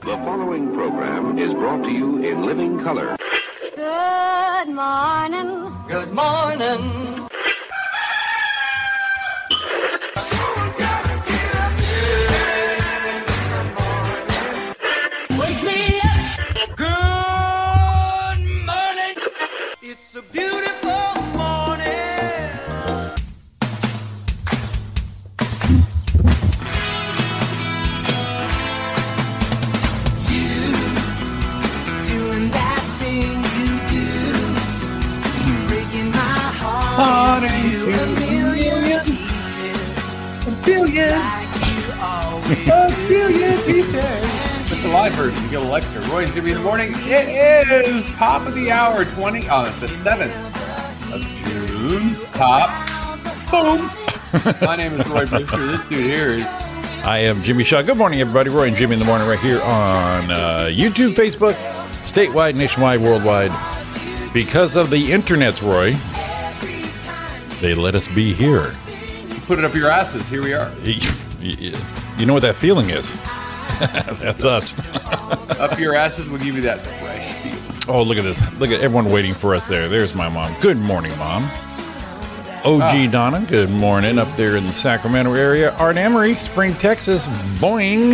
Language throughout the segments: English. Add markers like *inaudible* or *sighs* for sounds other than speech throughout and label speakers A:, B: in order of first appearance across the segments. A: The following program is brought to you in living color.
B: Good morning.
C: Good morning.
D: Wake me up. Good morning. It's a beautiful morning. You doing that thing you do, breaking my heart into a million pieces, like you always
E: It's a live version. You get a lecture. Roy's gonna be in the morning. It is top of the hour, twenty. Oh, it's the seventh of June. Top. Boom. My name is Roy Brewster. This dude here is
F: I am Jimmy Shaw. Good morning, everybody. Roy and Jimmy in the morning, right here on uh, YouTube, Facebook, statewide, nationwide, worldwide. Because of the internet's Roy, they let us be here. *laughs*
E: put it up your asses. Here we are.
F: You know what that feeling is? *laughs* That's us.
E: Up your asses will give you that fresh feel.
F: Oh, look at this. Look at everyone waiting for us there. There's my mom. Good morning, mom. OG Donna, good morning up there in the Sacramento area. Art Emery, Spring, Texas. Boing.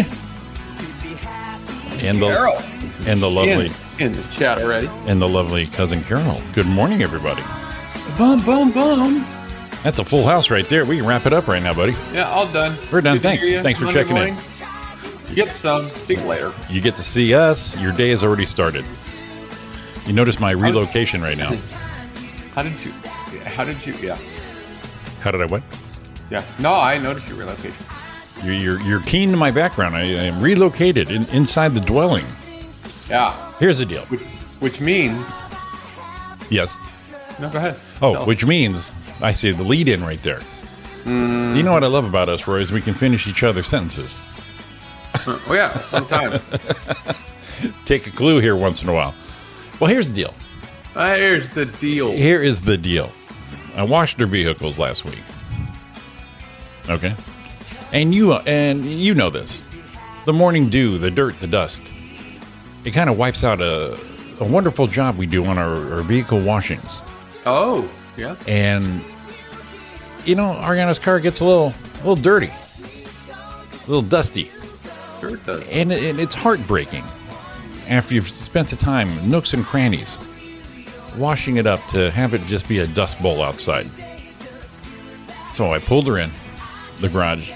F: And
E: Carol
F: the, and the lovely.
E: in, in the chat already.
F: and the lovely cousin Carol. Good morning, everybody.
E: Boom, boom, boom.
F: That's a full house right there. We can wrap it up right now, buddy.
E: Yeah, all done.
F: We're done.
E: Good to
F: Thanks.
E: hear ya.
F: Thanks for
E: Monday
F: checking in.
E: morning. Get some. See you later.
F: You get to see us. Your day has already started. You notice my relocation right now.
E: How did you? yeah, How did you? Yeah,
F: How did I what?
E: yeah. No, I noticed your relocation.
F: You're, you're, you're keen to my background. I, I am relocated in, inside the dwelling.
E: Yeah.
F: Here's the deal.
E: Which, which means.
F: Yes.
E: No, go ahead.
F: Oh,
E: No.
F: which means I see the lead in right there. You know what I love about us, Roy, is we can finish each other's sentences.
E: Oh, yeah,
F: *laughs*
E: sometimes.
F: Take a clue here once in a while. Well, here's the deal.
E: There's Uh, the deal.
F: Here is the deal. I washed their vehicles last week. Okay. And you and you know this. The morning dew, the dirt, the dust. It kind of wipes out a, a wonderful job we do on our, our vehicle washings.
E: Oh, yeah.
F: And you know, Ariana's car gets a little a little dirty. A little dusty.
E: Sure it does.
F: And, it, and it's heartbreaking after you've spent the time, nooks and crannies, washing it up to have it just be a dust bowl outside. So I pulled her in the garage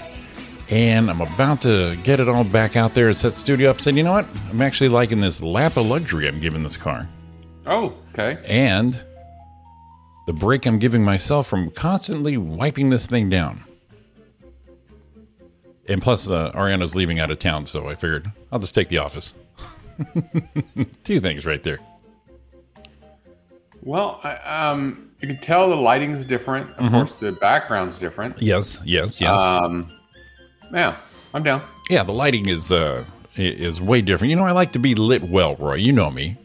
F: and I'm about to get it all back out there and set the studio up. Said, you know what? I'm actually liking this lap of luxury I'm giving this car
E: Oh, okay.
F: and the break I'm giving myself from constantly wiping this thing down. And plus, uh, Ariana's leaving out of town, so I figured I'll just take the office. *laughs* Two things right there.
E: Well, I, um, you can tell the lighting's different. Of
F: Mm-hmm.
E: course, the background's different.
F: Yes, yes, yes.
E: Um, yeah, I'm down.
F: yeah, the lighting is uh, i- is way different. You know, I like to be lit well, Roy. You know me,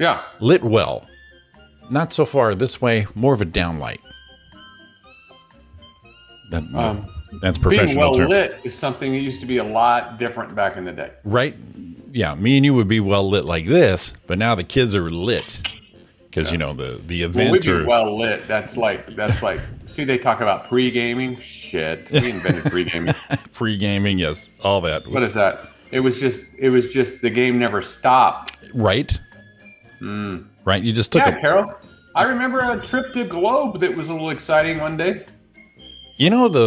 E: Yeah.
F: lit well. Not so far this way, more of a downlight. That,
E: Um,
F: that's
E: Being
F: professional
E: well
F: term.
E: lit is something that used to be a lot different back in the day.
F: right? Yeah, me and you would be well lit like this, but now the kids are lit because you know the the
E: Well,
F: event
E: we'd be
F: or
E: well lit. That's like, that's like, see, they talk about pre gaming. Shit. We
F: *laughs*
E: invented pre gaming.
F: pre gaming, yes, all that.
E: What is that? It was just, it was just the game never stopped.
F: Right, right. You just took
E: Mm. yeah,
F: a
E: Carol. I remember a trip to Globe that was a little exciting one day.
F: You know the,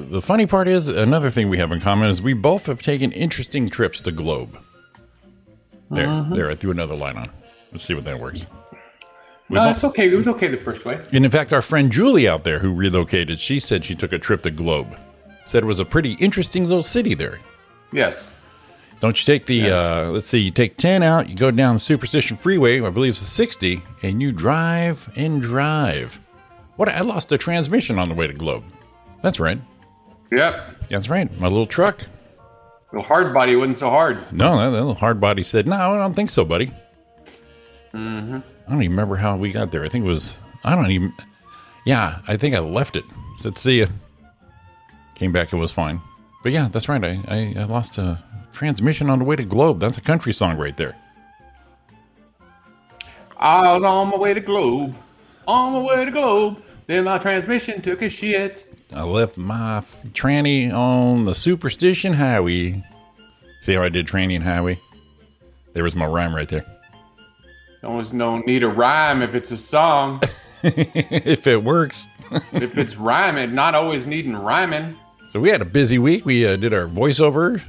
F: the the funny part is another thing we have in common is we both have taken interesting trips to Globe. There,
E: Mm-hmm.
F: there. I threw another line on. Let's see what that works. We
E: No,
F: both-
E: it's okay. It was okay the first way.
F: And in fact, our friend Julie out there who relocated, she said she took a trip to Globe. Said it was a pretty interesting little city there.
E: Yes.
F: Don't you take the, uh, let's see, you take 10 out, you go down the Superstition Freeway, I believe it's the 60, and you drive and drive. What? I lost a transmission on the way to Globe. That's right.
E: Yep.
F: That's right. My little truck.
E: The hard body wasn't so hard.
F: No, that, that little hard body said, no, I don't think so, buddy. Mm-hmm. I don't even remember how we got there. I think it was, I don't even, yeah, I think I left it. Said, see ya. Came back, it was fine. But yeah, that's right. I, I, I lost a transmission on the way to Globe. That's a country song right there.
E: I was on my way to Globe. On my way to Globe. Then my transmission took a shit.
F: I left my f- tranny on the superstition highway. See how I did tranny and highway? There was my rhyme right there. *laughs*
E: Almost no need a rhyme if it's a song.
F: if it works.
E: if it's rhyming, not always needing rhyming.
F: So we had a busy week. We uh, did our voiceover.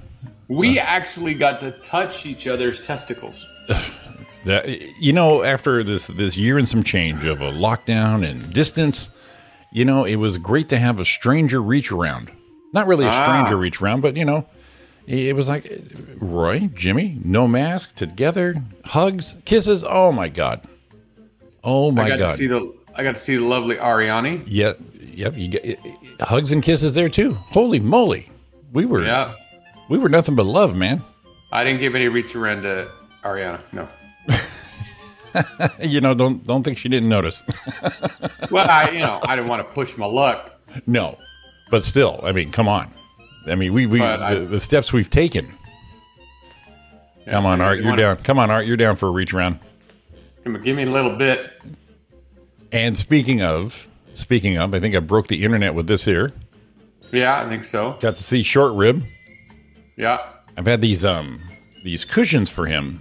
E: We actually got to touch each other's testicles.
F: That you know, after this this year and some change of a lockdown and distance, you know, it was great to have a stranger reach around. Not really a
E: Ah.
F: stranger reach around, but you know, it it was like Roy, Jimmy, no mask, together, hugs, kisses. Oh my god! Oh my
E: I got
F: god!
E: to see the I got to see the lovely Ariani.
F: Yeah, yep. You get hugs and kisses there too. Holy moly, we were
E: Yeah.
F: we were nothing but love, man.
E: I didn't give any reach around to Ariana. No.
F: You know, don't don't think she didn't notice. *laughs*
E: Well, I you know I didn't want to push my luck.
F: no, but still, I mean, come on. I mean, we we
E: But I-
F: the, the steps we've taken. Come on,
E: I
F: Art,
E: didn't
F: you're
E: wanna-
F: down. Come on, Art, you're down for a reach around.
E: Come on, Give me a little bit.
F: And speaking of, speaking of, I think I broke the internet with this here.
E: Yeah, I think so.
F: Got to see short rib.
E: Yeah.
F: I've had these um these cushions for him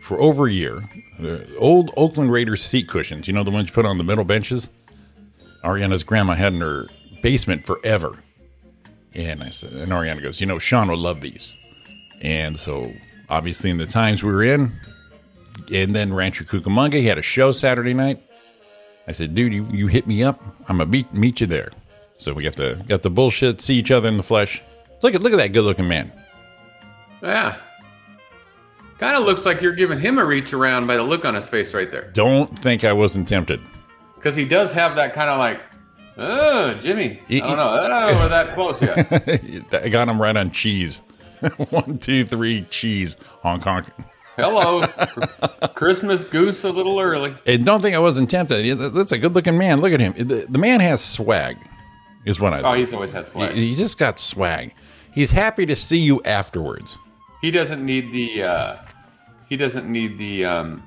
F: for over a year. The old Oakland Raiders seat cushions, you know the ones you put on the middle benches. Ariana's grandma had in her basement forever. And I said and Ariana goes, "You know Sean will love these." And so obviously in the times we were in and then Rancher Cucamonga, he had a show Saturday night. I said, "Dude, you, you hit me up. I'm gonna meet meet you there." So we got the got the bullshit, see each other in the flesh. Look at look at that good-looking man.
E: Yeah. Kind of looks like you're giving him a reach around by the look on his face right there.
F: Don't think I wasn't tempted. *laughs*
E: Because he does have that kind of like, oh, Jimmy. I
F: He-
E: don't know. I don't know we're that close
F: *laughs*
E: yet.
F: I got him right on cheese. *laughs* One, two, three, cheese, Hong Kong.
E: Hello. Christmas goose a little early.
F: And don't think I wasn't tempted. Yeah, that- That's a good looking man. Look at him. The, the man has swag, is what I.
E: Oh, he's always had swag.
F: he, he just got swag. He's happy to see you afterwards.
E: He doesn't need the, uh, he doesn't need the, um,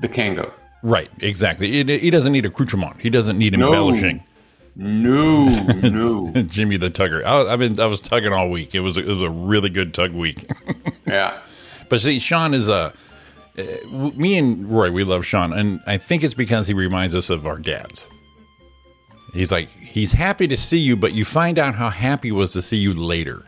E: the Kango.
F: Right, exactly. He, he doesn't need accoutrement. He doesn't need
E: No.
F: embellishing. *laughs*
E: No, no.
F: Jimmy the Tugger. I, I've been. I was tugging all week. It was. It was a really good tug week. *laughs*
E: yeah.
F: But see, Sean is a. uh, w- Me and Roy, we love Sean, and I think it's because he reminds us of our dads. He's like, he's happy to see you, but you find out how happy he was to see you later.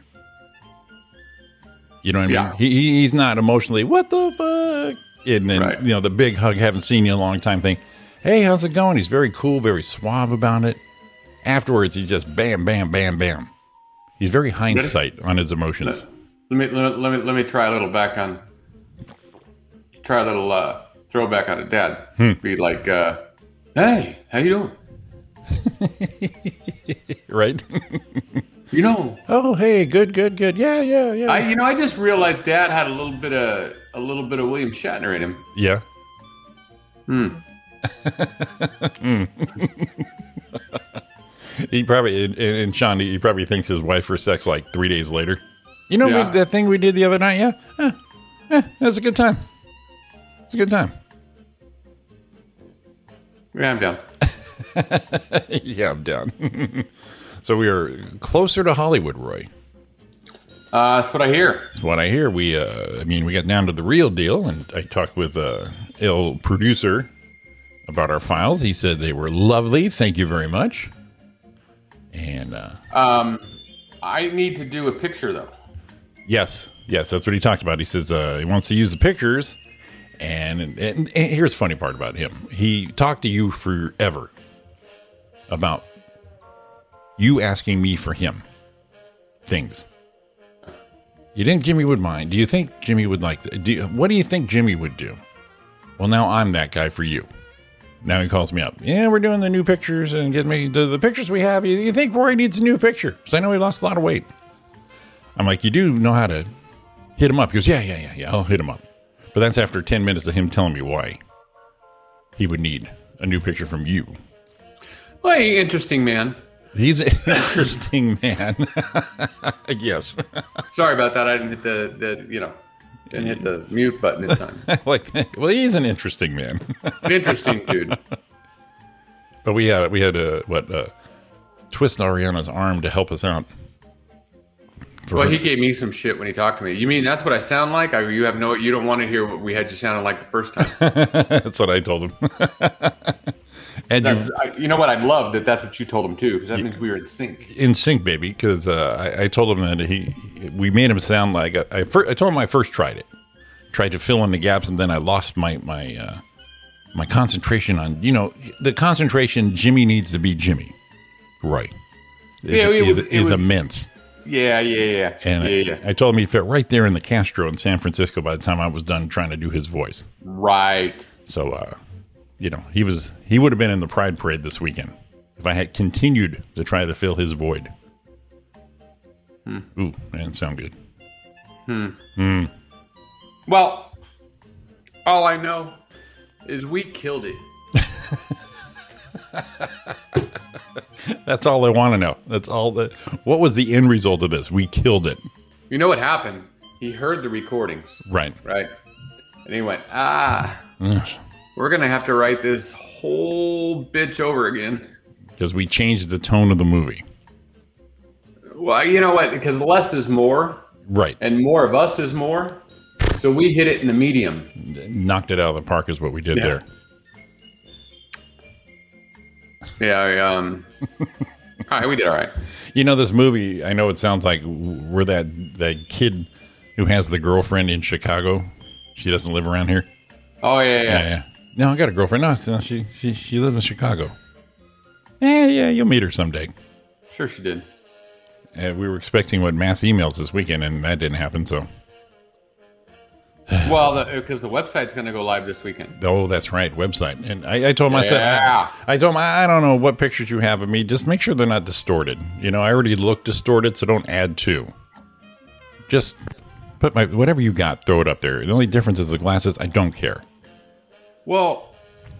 F: You know what I mean?
E: Yeah.
F: He, he, he's not emotionally, what the fuck? And then,
E: Right.
F: you know, the big hug, haven't seen you in a long time thing. Hey, how's it going? He's very cool, very suave about it. Afterwards, he's just bam, bam, bam, bam. He's very hindsight on his emotions.
E: Let me, let me, let me, let me try a little back on, try a little, uh, throwback on it, Dad.
F: Hmm.
E: Be like, uh, hey, how you doing?
F: Right? *laughs*
E: You know,
F: Oh, hey, good, good, good. Yeah, yeah, yeah.
E: I you know I just realized Dad had a little bit of a little bit of William Shatner in him.
F: yeah. Hmm. *laughs* he probably and, and and Sean, he probably thinks his wife for sex like three days later. You know
E: Yeah.
F: that- that thing we did the other night? Yeah, Eh, eh, that was a good time. It's a good time.
E: Yeah, I'm down.
F: yeah, I'm down. *laughs* so we are closer to Hollywood, Roy.
E: Uh, that's what I hear.
F: That's what I hear. We, uh, I mean, we got down to the real deal, and I talked with uh, ill producer about our files. He said they were lovely. Thank you very much. And uh,
E: I need to do a picture though.
F: yes, yes, that's what he talked about. He says uh, he wants to use the pictures. And, and, and here's the funny part about him. He talked to you forever about you asking me for him things. You didn't Jimmy would mind. Do you think Jimmy would like? Do you, what do you think Jimmy would do? Well, now I'm that guy for you. Now he calls me up. Yeah, we're doing the new pictures and getting me the, the pictures we have. You, you think Rory needs a new picture? Because I know he lost a lot of weight. I'm like, you do know how to hit him up. He goes, yeah, yeah, yeah, yeah. I'll hit him up. But that's after ten minutes of him telling me why he would need a new picture from you.
E: Well, hey, interesting man.
F: He's
E: *laughs*
F: an interesting man. *laughs* yes. *laughs*
E: Sorry about that. I didn't hit the, the you know, didn't hit the mute button this time.
F: like, well, he's an interesting man. *laughs*
E: Interesting, *laughs* dude.
F: But we had we had a what uh twist Ariana's arm to help us out. For
E: Well,
F: her-
E: he gave me some shit when he talked to me. You mean that's what I sound like? I, you have no, you don't want to hear what we had you sounding like the first
F: *laughs*
E: time.
F: *laughs* that's what I told him. *laughs* and
E: That's,
F: you
E: I, you know what? I love that. That's what you told him too, because that means we were in sync.
F: in sync, baby, because uh, I, I told him that he we made him sound like I, I, fir- I told him I first tried it, tried to fill in the gaps, and then I lost my my uh, my concentration on you know the concentration Jimmy needs to be Jimmy, right? Is,
E: Yeah, it was-
F: is,
E: it
F: is
E: was-
F: immense.
E: Yeah, yeah, yeah,
F: And I-
E: yeah, yeah.
F: I, told him he fit right there in the Castro in San Francisco by the time I was done trying to do his voice.
E: right.
F: So, uh, you know, he was he would have been in the Pride Parade this weekend if I had continued to try to fill his void. Ooh, that didn't sound good.
E: Well, all I know is we killed it.
F: That's all I want to know. That's all that. What was the end result of this? We killed it,
E: You know what happened? He heard the recordings,
F: right?
E: right? And he went, ah,
F: Because
E: we're gonna have to write this whole bitch over again.
F: we changed the tone of the movie,
E: Well, you know what? Because less is more,
F: right?
E: and more of us is more. So we hit it in the medium.
F: Knocked it out of the park is what we did
E: Yeah.
F: there.
E: Yeah. I, um, *laughs* all right, we did all right.
F: You know, this movie. I know it sounds like we're that that kid who has the girlfriend in Chicago. She doesn't live around here.
E: Oh yeah, yeah.
F: Yeah, yeah. No, I got a girlfriend. No, no she, she she lives in Chicago. Yeah, yeah, you'll meet her someday.
E: Sure, she did.
F: Uh, we were expecting what mass emails this weekend, and that didn't happen. So,
E: Well, because the, website's gonna go live this weekend.
F: oh, that's right, website. And I, I told myself,
E: Yeah.
F: I, I told him, I I don't know what pictures you have of me. Just make sure they're not distorted. You know, I already look distorted, so don't add to. Just put my whatever you got, throw it up there. The only difference is the glasses. I don't care.
E: Well,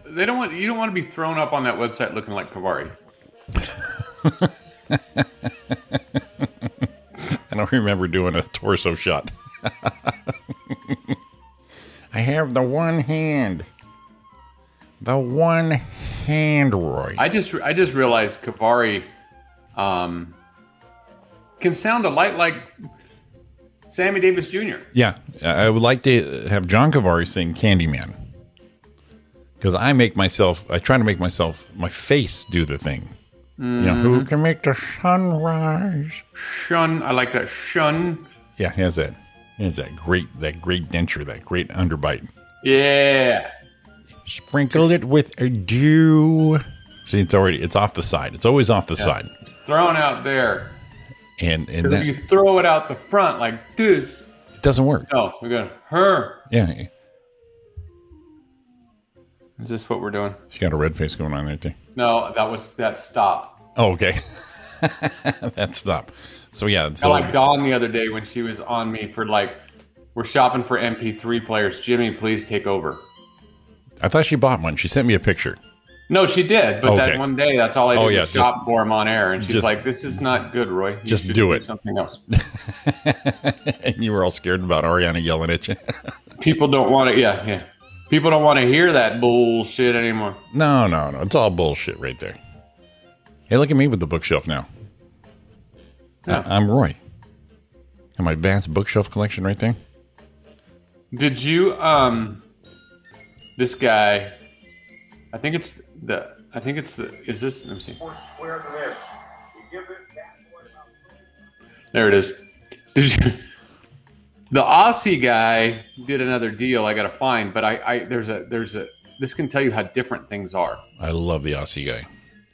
E: they don't want you don't want to be thrown up on that website looking like Kavari.
F: I don't remember doing a torso shot. I have the one hand. The one hand, Roy.
E: I just I just realized Kavari um, can sound a light like Sammy Davis Jr.
F: yeah, I would like to have John Cavari sing Candyman. Because I make myself, I try to make myself, my face do the thing. You know, who can make the sunrise?
E: Shun, I like that. Shun,
F: Yeah, he has that. He has that great, that great denture, that great underbite.
E: yeah.
F: Sprinkle it with a dew. See, it's already, it's off the side. It's always off the side.
E: Thrown out there.
F: and and
E: Because
F: that,
E: if you throw it out the front like this,
F: it doesn't work.
E: no, we're going to her.
F: Yeah,
E: Is this what we're doing?
F: she got a red face going on there too.
E: No, that was that stop.
F: Oh, okay, *laughs* that's stop. So yeah,
E: I
F: so
E: like Dawn the other day when she was on me for like, we're shopping for MP3 players. Jimmy, please take over.
F: I thought she bought one. She sent me a picture. *laughs*
E: No, she did, but
F: Okay.
E: that one day, that's all I did
F: Oh,
E: was
F: yeah, just-
E: shop for him on air, and she's
F: just-
E: like, "This is not good, Roy. You
F: just
E: should
F: do it."
E: Something else.
F: and you were all scared about Ariana yelling at you. *laughs*
E: People don't want to. Yeah, yeah. People don't want to hear that bullshit anymore.
F: no, no, no. It's all bullshit right there. Hey, look at me with the bookshelf now.
E: Yeah.
F: I, am Roy. And my vast bookshelf collection right there.
E: Did you um this guy I think it's the I think it's the is this let me see. There it is. Did you *laughs* the Aussie guy did another deal I gotta find, but I, I there's a there's a this can tell you how different things are.
F: I love the Aussie guy.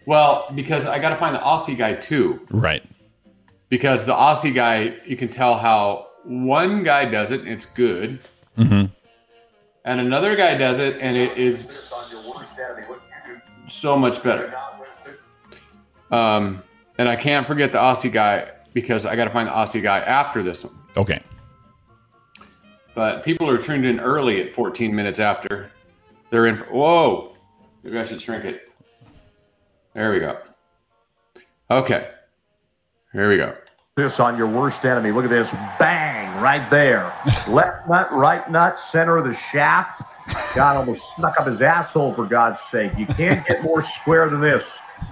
E: Well, because I gotta find the Aussie guy too
F: Right.
E: because the Aussie guy, you can tell how one guy does it, and it's good, and another guy does it, and it is so much better. Um, and I can't forget the Aussie guy because I got to find the Aussie guy after this one.
F: Okay.
E: But people are tuned in early at 14 minutes after. They're in. For, whoa, maybe I should shrink it. There we go. Okay. Here we go.
C: this on your worst enemy. Look at this bang right there. Left nut, right nut, center of the shaft. God almost snuck up his asshole for God's sake. You can't get more square than this.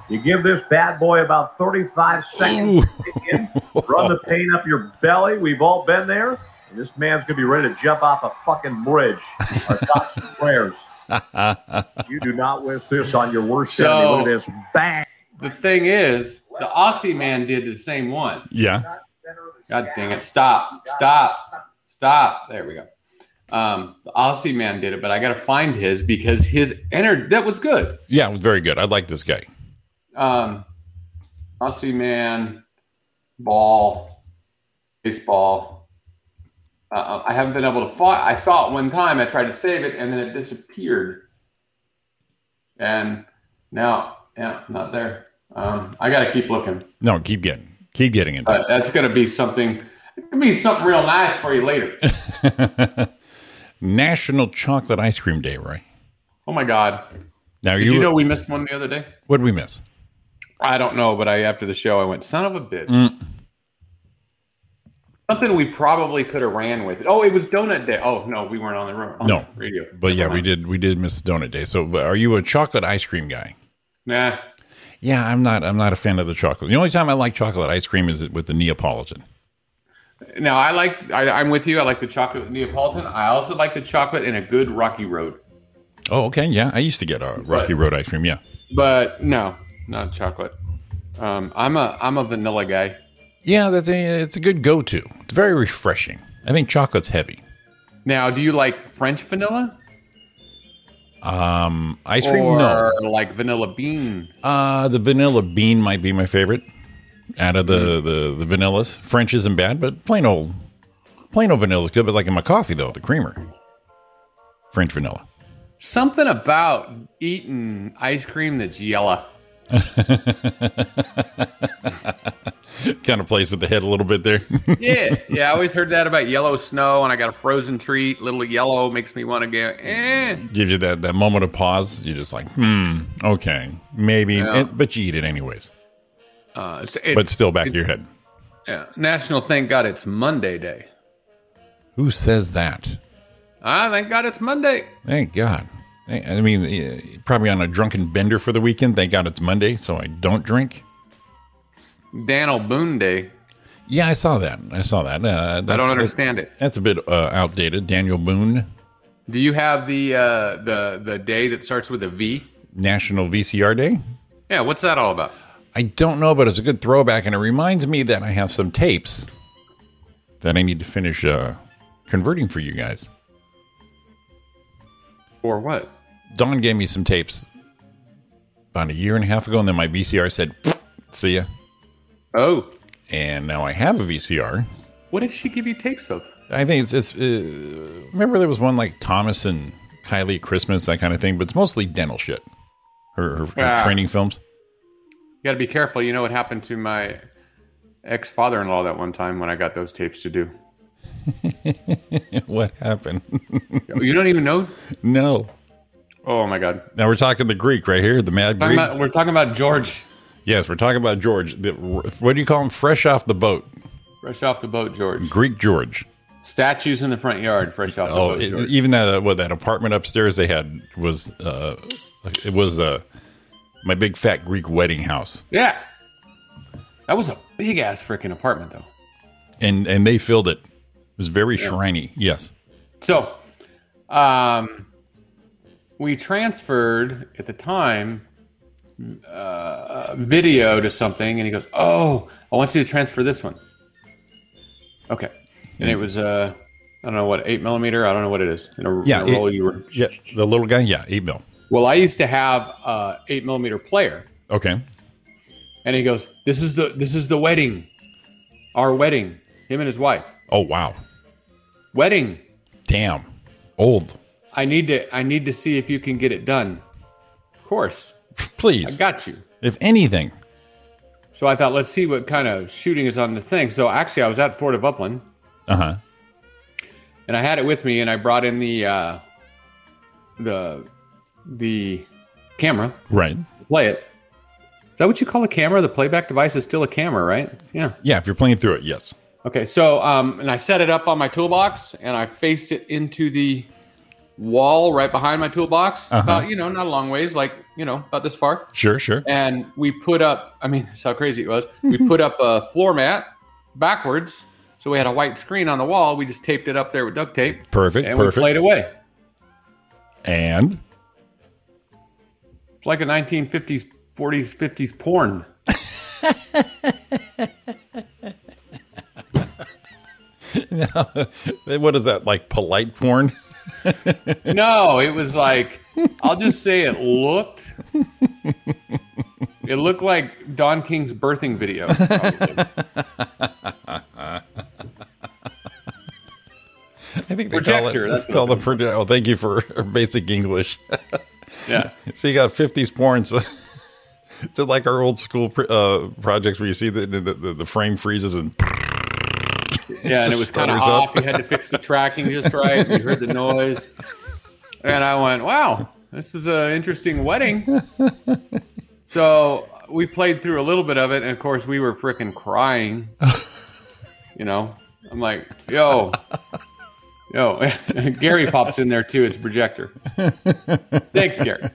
C: You give this bad boy about 35 seconds, to kick in, run the pain up your belly. We've all been there. And this man's going to be ready to jump off a fucking bridge. Our thoughts and prayers. You do not wish this on your worst
E: So-
C: enemy. Look at this bang.
E: The thing is, the Aussie man did the same one.
F: Yeah.
E: God dang it. Stop. Stop. Stop. There we go. Um, the Aussie man did it, but I got to find his because his energy, that was good.
F: Yeah, it was very good. I like this guy.
E: Um, Aussie man, ball, baseball. Uh, I haven't been able to find. I saw it one time. I tried to save it, and then it disappeared. And now, yeah, not there. Um, I got to keep looking,
F: No, keep getting, keep getting it.
E: but that's going to be something. It could be something real nice for you later.
F: National Chocolate Ice Cream Day, Roy.
E: oh my God!
F: Now
E: Did
F: you,
E: you, know we missed one the other day?
F: what did we miss?
E: I don't know, but I after the show I went, son of a bitch.
F: Mm.
E: Something we probably could have ran with. Oh, it was donut day. Oh no, we weren't on the room.
F: No.
E: radio.
F: But yeah,
E: Never
F: we
E: mind.
F: did we did miss Donut Day. So but are you a chocolate ice cream guy?
E: Nah,
F: Yeah, I'm not. I'm not a fan of the chocolate. The only time I like chocolate ice cream is with the Neapolitan.
E: no, I like. I, I'm with you. I like the chocolate Neapolitan. I also like the chocolate in a good Rocky Road.
F: Oh, okay. Yeah, I used to get a Rocky Road ice cream. Yeah,
E: But no, not chocolate. Um, I'm a I'm a vanilla guy.
F: yeah. That's a, it's a good go-to. It's very refreshing. I think chocolate's heavy.
E: Now, do you like French vanilla
F: Um, ice cream,
E: or
F: no.
E: like vanilla bean?
F: Uh, the vanilla bean might be my favorite out of the, the, the vanillas. French isn't bad, but plain old plain old vanilla is good. But like in my coffee though, the creamer, French vanilla.
E: Something about eating ice cream that's yellow.
F: kind of plays with the head a little bit there. *laughs*
E: yeah, yeah. I always heard that about yellow snow, and I got a frozen treat. Little yellow makes me want to go. Eh.
F: Gives you that that moment of pause. You're just like, hmm, okay, maybe,
E: Yeah.
F: It- but you eat it anyways.
E: Uh, it's, it,
F: But still, back
E: it-
F: of your head.
E: yeah. National Thank God It's Monday Day.
F: Who says that?
E: Ah, thank God it's Monday.
F: Thank God. Hey, I mean, eh, probably on a drunken bender for the weekend. Thank God it's Monday, so I don't drink.
E: Dan O'Boone Day.
F: Yeah, I saw that. I saw that. Uh,
E: I
F: that's-
E: don't
F: that's-
E: understand it.
F: That's a bit uh, outdated. Daniel Boone,
E: Do you have the uh, the the day that starts with a V?
F: National VCR Day.
E: Yeah, what's that all about?
F: I don't know, but it's a good throwback, and it reminds me that I have some tapes that I need to finish uh, converting for you guys.
E: Or what?
F: Don gave me some tapes about a year and a half ago, and then my VCR said, "Pfft, "See ya,"
E: Oh,
F: and now I have a VCR.
E: what did she give you tapes of?
F: I think it's it's. Uh, remember, there was one like Thomas and Kylie at Christmas, that kind of thing, but it's mostly dental shit. Her, her, her
E: Ah.
F: training films. *laughs*
E: You got to be careful. You know what happened to my ex father in law that one time when I got those tapes to do.
F: what happened? *laughs*
E: Oh, You don't even know.
F: no.
E: Oh my God.
F: Now we're talking the Greek right here, the Mad
E: Talking
F: Greek.
E: about, we're talking about George.
F: yes, we're talking about George. The, what do you call him? Fresh off the boat,
E: Fresh off the boat, George.
F: Greek George.
E: Statues in the front yard. Fresh off the
F: Oh,
E: boat,
F: it-
E: George.
F: even that uh, what that apartment upstairs they had was uh, it was uh, my big fat Greek wedding house,
E: yeah, that was a big ass freaking apartment though.
F: and and they filled it. It was very shriney. Yes.
E: So, um, we transferred at the time uh, video to something, and he goes, "Oh, I want you to transfer this one." Okay, and it was uh, I don't know what eight millimeter. I don't know what it is. In a,
F: Yeah,
E: in a roll,
F: it-
E: you were.
F: Yeah. The little guy. Yeah. Eight mil.
E: Well, I used to have a eight millimeter player.
F: Okay.
E: and he goes, "This is the this is the wedding, our wedding." Him and his wife,
F: Oh wow.
E: wedding.
F: Damn. Old.
E: I need to I need to see if you can get it done. Of course, I
F: Please.
E: got you.
F: if anything.
E: So I thought, let's see what kind of shooting is on the thing. So actually, I was at Fort of Upland,
F: Uh huh.
E: and I had it with me, and I brought in the uh, the the camera
F: Right.
E: to play it, Is that what you call a camera? The playback device is still a camera, right? Yeah.
F: Yeah, if you're playing through it, yes.
E: Okay. So, um, and I set it up on my toolbox, and I faced it into the wall right behind my toolbox. About you know, not a long ways, like you know, about this far.
F: Sure, sure.
E: And we put up. I mean, *laughs* that's how crazy it was. We put up a floor mat backwards, so we had a white screen on the wall. We just taped it up there with duct tape,
F: Perfect,
E: and
F: perfect.
E: we played away.
F: and
E: It's like a 1950s, 40s, 50s porn.
F: what is that like polite porn? *laughs*
E: No, it was like I'll just say it looked. It looked like Don King's birthing video. probably.
F: I think they
E: Projector,
F: call it.
E: that's
F: Call the
E: what
F: proje- oh, thank you for *laughs* basic English.
E: yeah,
F: so you got 50s porn. So *laughs* it's like our old school pr- uh, projects where you see the, the, the, the frame freezes and
E: yeah, and it
F: just
E: was kind of
F: stutters
E: off.
F: up.
E: You had to fix the tracking just right. You heard the noise, and I went, "Wow, this was an interesting wedding." So we played through a little bit of it, and of course, we were freaking crying. You know, I'm like, "Yo, yo," *laughs* Gary pops in there too. It's projector. Thanks, Gary.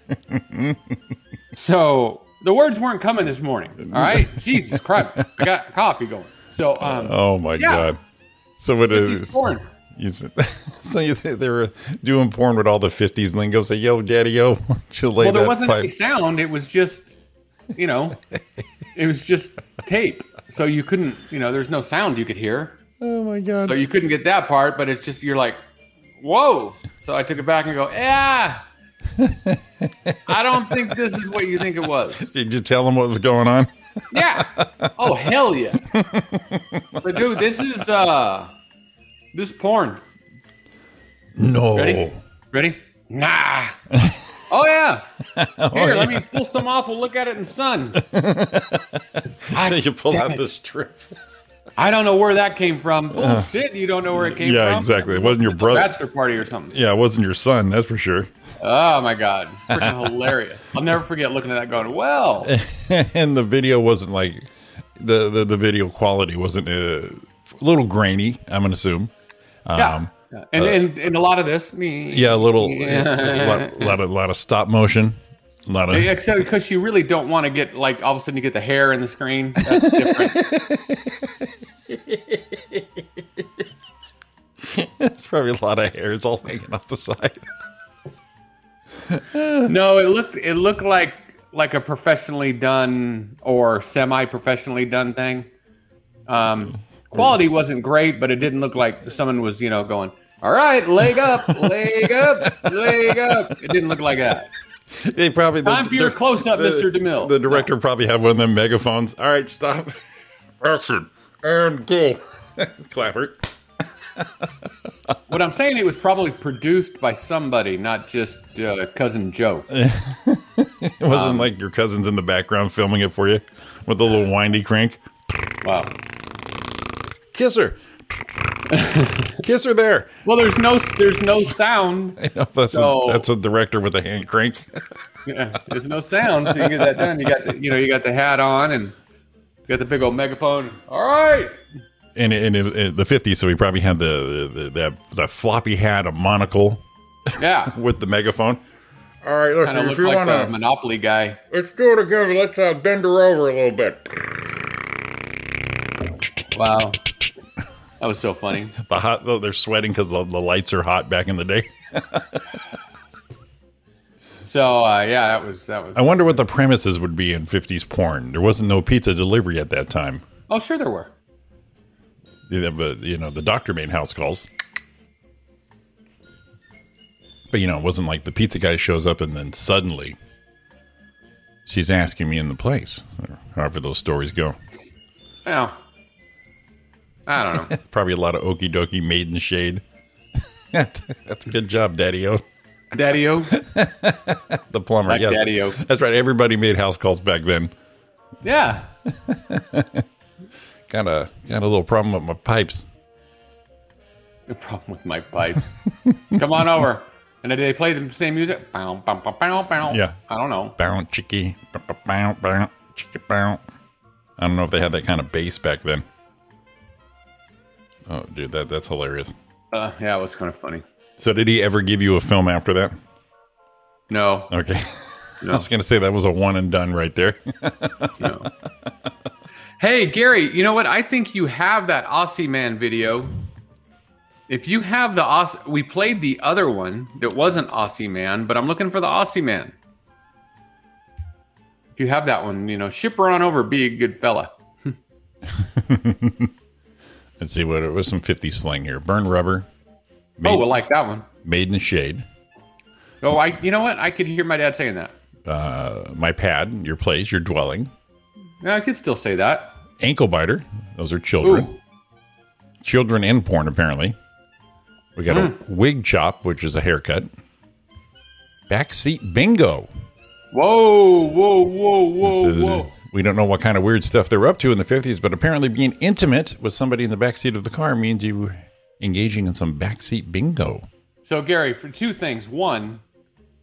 E: So the words weren't coming this morning. All right, Jesus Christ, I got coffee going. So, um,
F: oh my
E: Yeah.
F: god. So what
E: he's
F: is
E: porn.
F: *laughs* you said- so you think they were doing porn with all the 50s lingo? Say yo, daddy yo, *laughs* why don't you lay
E: Well, there
F: that
E: wasn't
F: pipe?
E: any sound. It was just, you know, it was just tape. So you couldn't, you know, there's no sound you could hear.
F: Oh my god.
E: So you couldn't get that part, but it's just, you're like, whoa. So I took it back and go, yeah. I don't think this is what you think it was.
F: Did you tell them what was going on?
E: Yeah. Oh, hell yeah. But dude, this is, uh, this porn.
F: No.
E: Ready? Ready?
F: *laughs*
E: Nah. Oh yeah.
F: Oh,
E: Here, let me pull some off. We'll look at it in the
F: *laughs*
E: sun.
F: So *laughs* you pull
E: Damn
F: out
E: it.
F: the strip.
E: I don't know where that came from. Bullshit, you don't know where it came
F: Uh. yeah,
E: from.
F: exactly. It wasn't your
E: It's a
F: brother.
E: Bachelor party or something.
F: Yeah, it wasn't your son, that's for sure.
E: Oh my god,
F: *laughs*
E: freaking hilarious! I'll never forget looking at that, going, "Well,
F: and the video wasn't like the the, the video quality wasn't uh, a little grainy. I'm gonna assume.
E: yeah." and, and and a lot of this, me,
F: Um, uh, Yeah, a little, a lot, lot of lot of stop motion. A lot of
E: Except because you really don't want to get like all of a sudden you get the hair in the
F: *laughs*
E: screen. That's different.
F: it's probably a lot of hairs all hanging off the side.
E: no, it looked it looked like like a professionally done or semi-professionally done thing. Um, quality wasn't great, but it didn't look like someone was, you know, going, all right, leg up, leg up, leg up. It didn't look like that.
F: *laughs* They probably
E: Time for your close-up, Mr. DeMille.
F: The director probably had one of them megaphones. All right, stop. *laughs* Action and go. *laughs* Clapper.
E: What I'm saying, it was probably produced by somebody, not just uh, cousin Joe.
F: It wasn't
E: Um,
F: like your cousins in the background filming it for you with a little windy crank.
E: Wow.
F: Kiss
E: *laughs*
F: her. Kiss her there.
E: Well, there's no there's no sound.
F: I know, that's,
E: So-
F: a, that's a director with a hand crank.
E: Yeah, there's no sound, so you get that done. You got the, you know you got the hat on and you got the big old megaphone. All right.
F: And in the 50s, so he probably had the, the, the, that, that floppy hat, a monocle
E: Yeah.
F: with the megaphone. All right, listen,
E: Kind of looked like the Monopoly guy.
F: let's do it again. Let's uh, bend her over a little bit.
E: Wow. That was so funny.
F: The hot, though, they're sweating because the, the lights are hot back in the day. *laughs*
E: So uh, yeah, that was that was.
F: I wonder what the premises would be in 50s porn. There wasn't no pizza delivery at that time.
E: oh sure there were.
F: They have a, you know, the doctor made house calls. But, you know, it wasn't like the pizza guy shows up and then suddenly she's asking me in the place, or however those stories go.
E: Yeah. I don't
F: *laughs*
E: know.
F: Probably a lot of okey dokie maiden shade. *laughs* That's a good job, Daddy O.
E: Daddy O.
F: The plumber,
E: Like
F: yes.
E: Daddy-O.
F: That's right. Everybody made house calls back then.
E: Yeah.
F: Got a, got a little problem with my pipes.
E: No problem with my pipes. Come on over. And did they play the same music? Bow, bow, bow, bow, bow.
F: Yeah.
E: I don't know.
F: Bow, chicky. Bow, bow, bow, bow. I don't know if they had that kind of bass back then. Oh, dude, that that's hilarious.
E: Uh, yeah, what's kind of funny?
F: So, did he ever give you a film after that?
E: No,
F: Okay. *laughs* I was going to say that was a one and done right there. *laughs*
E: no. hey, Gary, you know what? I think you have that Aussie Man video. If you have the Aussie, we played the other one that wasn't Aussie Man, but I'm looking for the Aussie Man. If you have that one, you know, ship her on over, be a good fella.
F: Let's see what it was some 50 slang here. Burn rubber,
E: Oh,
F: Made-
E: well, like that one.
F: made in the shade,
E: Oh, I, you know what? I could hear my dad saying that.
F: uh, my pad, your place, your dwelling,
E: Yeah, I could still say that.
F: ankle biter. Those are children.
E: Ooh,
F: Children in porn, apparently. We got a
E: Hmm.
F: wig chop, which is a haircut. Backseat bingo.
E: whoa, whoa, whoa, whoa,
F: This is-
E: whoa.
F: We don't know what kind of weird stuff they were up to in the 50s, but apparently being intimate with somebody in the backseat of the car means you were engaging in some backseat bingo.
E: So, Gary, for two things. One,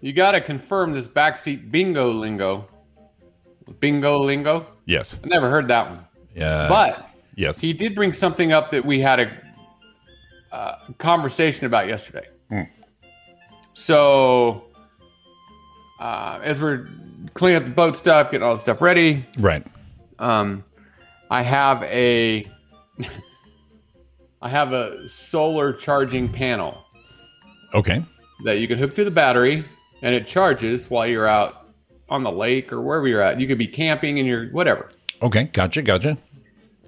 E: you got to confirm this backseat bingo lingo. Bingo lingo?
F: Yes.
E: I never heard that one.
F: Yeah.
E: But
F: yes.
E: he did bring something up that we had a uh, conversation about yesterday. So, uh, as we're cleaning up the boat stuff, getting all the stuff ready,
F: right.
E: um, I have a *laughs* I have a solar charging panel
F: Okay.
E: that you can hook to the battery and it charges while you're out on the lake or wherever you're at. You could be camping and you're whatever.
F: Okay. Gotcha. Gotcha. *laughs*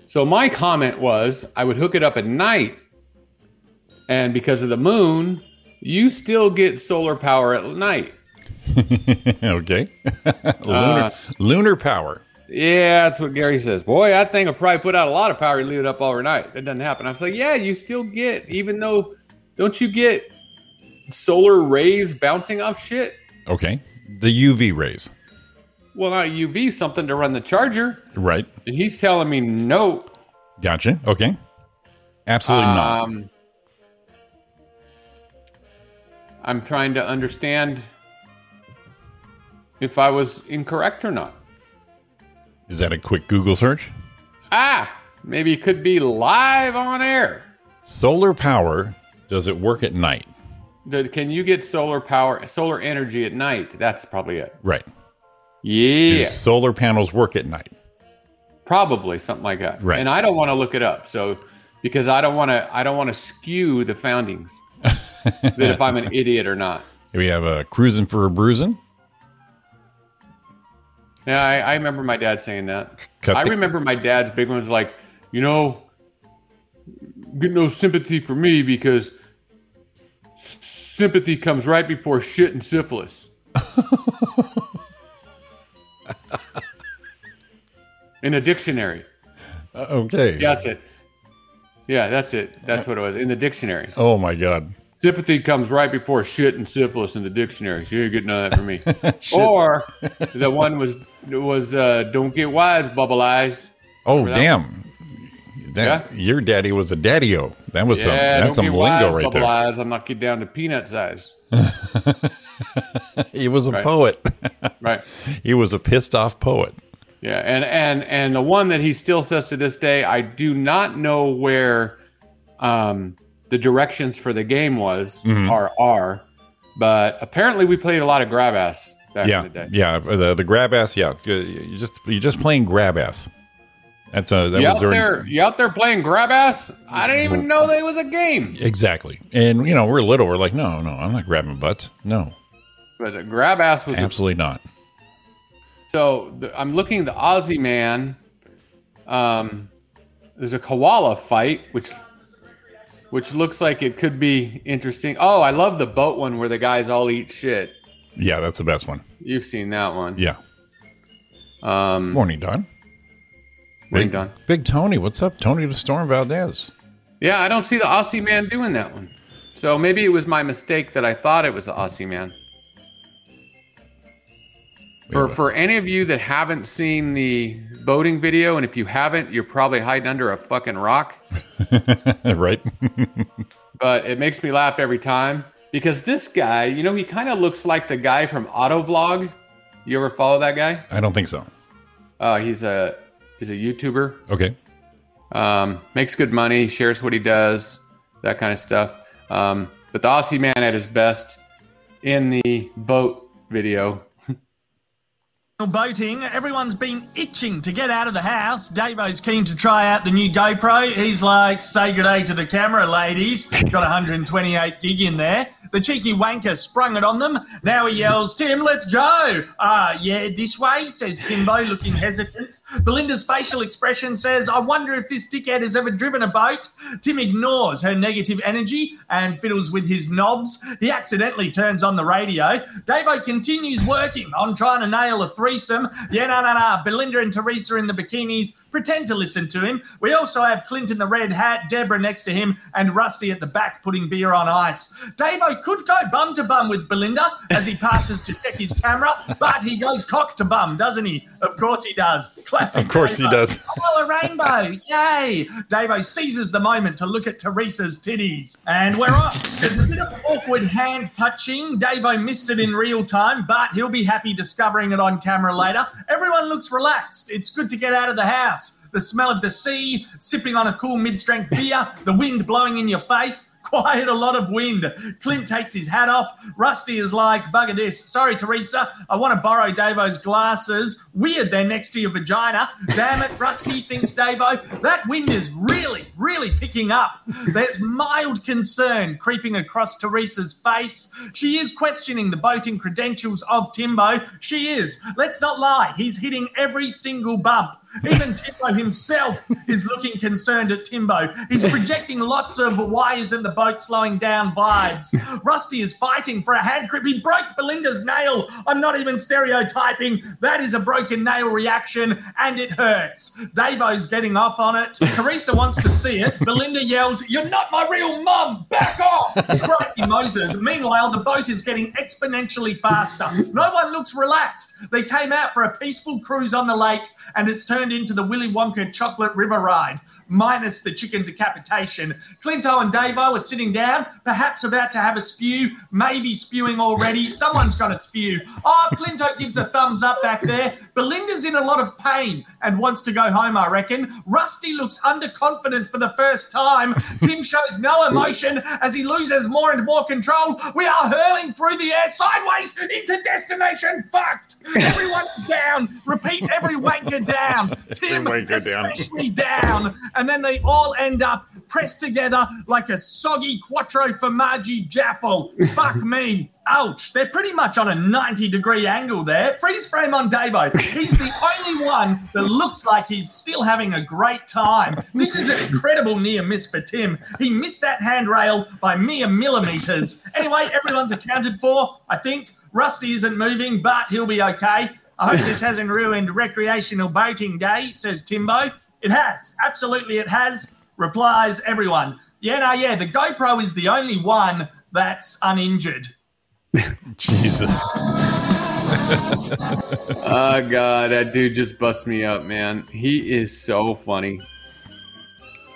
E: So my comment was I would hook it up at night and because of the moon, you still get solar power at night.
F: okay. *laughs*
E: Uh,
F: lunar, lunar power.
E: Yeah, that's what Gary says. Boy, that thing will probably put out a lot of power and leave it up overnight. That doesn't happen. I was like, yeah, you still get, even though, don't you get solar rays bouncing off shit?
F: Okay. The UV rays.
E: Well, not UV, something to run the charger.
F: Right.
E: And he's telling me no.
F: Gotcha. Okay. Absolutely not.
E: Um, I'm trying to understand if I was incorrect or not.
F: Is that a quick Google search?
E: Ah, maybe it could be live on air.
F: Solar power. Does it work at night?
E: The- Can you get solar power, solar energy at night? That's probably it.
F: Right. Do
E: Yeah,
F: solar panels work at night?
E: probably something like that.
F: Right.
E: And I don't want to look it up, so because I don't want to, I don't want to skew the
F: *laughs*
E: foundings that if I'm an idiot or not.
F: We have a cruising for a bruising.
E: Yeah, I, I remember my dad saying that.
F: Cut
E: I
F: the-
E: remember my dad's big ones like, you know, get no sympathy for me because sympathy comes right before shit and
F: *laughs*
E: syphilis. In a dictionary.
F: Uh, okay.
E: Yeah, that's it. Yeah, that's it. That's what it was. In the dictionary.
F: Oh my God.
E: Sympathy comes right before shit and syphilis in the dictionary. So you ain't getting none of that from
F: *laughs*
E: me. or the one was was uh, don't get wise, bubble eyes.
F: Oh
E: that
F: damn. That your daddy was a daddy-o. That was some.
E: yeah, don't
F: That's some
E: get
F: lingo
E: wise,
F: right
E: bubble
F: there.
E: eyes. I'm not get down to peanut size.
F: He was a
E: Right.
F: poet. *laughs*
E: Right.
F: he was a pissed off poet.
E: Yeah, and and and the one that he still says to this day, I do not know where um, the directions for the game was
F: Mm-hmm.
E: or are, but apparently we played a lot of grab ass back in the
F: yeah,
E: day.
F: yeah. The, the grab ass. Yeah, you you just you're just playing grab ass. That's uh that
E: You
F: was
E: out
F: during Mm-hmm.
E: there, you out there playing grab ass? I didn't even know that it was a game.
F: exactly. And you know we're little. We're like, no, no, I'm not grabbing butts. No,
E: But the grab ass was a,
F: absolutely not.
E: so. The, I'm looking at the Aussie man. Um, there's a koala fight, which which looks like it could be interesting. Oh, I love the boat one where the guys all eat shit.
F: Yeah, that's the best one.
E: You've seen that one.
F: Yeah.
E: Um,
F: Morning, Don.
E: Morning,
F: Big-
E: Don.
F: Big Tony, what's up? Tony the Storm Valdez. *laughs*
E: yeah, I don't see the Aussie man doing that one. So maybe it was my mistake that I thought it was the Aussie man. For, for any of you that haven't seen the boating video, and if you haven't, you're probably hiding under a fucking rock.
F: right? *laughs*
E: But it makes me laugh every time because this guy, you know, he kind of looks like the guy from Autovlog. You ever follow that guy?
F: I don't think so.
E: Uh, he's a he's a YouTuber.
F: Okay. *laughs*
E: Um, makes good money, shares what he does, that kind of stuff. Um, but the Aussie man at his best in the boat video.
G: Boating, everyone's been itching to get out of the house. Davo's keen to try out the new GoPro. He's like, say good day to the camera, ladies. Got 128 gig in there. The cheeky wanker sprung it on them. Now he yells, Tim, let's go. Ah, yeah, this way, says Timbo, looking hesitant. Belinda's facial expression says, I wonder if this dickhead has ever driven a boat. Tim ignores her negative energy and fiddles with his knobs. He accidentally turns on the radio. Davo continues working on trying to nail a threesome. Yeah, no, no, no. Belinda and Teresa in the bikinis pretend to listen to him. We also have Clint in the red hat, Deborah next to him, and Rusty at the back putting beer on ice. Davo could go bum to bum with Belinda as he passes to check his camera, but he goes cock to bum, doesn't he? Of course he does. Classic.
F: Of course he
G: Davo.
F: does.
G: Oh, a rainbow. Yay. Davo seizes the moment to look at Teresa's titties. And we're off. There's a bit of awkward hand touching. Davo missed it in real time, but he'll be happy discovering it on camera later. Everyone looks relaxed. It's good to get out of the house. The smell of the sea, sipping on a cool mid strength beer, the wind blowing in your face. Quite a lot of wind. Clint takes his hat off. Rusty is like, bugger this. Sorry, Teresa. I want to borrow Davo's glasses. Weird, they're next to your vagina. Damn it, Rusty thinks Davo. That wind is really, really picking up. There's mild concern creeping across Teresa's face. She is questioning the boating credentials of Timbo. She is. Let's not lie, he's hitting every single bump. Even Timbo himself is looking concerned at Timbo. He's projecting lots of why isn't the boat slowing down vibes. Rusty is fighting for a hand grip. He broke Belinda's nail. I'm not even stereotyping. That is a broken nail reaction and it hurts. Davo's getting off on it. Teresa wants to see it. Belinda yells, You're not my real mum. Back off. Crikey Moses. Meanwhile, the boat is getting exponentially faster. No one looks relaxed. They came out for a peaceful cruise on the lake and it's turned into the Willy Wonka chocolate river ride, minus the chicken decapitation. Clinto and Davo are sitting down, perhaps about to have a spew, maybe spewing already. Someone's got to spew. Oh, Clinto gives a thumbs up back there. Belinda's in a lot of pain and wants to go home, I reckon. Rusty looks underconfident for the
F: *laughs*
G: first time. Tim shows no emotion as he loses more and more control. We are hurling through the air sideways into destination fucked. Everyone *laughs* down. Repeat every wanker down. Tim
F: wanker down.
G: especially down. And then they all end up pressed together like a soggy quattro formaggi jaffle. Fuck me. Ouch. They're pretty much on a 90 degree angle there. Freeze frame on Davo. He's the only one that looks like he's still having a great time. This is an incredible near miss for Tim. He missed that handrail by mere millimeters. Anyway, everyone's accounted for, I think. Rusty isn't moving, but he'll be okay. I hope this hasn't ruined recreational boating day, says Timbo. It has. Absolutely, it has, replies everyone. Yeah, no, yeah, the GoPro is the only one that's uninjured.
F: Jesus.
E: Oh god, that dude just busts me up, man. He is so funny.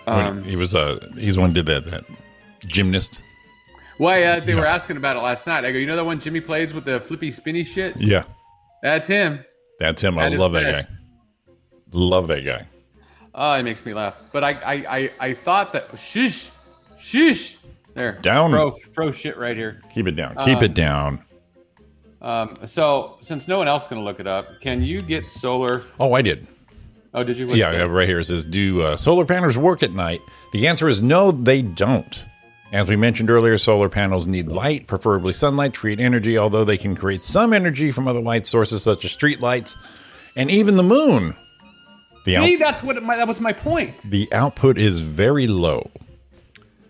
F: When
E: Um,
F: he was uh, he's the one who did that that gymnast.
E: why uh, they were
F: Yeah.
E: asking about it last night? I go, you know that one Jimmy plays with the flippy spinny shit?
F: Yeah,
E: That's him.
F: that's him.
E: At
F: I
E: his
F: love that
E: best.
F: guy. Love that guy.
E: Oh, it makes me laugh. But I, I, I, I thought that shush, shush. There,
F: Down.
E: pro, pro shit right here.
F: Keep it down.
E: Uh,
F: Keep it down.
E: Um, so since no one else can look it up, can you get solar?
F: Oh, I did.
E: Oh, did you? What's
F: Yeah,
E: that?
F: yeah, right here it says, "Do uh, solar panels work at night?" The answer is no, they don't. As we mentioned earlier, solar panels need light, preferably sunlight, to create energy. Although they can create some energy from other light sources such as street lights and even the moon. The,
E: See,
F: out-
E: that's what my, that was my point.
F: the output is very low.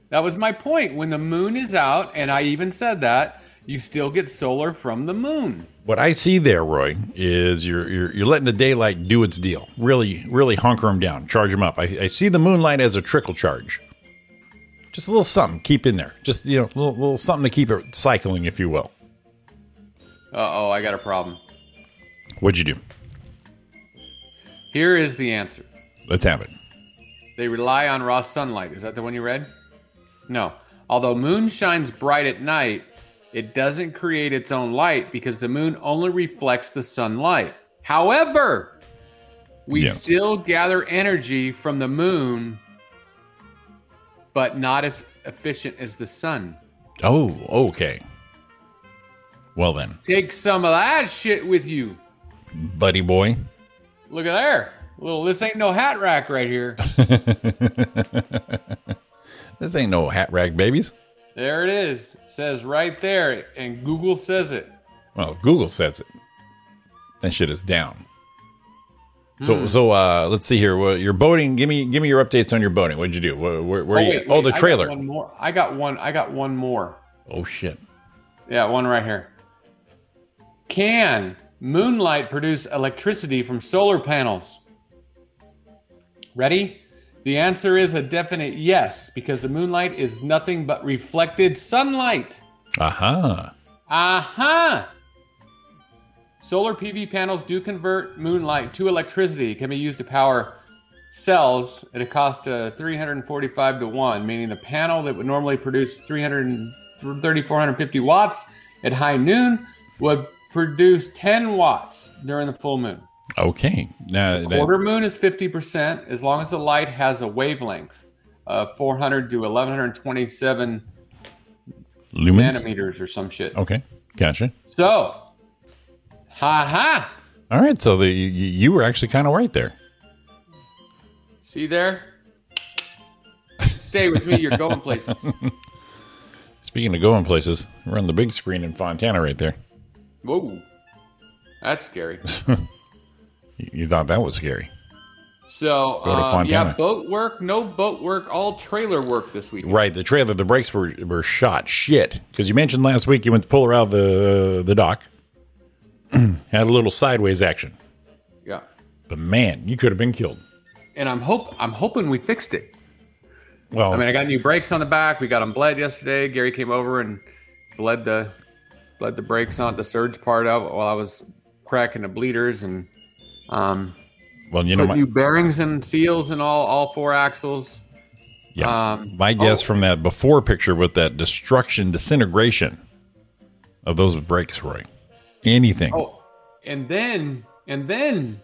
E: That was my point. When the moon is out, and I even said that, you still get solar from the moon.
F: What I see there, Roy, is you're you're, you're letting the daylight do its deal. Really, really hunker them down, charge them up. I, I see the moonlight as a trickle charge, just a little something keep in there. Just you know, a little, little something to keep it cycling, if you will.
E: Uh oh, I got a problem.
F: What'd you do?
E: Here is the answer.
F: Let's have it.
E: They rely on raw sunlight. Is that the one you read? No. Although moon shines bright at night, it doesn't create its own light because the moon only reflects the sunlight. However, We
F: Yeah.
E: still gather energy from the moon, but not as efficient as the sun.
F: Oh, okay. Well then,
E: Take some of that shit with you.
F: buddy boy.
E: Look at there. Little, this ain't no hat rack right here.
F: This ain't no hat rag babies.
E: there it is. It says right there, and Google says it.
F: Well, if Google says it, that shit is down. So,
E: Hmm.
F: so uh, let's see here. Well, your boating. Give me, give me your updates on your boating. What'd you do? Where, where, where
E: Oh,
F: you?
E: wait,
F: oh,
E: wait,
F: the
E: I got
F: trailer.
E: one more. I got one. I got one more.
F: Oh shit.
E: Yeah, one right here. Can moonlight produce electricity from solar panels? Ready? The answer is a definite yes, because the moonlight is nothing but reflected sunlight.
F: Aha.
E: Uh huh. Solar PV panels do convert moonlight to electricity. It can be used to power cells at a cost of 345 to 1, meaning the panel that would normally produce 330, 450 watts at high noon would produce 10 watts during the full moon.
F: Okay. Now, that-
E: Quarter moon is 50% as long as the light has a wavelength of 400 to 1127
F: lumens.
E: nanometers or some shit.
F: Okay. Gotcha.
E: So, ha ha.
F: All right. So the you, you were actually kind of right there.
E: See there? Stay with me. You're going places.
F: Speaking of going places, we're on the big screen in Fontana right there.
E: Whoa. That's scary.
F: You, you thought that was scary,
E: So,
F: Go to
E: um, yeah,
F: Fontana.
E: boat work, no boat work, all trailer work this week.
F: right? The trailer, the brakes were were shot. Shit. Because you mentioned last week you went to pull her out of the the dock, *clears throat* had a little sideways action.
E: Yeah.
F: But man, you could have been killed.
E: And I'm hope I'm hoping we fixed it.
F: Well,
E: I mean, I got new brakes on the back. We got them bled yesterday. Gary came over and bled the bled the brakes on the surge part out while I was cracking the bleeders and um,
F: well, you know,
E: put
F: my,
E: new bearings and seals and all all four axles.
F: yeah,
E: um,
F: my guess
E: oh.
F: from that before picture with that destruction, disintegration of those brakes, Roy. Anything?
E: Oh, and then and then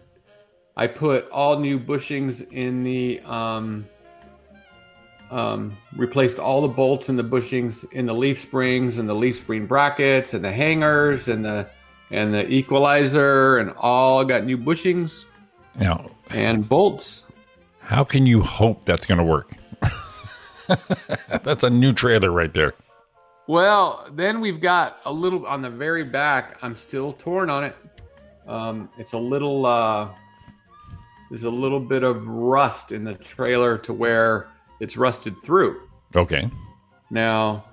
E: I put all new bushings in the um um replaced all the bolts in the bushings in the leaf springs and the leaf spring brackets and the hangers and the and the equalizer and all got new bushings
F: Now,
E: and bolts.
F: how can you hope that's going to work? *laughs* that's a new trailer right there.
E: Well, then we've got a little on the very back. I'm still torn on it. Um, it's a little uh, there's a little bit of rust in the trailer to where it's rusted through.
F: Okay.
E: Now,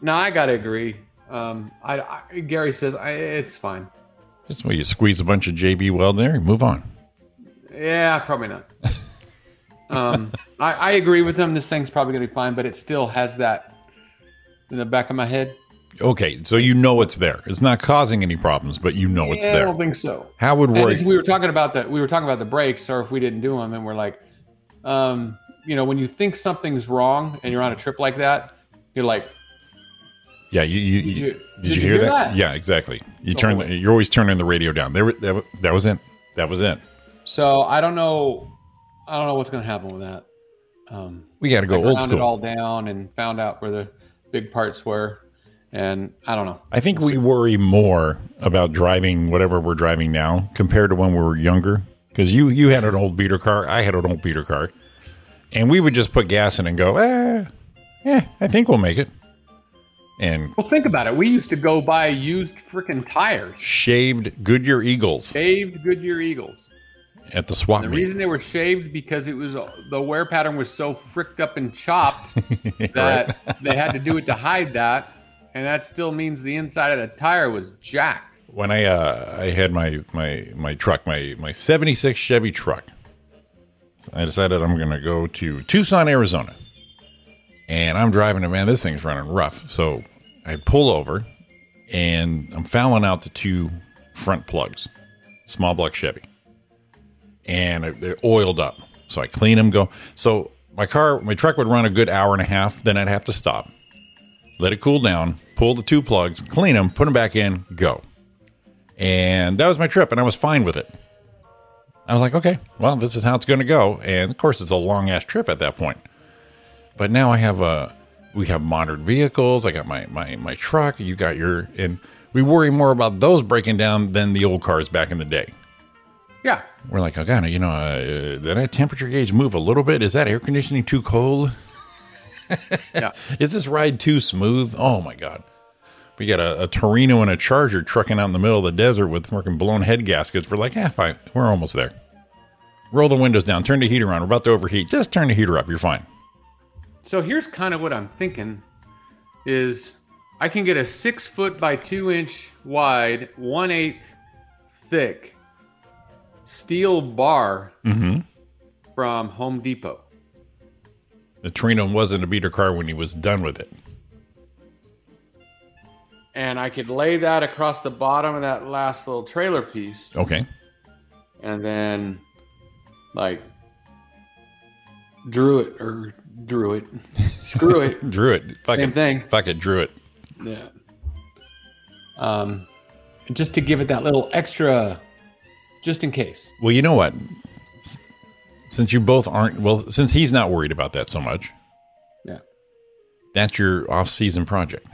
E: now I gotta agree. Um, I, I Gary says I, it's fine.
F: That's where you squeeze a bunch of JB Weld there and move on.
E: Yeah, probably
F: *laughs*
E: not. um, I, I agree with him. This thing's probably gonna be fine, but it still has that in the back of my head.
F: Okay, so you know it's there. It's not causing any problems, but you know Oh, it's
E: yeah, I
F: there.
E: don't think so.
F: How would
E: And
F: Roy?
E: as we were talking about that, we were talking about the brakes, or if we didn't do them, and we're like, um, you know, when you think something's wrong and you're on a trip like that, you're like,
F: Yeah, you, you,
E: Did
F: you-
E: you-
F: did,
E: did
F: you
E: you
F: hear,
E: hear
F: that?
E: that?
F: Yeah, exactly. You turn the, you're always turning the radio down. There were- that, wa- that was it. That was it.
E: so I don't know, I don't know what's going to happen with that. Um,
F: We got to go
E: I
F: old
E: ground it
F: school.
E: all down and found out where the big parts were, and I don't know.
F: I think we worry more about driving whatever we're driving now compared to when we were younger. Because you you had an old beater car, I had an old beater car, and we would just put gas in and go, eh, eh, I think we'll make it. And
E: Well, think about it. We used to go buy used freaking tires,
F: shaved Goodyear Eagles
E: shaved Goodyear Eagles.
F: at the swap
E: The
F: meet.
E: reason they were shaved because it was the wear pattern was so fricked up and chopped
F: Right.
E: that they had to do it to hide that, and that still means the inside of the tire was jacked.
F: when I uh, I had my my my truck, my my '76 Chevy truck, I decided I'm gonna go to Tucson, Arizona, and I'm driving it. Man, this thing's running rough. So I pull over, and I'm fouling out the two front plugs, small block Chevy, and it- they're oiled up. So I clean them. Go. So my car, my truck would run a good hour and a half. Then I'd have to stop, let it cool down, pull the two plugs, clean them, put them back in, go and that was my trip and i was fine with it I was like, okay, well, this is how it's going to go. And of course, it's a long ass trip at that point. But now I have a, we have modern vehicles. I got my my my truck. You got your, and we worry more about those breaking down than the old cars back in the day.
E: Yeah.
F: We're like, oh god, you know, uh, did that temperature gauge move a little bit? Is that air conditioning too cold?
E: Yeah.
F: Is this ride too smooth? Oh my god. We got a, a Torino and a Charger trucking out in the middle of the desert with fucking blown head gaskets. We're like, ah, fine. We're almost there. Roll the windows down. Turn the heater on. We're about to overheat. Just turn the heater up. You're fine.
E: So here's kind of what I'm thinking is I can get a six foot by two inch wide, one eighth thick steel bar from Home Depot.
F: The Torino wasn't a beater car when he was done with it.
E: And I could lay that across the bottom of that last little trailer piece.
F: Okay.
E: and then like drew it or drew it *laughs* screw it
F: Drew it. Fuck
E: Same
F: it.
E: thing.
F: Fuck it. Drew it.
E: yeah um just to give it that little extra just in case
F: Well, you know what? Since you both aren't, well, since he's not worried about that so much,
E: yeah
F: that's your off-season project.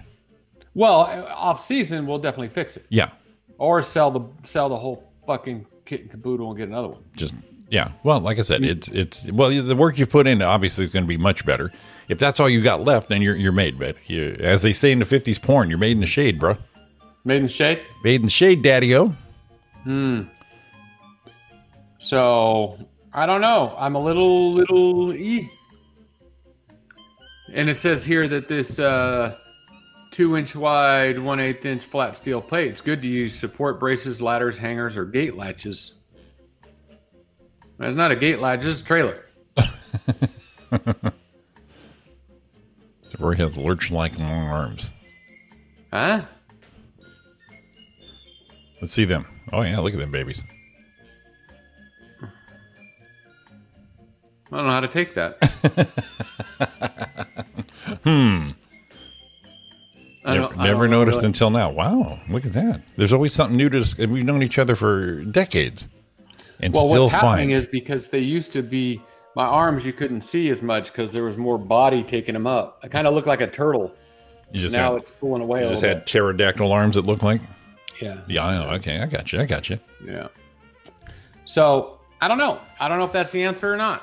E: well off season we'll definitely fix it
F: Yeah.
E: or sell the sell the whole fucking kit and caboodle and get another one
F: just yeah. Well, like I said,
E: Mm-hmm.
F: it's it's well the work you put in obviously is going to be much better. If that's all you got left, then you're you're made, but you, as they say in the '50s porn, you're made in the shade, bro.
E: made in the shade
F: Made in the shade, daddy-o.
E: So I don't know. I'm a little little e. And it says here that this uh, two inch wide, one eighth inch flat steel plate. It's good to use support braces, ladders, hangers, or gate latches. That's not a gate latch. It's a trailer.
F: So Roy has lurch-like long arms.
E: Huh?
F: Let's see them. Oh yeah, look at them babies.
E: I don't know how to take that.
F: *laughs*
E: hmm.
F: Never, never noticed until now. Wow, look at that. There's always something new to. dis- We've known each other for decades, and
E: Well,
F: still
E: what's happening
F: fine.
E: is because they used to be my arms, you couldn't see as much because there was more body taking them up. I kind of look like a turtle.
F: you just
E: now
F: had,
E: it's pulling away.
F: you
E: a
F: just
E: little
F: had pterodactyl arms. It looked like.
E: bit. yeah,
F: Yeah. I know. Okay, I got you. I got you.
E: yeah. So I don't know. I don't know if that's the answer or not.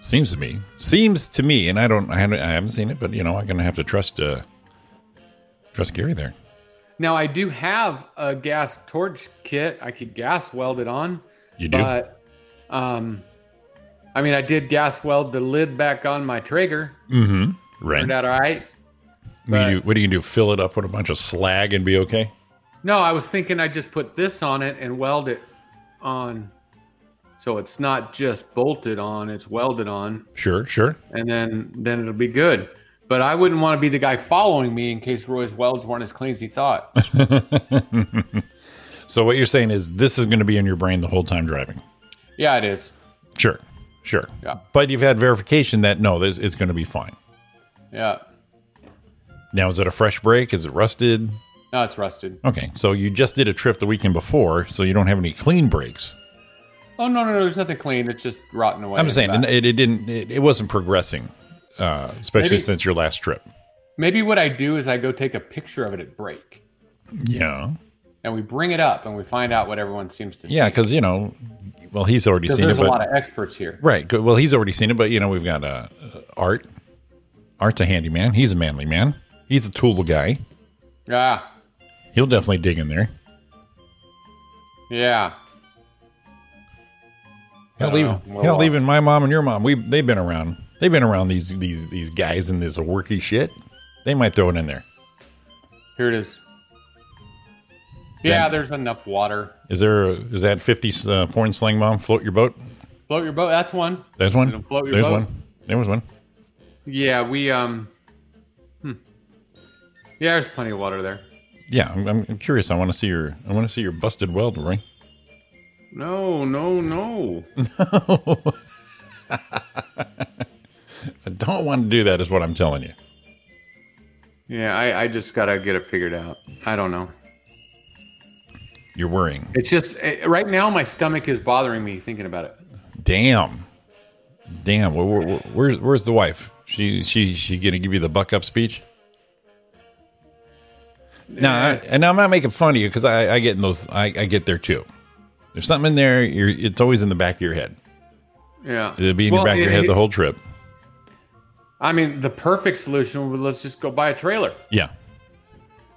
F: Seems to me. Seems to me, and I don't. I haven't, I haven't seen it, but you know, I'm gonna have to trust. Uh, trust Gary there.
E: Now I do have a gas torch kit. I could gas weld it on,
F: You do.
E: but um, I mean, I did gas weld the lid back on my Traeger.
F: right.
E: Turned out all right.
F: What do you do- what do you do? Fill it up with a bunch of slag and be okay?
E: No, I was thinking I just put this on it and weld it on. So it's not just bolted on, it's welded on
F: Sure. Sure.
E: and then then it'll be good. But I wouldn't want to be the guy following me in case Roy's welds weren't as clean as he
F: *laughs*
E: thought.
F: So what you're saying is this is going to be in your brain the whole time driving.
E: yeah, it is.
F: Sure. Sure.
E: Yeah.
F: But you've had verification that no, this it's going to be fine.
E: Yeah.
F: Now is it a fresh break? Is it rusted?
E: No, it's rusted.
F: Okay. So you just did a trip the weekend before, so you don't have any clean breaks.
E: Oh no, no, no, there's nothing clean. It's just rotten away. in
F: I'm just
E: the
F: saying
E: back.
F: it, it didn't. It, it wasn't progressing, uh, especially
E: Maybe-
F: since your last trip.
E: Maybe what I do is I go take a picture of it at break
F: Yeah.
E: and we bring it up and we find out what everyone seems to
F: Yeah, because you know, well, he's already
E: Because
F: seen it,
E: there's a lot
F: but
E: of experts here.
F: right. good. Well, he's already seen it, but you know, we've got uh, uh, Art. Art's a handyman. He's a manly man. He's a tool guy.
E: Yeah.
F: He'll definitely dig in there.
E: Yeah.
F: Hell, even
E: know. Well
F: hell,
E: off.
F: even my mom and your mom. We they've been around. They've been around these these these guys and this worky shit. They might throw it in there.
E: Here it is.
F: Zen.
E: Yeah, there's enough water.
F: Is there? A, is that fifty uh, porn sling mom? Float your boat.
E: Float your boat. That's one.
F: There's
E: It'll
F: one.
E: float your
F: There's
E: boat.
F: one. There was one.
E: Yeah, we um. Hmm. Yeah, there's plenty of water there.
F: Yeah, I'm, I'm curious. I want to see your I want to see your busted weld, Roy.
E: No, no, *laughs* no.
F: I don't want to do that. Is what I'm telling you.
E: yeah, I I just gotta get it figured out. I don't know.
F: You're worrying.
E: It's just eh, right now my stomach is bothering me thinking about it.
F: Damn. Damn. Where, where, where's where's the wife? She she she gonna give you the buck up speech? No, I, and I'm not making fun of you because I, I get in those. I, I get there too. There's something in there. You're, it's always in the back of your head.
E: Yeah,
F: It'll be in
E: Well,
F: your back of your
E: it-
F: head
E: it-
F: the whole trip.
E: I mean, the perfect solution would let's just go buy a trailer.
F: Yeah.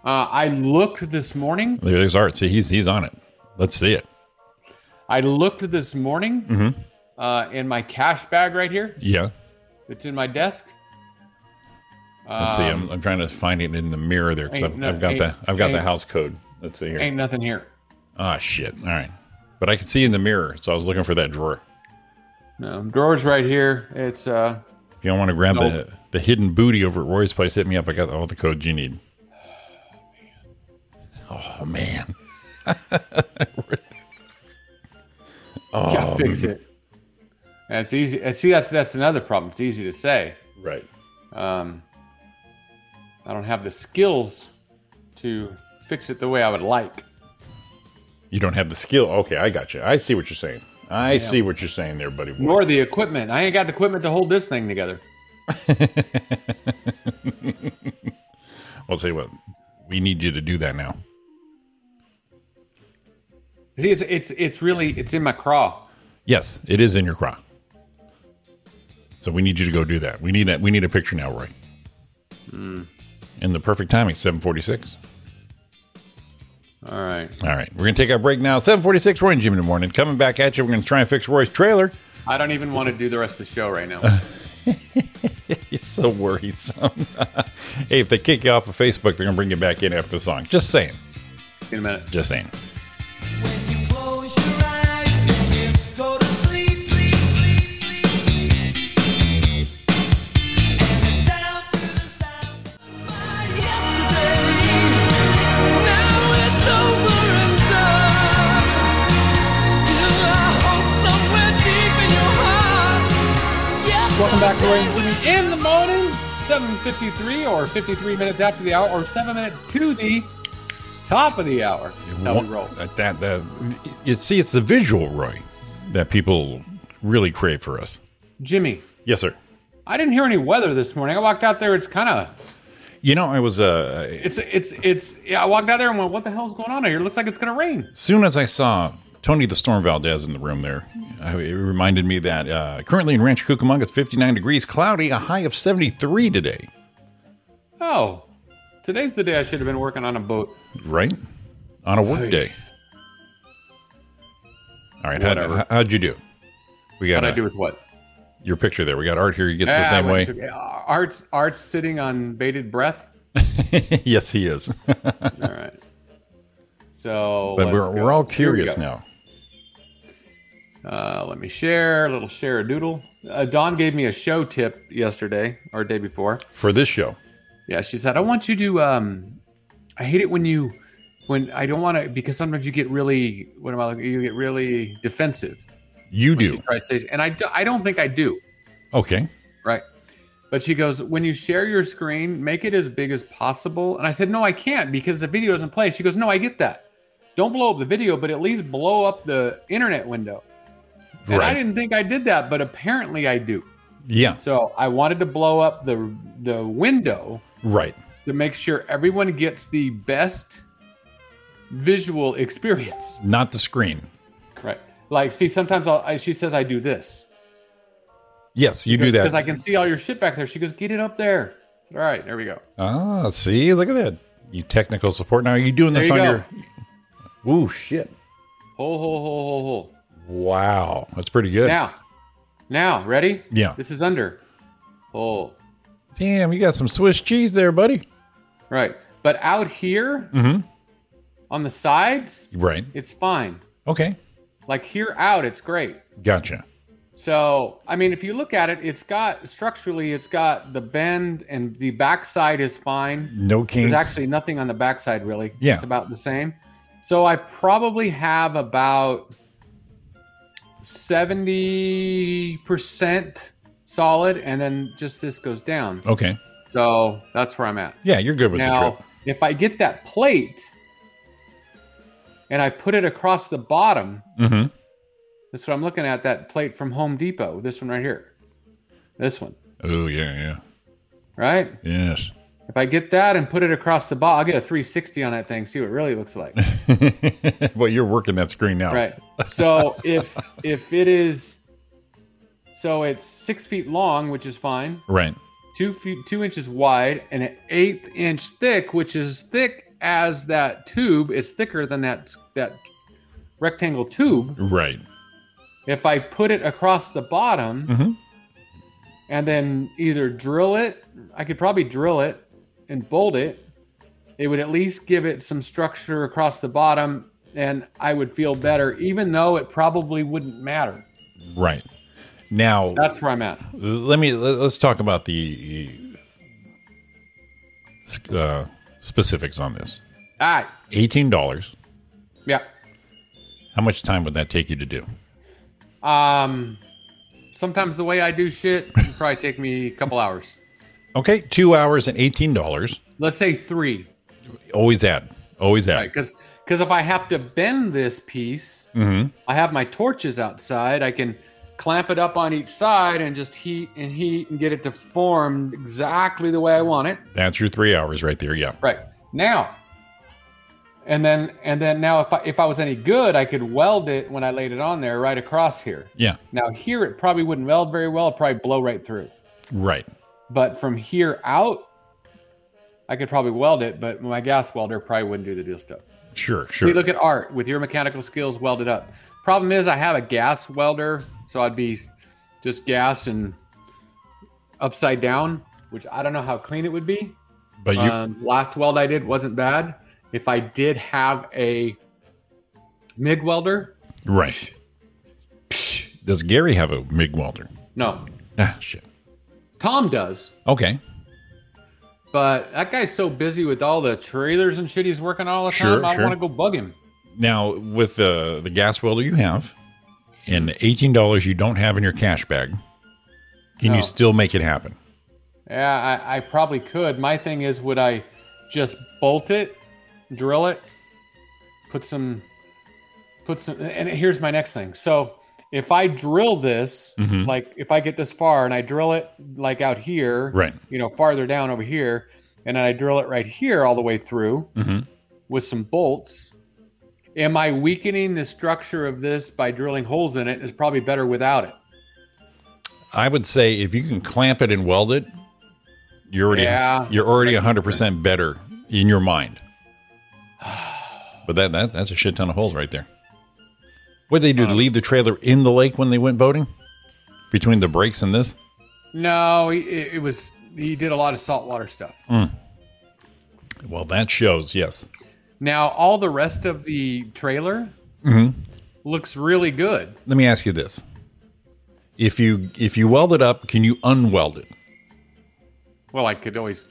E: Uh, I looked this morning.
F: There- There's Art. See, he's he's on it. Let's see it.
E: I looked this morning uh, in my cash bag right here.
F: Yeah.
E: It's in my desk.
F: Let's see.
E: Um,
F: I'm, I'm trying to find it in the mirror there because
E: ain't
F: I've,
E: no-
F: I've got the
E: ain't-
F: I've got the
E: ain't-
F: house code. Let's see here.
E: Ain't nothing here.
F: Ah, shit. All right. But I can see in the mirror, so I was looking for that drawer.
E: No drawers right here. It's uh,
F: If you don't want to grab
E: Nope.
F: the the hidden booty over at Roy's place, hit me up. I got all the codes you need. Oh man.
E: yeah, fix it. That's easy. and See, that's that's another problem. It's easy to say.
F: Right.
E: Um, I don't have the skills to fix it the way I would like.
F: You don't have the skill. Okay, I got you. I see what you're saying. I see what you're saying there, buddy. boy.
E: Nor the equipment. I ain't got the equipment to hold this thing together.
F: I'll tell you what. We need you to do that now.
E: See, it's it's it's really it's in my craw.
F: Yes, it is in your craw. So we need you to go do that. We need that. We need a picture now, Roy. And the perfect timing, seven forty-six.
E: All right.
F: All right, we're gonna take our break now. Seven forty-six. Roy and Jim in the morning. Coming back at you. We're gonna try and fix Roy's trailer.
E: I don't even want to do the rest of the show right now.
F: *laughs* It's so worrisome. *laughs* hey, if they kick you off of Facebook, they're gonna bring you back in after the song. Just saying.
E: in a minute.
F: Just saying.
D: When you close your eyes and you go to sleep, and it's down to the sound of my yesterday. Now it's over and done. Still, I hope somewhere deep in your heart,
E: Welcome back to Roy and
D: yesterday.
E: Jimmy in the morning, 7.53 or 53 minutes after the hour or 7 minutes to the top of the hour. That's how we roll.
F: That, uh, that, that you see, it's the visual, Roy, that people really crave for us.
E: Jimmy,
F: Yes, sir.
E: I didn't hear any weather this morning. I walked out there. It's kind of,
F: You know, I was uh,
E: it's, it's, it's, yeah, I walked out there and went, what the hell's going on out here? It looks like it's going to rain.
F: soon as I saw Tony the Storm Valdez in the room there, I- it reminded me that uh, currently in Rancho Cucamonga, it's 59 degrees, cloudy, a high of 73 today,
E: Oh, today's the day I should have been working on a boat.
F: right? On a work day. All right, how'd,
E: Whatever.
F: how'd you do? We got
E: What I
F: uh,
E: do with what?
F: your picture there. We got art here. He gets the
E: Ah, I
F: same way.
E: went to- art's, art's sitting on bated breath.
F: *laughs* yes,
E: *laughs*
F: he is.
E: All right. So,
F: but
E: let's
F: we're,
E: go.
F: we're all
E: Here we
F: curious
E: go.
F: now.
E: Uh, let me share a little share a doodle. Uh, Dawn gave me a show tip yesterday or day before.
F: For this show,
E: Yeah, she said, "I want you to." Um, I hate it when you, when I don't want to because sometimes you get really. What am I? looking- You get really defensive.
F: you
E: when
F: do.
E: She tries to say, and I, do, I don't think I do.
F: Okay.
E: Right. But she goes, when you share your screen, make it as big as possible. And I said, no, I can't because the video doesn't play. She goes, no, I get that. Don't blow up the video, but at least blow up the internet window. And I
F: Right.
E: didn't think I did that, but apparently I do.
F: Yeah.
E: So I wanted to blow up the the window
F: Right.
E: to make sure everyone gets the best visual experience.
F: Not the screen.
E: Right. Like, see, sometimes I'll, I, she says I do this.
F: Yes, you do that.
E: because I can see all your shit back there. She goes, get it up there. I said, all right, there we go.
F: Ah, see, look at that. You technical support. Now, are you doing this
E: There you
F: on your? Ooh, shit!
E: Ho ho ho ho ho.
F: Wow, that's pretty good.
E: Now, now, ready?
F: Yeah.
E: This is under. Oh,
F: Damn, you got some Swiss cheese there, buddy.
E: right. But out here on the sides,
F: Right.
E: it's fine.
F: Okay.
E: Like here out, it's great.
F: Gotcha.
E: So, I mean, if you look at it, it's got structurally, it's got the bend and the backside is fine.
F: No kinks.
E: There's actually nothing on the backside really.
F: Yeah.
E: It's about the same. So I probably have about 70% solid and then just this goes down.
F: okay.
E: So that's where I'm at.
F: Yeah, you're good with the
E: Now,
F: trip.
E: if I get that plate, and I put it across the bottom.
F: Mhm.
E: That's what I'm looking at. That plate from Home Depot. This one right here. This one,
F: Oh yeah,
E: right?
F: yeah, yes. *laughs*
E: If I get that and put it across the bottom, I'll get a 360 on that thing. See what it really looks like.
F: well, you're working that screen now.
E: right. So if if it is, so it's six feet long, which is fine.
F: Right.
E: two feet two inches wide and an eighth inch thick, which is thick as that tube is thicker than that that rectangle tube.
F: Right.
E: If I put it across the bottom
F: Mhm.
E: and then either drill it, I could probably drill it and bolt it. It would at least give it some structure across the bottom, and I would feel better, even though it probably wouldn't matter.
F: Right. Now,
E: That's where I'm at.
F: let me let- let's talk about the uh, specifics on this.
E: All right.
F: Eighteen dollars.
E: Yeah.
F: How much time would that take you to do?
E: Um, sometimes the way I do shit it'd probably take me a couple hours.
F: Okay, two hours and eighteen dollars.
E: Let's say three,
F: Always add. Always add.
E: right? Because if I have to bend this piece, I have my torches outside. I can clamp it up on each side and just heat and heat and get it to form exactly the way I want it.
F: That's your three hours right there. Yeah.
E: Right now. And then and then now if I if I was any good, I could weld it when I laid it on there right across here.
F: Yeah.
E: Now here it probably wouldn't weld very well, it'd probably blow right through.
F: Right.
E: But from here out, I could probably weld it, but my gas welder probably wouldn't do the deal stuff.
F: Sure.
E: We
F: Sure.
E: look at art with your mechanical skills welded up. Problem is, I have a gas welder, so I'd be just gas and upside down, which I don't know how clean it would be.
F: but you.
E: Um, last weld I did wasn't bad. If I did have a MIG welder,
F: right. Does Gary have a MIG welder?
E: no,
F: Ah, shit.
E: Tom does.
F: Okay.
E: But that guy's so busy with all the trailers and shit he's working all the
F: Sure,
E: time. I
F: sure.
E: want to go bug him.
F: Now, with the the gas welder you have, and the eighteen dollars you don't have in your cash bag, can
E: No.
F: you still make it happen?
E: Yeah, I, I probably could. My thing is, would I just bolt it, drill it, put some, put some, and here's my next thing. So if I drill this, like if I get this far and I drill it like out here,
F: Right.
E: you know, farther down over here, and then I drill it right here all the way through with some bolts. Am I weakening the structure of this by drilling holes in it? Is probably better without it.
F: I would say if you can clamp it and weld it, you're already
E: Yeah.
F: you're already hundred percent better in
E: *sighs*
F: your mind. But that, that that's a shit ton of holes right there. What did they do?
E: Um,
F: leave the trailer in the lake when they went boating? Between the breaks and this?
E: No, he- it, it was he did a lot of saltwater stuff.
F: Well, that shows, yes.
E: Now, all the rest of the trailer
F: Mm-hmm.
E: looks really good.
F: Let me ask you this. If you if you weld it up, can you unweld it?
E: Well, I could always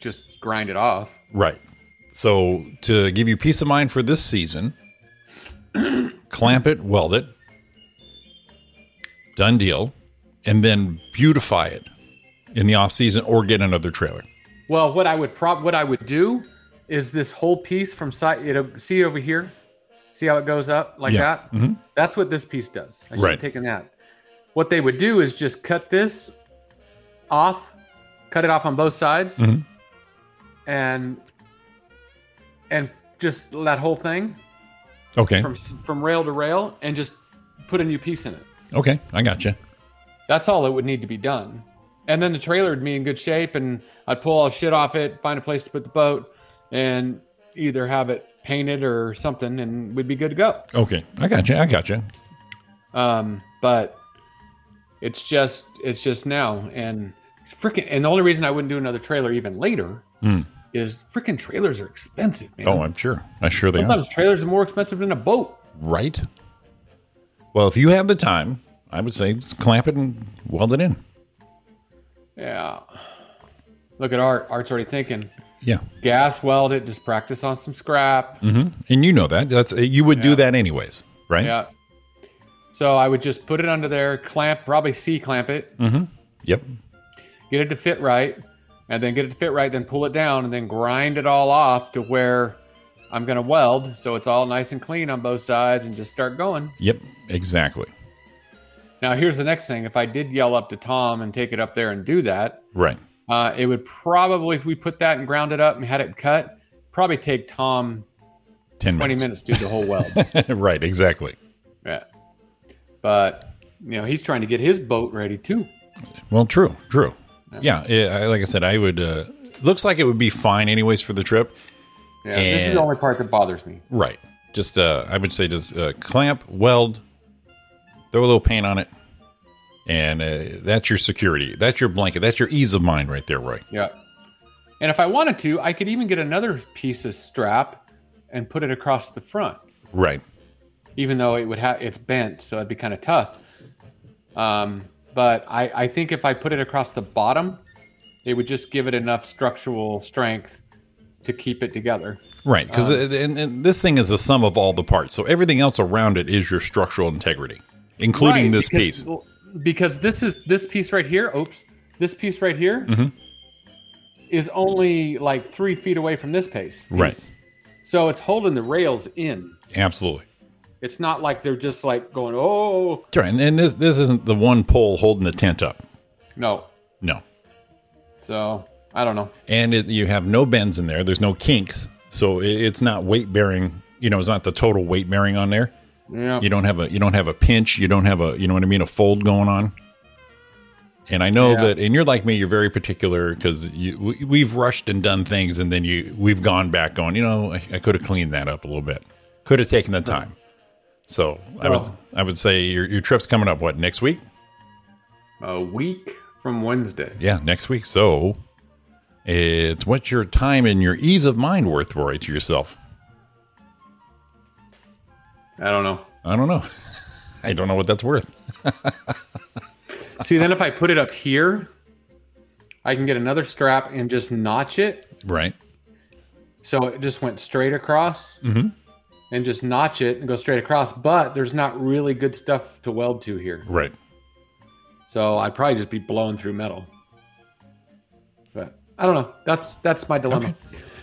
E: just grind it off.
F: Right. So to give you peace of mind for this season, *clears throat* clamp it, weld it, done deal, and then beautify it in the off season or get another trailer.
E: Well, what I would prop, what I would do is this whole piece from side. It'll see over here. See how it goes up like
F: Yeah. Mm-hmm.
E: that. That's what this piece does. I should
F: Right.
E: have taken that. What they would do is just cut this off, cut it off on both sides,
F: Mhm.
E: and and just that whole thing.
F: Okay.
E: from from rail to rail and just put a new piece in it.
F: Okay. I got you.
E: That's all that would need to be done. And then the trailer would be in good shape, and I'd pull all shit off it, find a place to put the boat, and either have it painted or something, and we'd be good to go.
F: Okay. I got you. I got you.
E: Um, but it's just it's just now, and freaking. And the only reason I wouldn't do another trailer even later is freaking trailers are expensive, man.
F: Hmm. Oh, I'm sure. I sure they
E: Sometimes trailers are more expensive than a boat.
F: are. Right. Well, if you have the time, I would say just clamp it and weld it in.
E: Yeah. Look at Art. Art's already thinking.
F: Yeah.
E: gas weld it just practice on some scrap
F: And you know that. That's uh, you would do that anyways, right?
E: yeah so i would just put it under there clamp probably c clamp it
F: Yep.
E: get it to fit right and then get it to fit right then pull it down and then grind it all off to where I'm going to weld so it's all nice and clean on both sides and just start going.
F: Yep, exactly.
E: Now, here's the next thing. If I did yell up to Tom and take it up there and do that,
F: Right.
E: uh, it would probably, if we put that and ground it up and had it cut, probably take Tom
F: 10
E: 20
F: minutes.
E: minutes to do the whole weld.
F: *laughs* right, exactly.
E: yeah. But, you know, he's trying to get his boat ready too.
F: Well, true, true. Yeah, yeah I, like I said, I would. Uh, looks like it would be fine anyways for the trip.
E: Yeah, this is
F: And-
E: the only part that bothers me.
F: Right. Just uh, I would say just uh, clamp, weld, throw a little paint on it, and uh, that's your security. That's your blanket. That's your ease of mind right there, Roy.
E: Yeah. And if I wanted to, I could even get another piece of strap and put it across the front,
F: Right.
E: even though it would have it's bent, so it'd be kind of tough. Um, but I, I think if I put it across the bottom, it would just give it enough structural strength to keep it together.
F: Right.
E: Um,
F: Because and, and this thing is the sum of all the parts. So everything else around it is your structural integrity, including
E: Right,
F: this
E: because-
F: piece.
E: Because this is this piece right here. Oops, this piece right here is
F: Mm-hmm.
E: only like three feet away from this piece.
F: Right.
E: So it's holding the rails in.
F: Absolutely.
E: It's not like they're just like going, oh
F: Right. And, and this this isn't the one pole holding the tent up.
E: no.
F: No.
E: So I don't know.
F: and it, you have no bends in there. There's no kinks, so it, it's not weight bearing. You know, it's not the total weight bearing on there.
E: Yeah.
F: You don't have a you don't have a pinch. You don't have a you know what I mean a fold going on. And I know
E: Yeah.
F: that, and you're like me. You're very particular because you we, we've rushed and done things, and then you we've gone back on. You know, I, I could have cleaned that up a little bit. Could have taken the time. So I would
E: Well-
F: I would say your your trip's coming up. What next week?
E: A week from Wednesday.
F: Yeah, next week. So it's what's your time and your ease of mind worth, Roy, to yourself?
E: I don't know.
F: I don't know. *laughs* I don't know what that's worth.
E: See, then if I put it up here, I can get another strap and just notch it.
F: Right.
E: So it just went straight across
F: Mm-hmm.
E: and just notch it and go straight across. But there's not really good stuff to weld to here.
F: Right.
E: So I'd probably just be blowing through metal. But I don't know. That's that's my dilemma. *clears throat*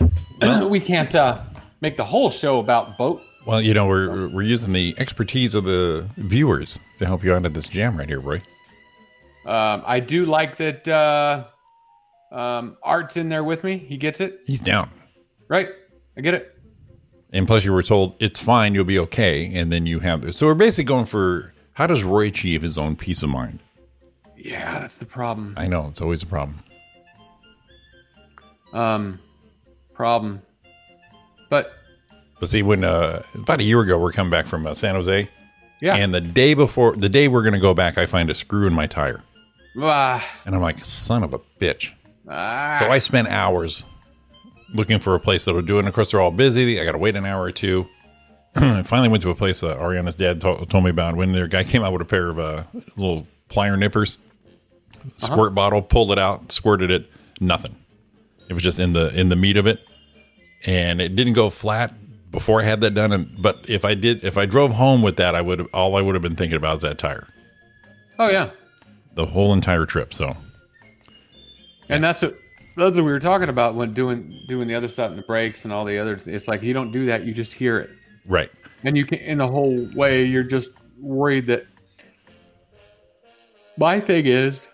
E: we can't uh, make the whole show about boat.
F: Well, you know, we're we're using the expertise of the viewers to help you out at this jam right here, Roy.
E: Um, I do like that uh, um, Art's in there with me. He gets it.
F: He's down.
E: Right. I get it.
F: And plus you were told it's fine, you'll be okay, and then you have this. So we're basically going for how does Roy achieve his own peace of mind?
E: Yeah, that's the problem.
F: I know, it's always a problem.
E: Um, problem. But
F: But see, when uh, about a year ago, we're coming back from uh, San Jose,
E: yeah.
F: and the day before, the day we're going to go back, I find a screw in my tire,
E: Ah,
F: and I'm like, son of a bitch.
E: ah.
F: So I spent hours looking for a place that would do it. And of course, they're all busy. I got to wait an hour or two. *clears throat* I finally went to a place uh, Ariana's dad to- told me about when their guy *laughs* came out with a pair of uh, little plier nippers,
E: Uh-huh.
F: squirt bottle, pulled it out, squirted it, nothing. It was just in the in the meat of it, and it didn't go flat. Before I had that done, and, but if I did, if I drove home with that, I would all I would have been thinking about is that tire,
E: oh yeah.
F: the whole entire trip. So
E: And that's what that's what we were talking about when doing doing the other side and the brakes and all the others. It's like you don't do that; you just hear it,
F: right,
E: and you can. In the whole way, you're just worried that. My thing is,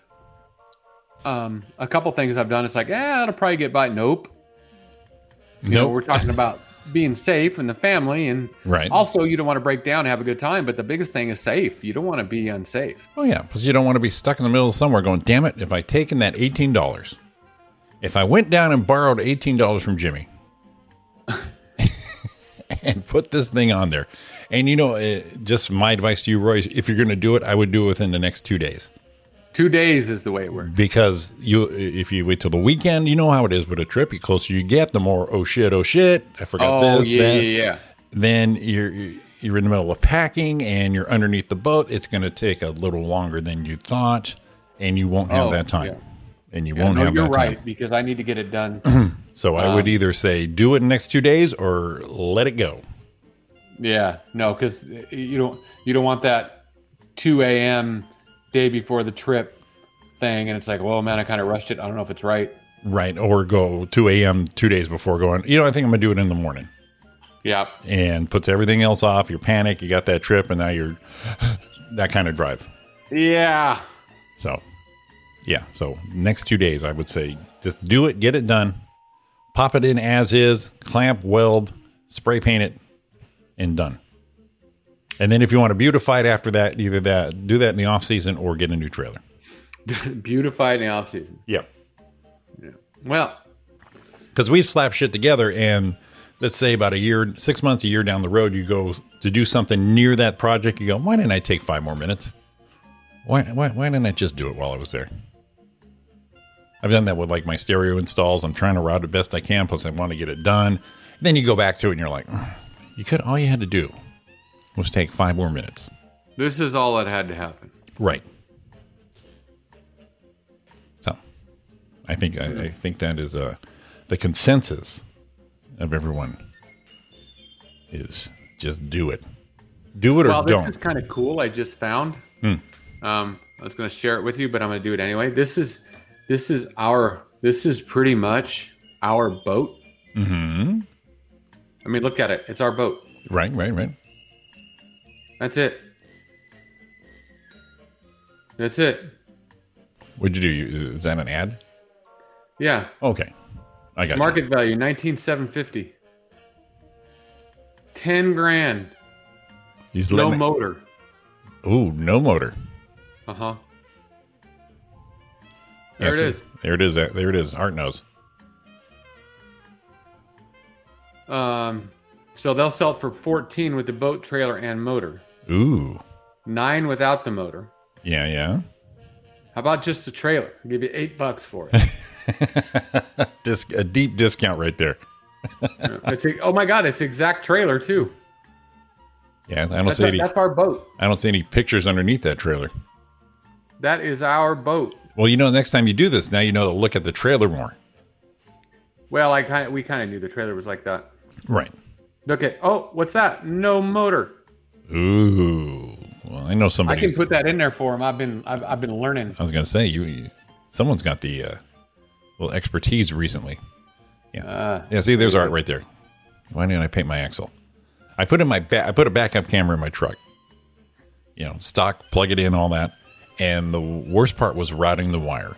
E: um, a couple things I've done. It's like, yeah, it'll probably get by. Nope.
F: no,
E: You know, we're talking about being safe and the family, and
F: Right.
E: Also, you don't want to break down and have a good time, but the biggest thing is safe. You don't want to be unsafe.
F: Oh yeah, plus you don't want to be stuck in the middle of somewhere going, "Damn it, if I taken that $18, if I went down and borrowed $18 from Jimmy *laughs* and put this thing on there." And you know, eh, just my advice to you, Roy, is if you're going to do it, I would do it within the next 2 days
E: Two days is the way it works.
F: because you eh, if you wait till the weekend, you know how it is with a trip, the closer you get, the more oh shit, oh shit, I forgot
E: Oh
F: this,
E: yeah,
F: that."
E: yeah, yeah.
F: then you're you're in the middle of packing and you're underneath the boat. It's going to take a little longer than you thought, and you won't have
E: Oh,
F: that time,
E: yeah.
F: and you
E: Yeah,
F: won't
E: no,
F: have
E: you're
F: that
E: right Uh,
F: time.
E: because I need to get it done. *clears throat*
F: So I would either say do it in the next two days or let it go.
E: yeah, no, because you don't you don't want that 2 a.m. day before the trip thing, and it's like, well, man, I kind of rushed it. I don't know if it's right.
F: Right, or go 2 a.m. two days before going. You know, I think I'm gonna do it in the morning.
E: Yep.
F: and puts everything else off. You're panic. You got that trip, and now you're *gasps* that kind of drive.
E: Yeah.
F: So, yeah. So next two days, I would say just do it, get it done, pop it in as is, clamp, weld, spray paint it, and done. And then if you want to beautify it after that, either that do that in the off season or get a new trailer.
E: Beautified in the off season.
F: Yep.
E: Well,
F: because we've slapped shit together and let's say about a year six months a year down the road you go to do something near that project you go why didn't i take five more minutes why, why, why didn't i just do it while i was there i've done that with like my stereo installs i'm trying to route it best i can plus i want to get it done then you go back to it and you're like "Ugh, you could all you had to do was take five more minutes
E: this is all that had to happen.
F: right so i think i,
E: Hmm.
F: I think that is uh, the consensus of everyone is just do it do it
E: Well,
F: or
E: this
F: don't Hmm.
E: is kind of cool. I just found. Um, I was going to share it with you, but I'm going to do it anyway. This is this is our this is pretty much our boat.
F: hmm
E: I mean, look at it. It's our boat.
F: right right right
E: That's it. That's it.
F: what'd you do you, is that an ad
E: Yeah.
F: okay i got
E: Market value 19750. 10 grand.
F: he's
E: No
F: letting it-
E: motor.
F: ooh no motor
E: Uh-huh. There
F: Yes,
E: it is.
F: there it is there it is art knows
E: Um so they'll sell it for 14 with the boat trailer and motor.
F: ooh
E: 9 without the motor.
F: yeah yeah
E: How about just the trailer? I'll give you 8 bucks for it.
F: Disc, a deep discount right there
E: it's a, oh my god, it's the exact trailer too.
F: yeah i don't
E: That's,
F: see
E: our,
F: any
E: that's our boat.
F: i don't see any pictures underneath that trailer
E: That is our boat.
F: well you know next time you do this now you know to look at the trailer more
E: Well, I kind we kind of knew the trailer was like that.
F: right
E: Look at oh, what's that? No motor.
F: Ooh. Well, I know
E: I
F: somebody.
E: can put that in there for him. I've been I've, I've been learning.
F: I was gonna say you, you. Someone's got the uh, little expertise recently. Yeah. yeah. See, there's art right there. Why didn't I paint my axle? I put in my ba- I put a backup camera in my truck. You know, stock, plug it in, all that. And the worst part was routing the wire.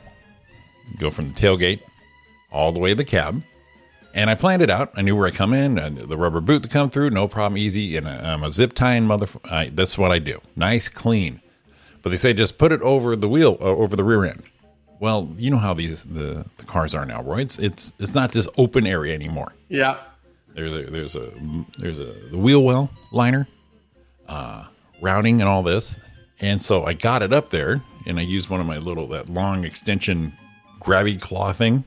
F: Go from the tailgate all the way to the cab. And I planned it out. I knew where I come in, and the rubber boot to come through, no problem, easy. And I- I'm a zip tying motherfucker. I- That's what I do. Nice, clean but they say just put it over the wheel uh, over the rear end well you know how these the, the cars are now roy it's, it's it's not this open area anymore
E: Yeah.
F: there's a there's a there's a the wheel well liner uh routing and all this and so i got it up there and i used one of my little that long extension grabby claw thing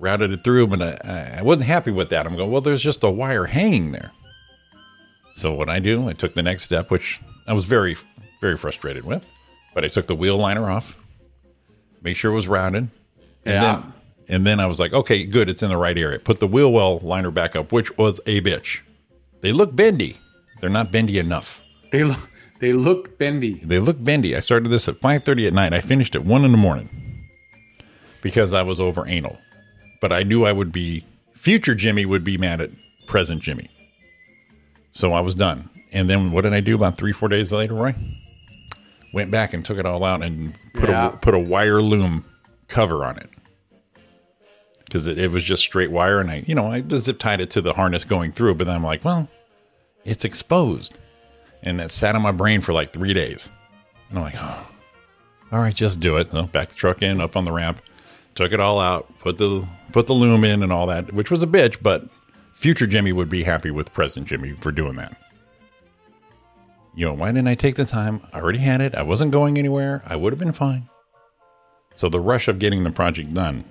F: routed it through but i i I wasn't happy with that i'm going well there's just a wire hanging there so what i do i took the next step which i was very very frustrated with but i took the wheel liner off made sure it was rounded and
E: Yeah.
F: then and then I was like, okay, good, it's in the right area. Put the wheel well liner back up, which was a bitch. They look bendy. They're not bendy enough.
E: They look they look bendy.
F: They look bendy. I started this at 5:30 at night. I finished at 1 in the morning because I was over anal. But I knew I would be future Jimmy would be mad at present Jimmy. So I was done. And then what did I do about 3-4 days later, Roy? Went back and took it all out and put
E: Yeah.
F: a put a wire loom cover on it. Cuz it, it was just straight wire and I, you know, I just zip tied it to the harness going through, but then I'm like, well, it's exposed. And that sat on my brain for like 3 days. And I'm like, oh, all right, just do it. So back the truck in, up on the ramp, took it all out, put the put the loom in and all that, which was a bitch, but future Jimmy would be happy with present Jimmy for doing that. You know, why didn't I take the time? I already had it. I wasn't going anywhere. I would have been fine. So the rush of getting the project done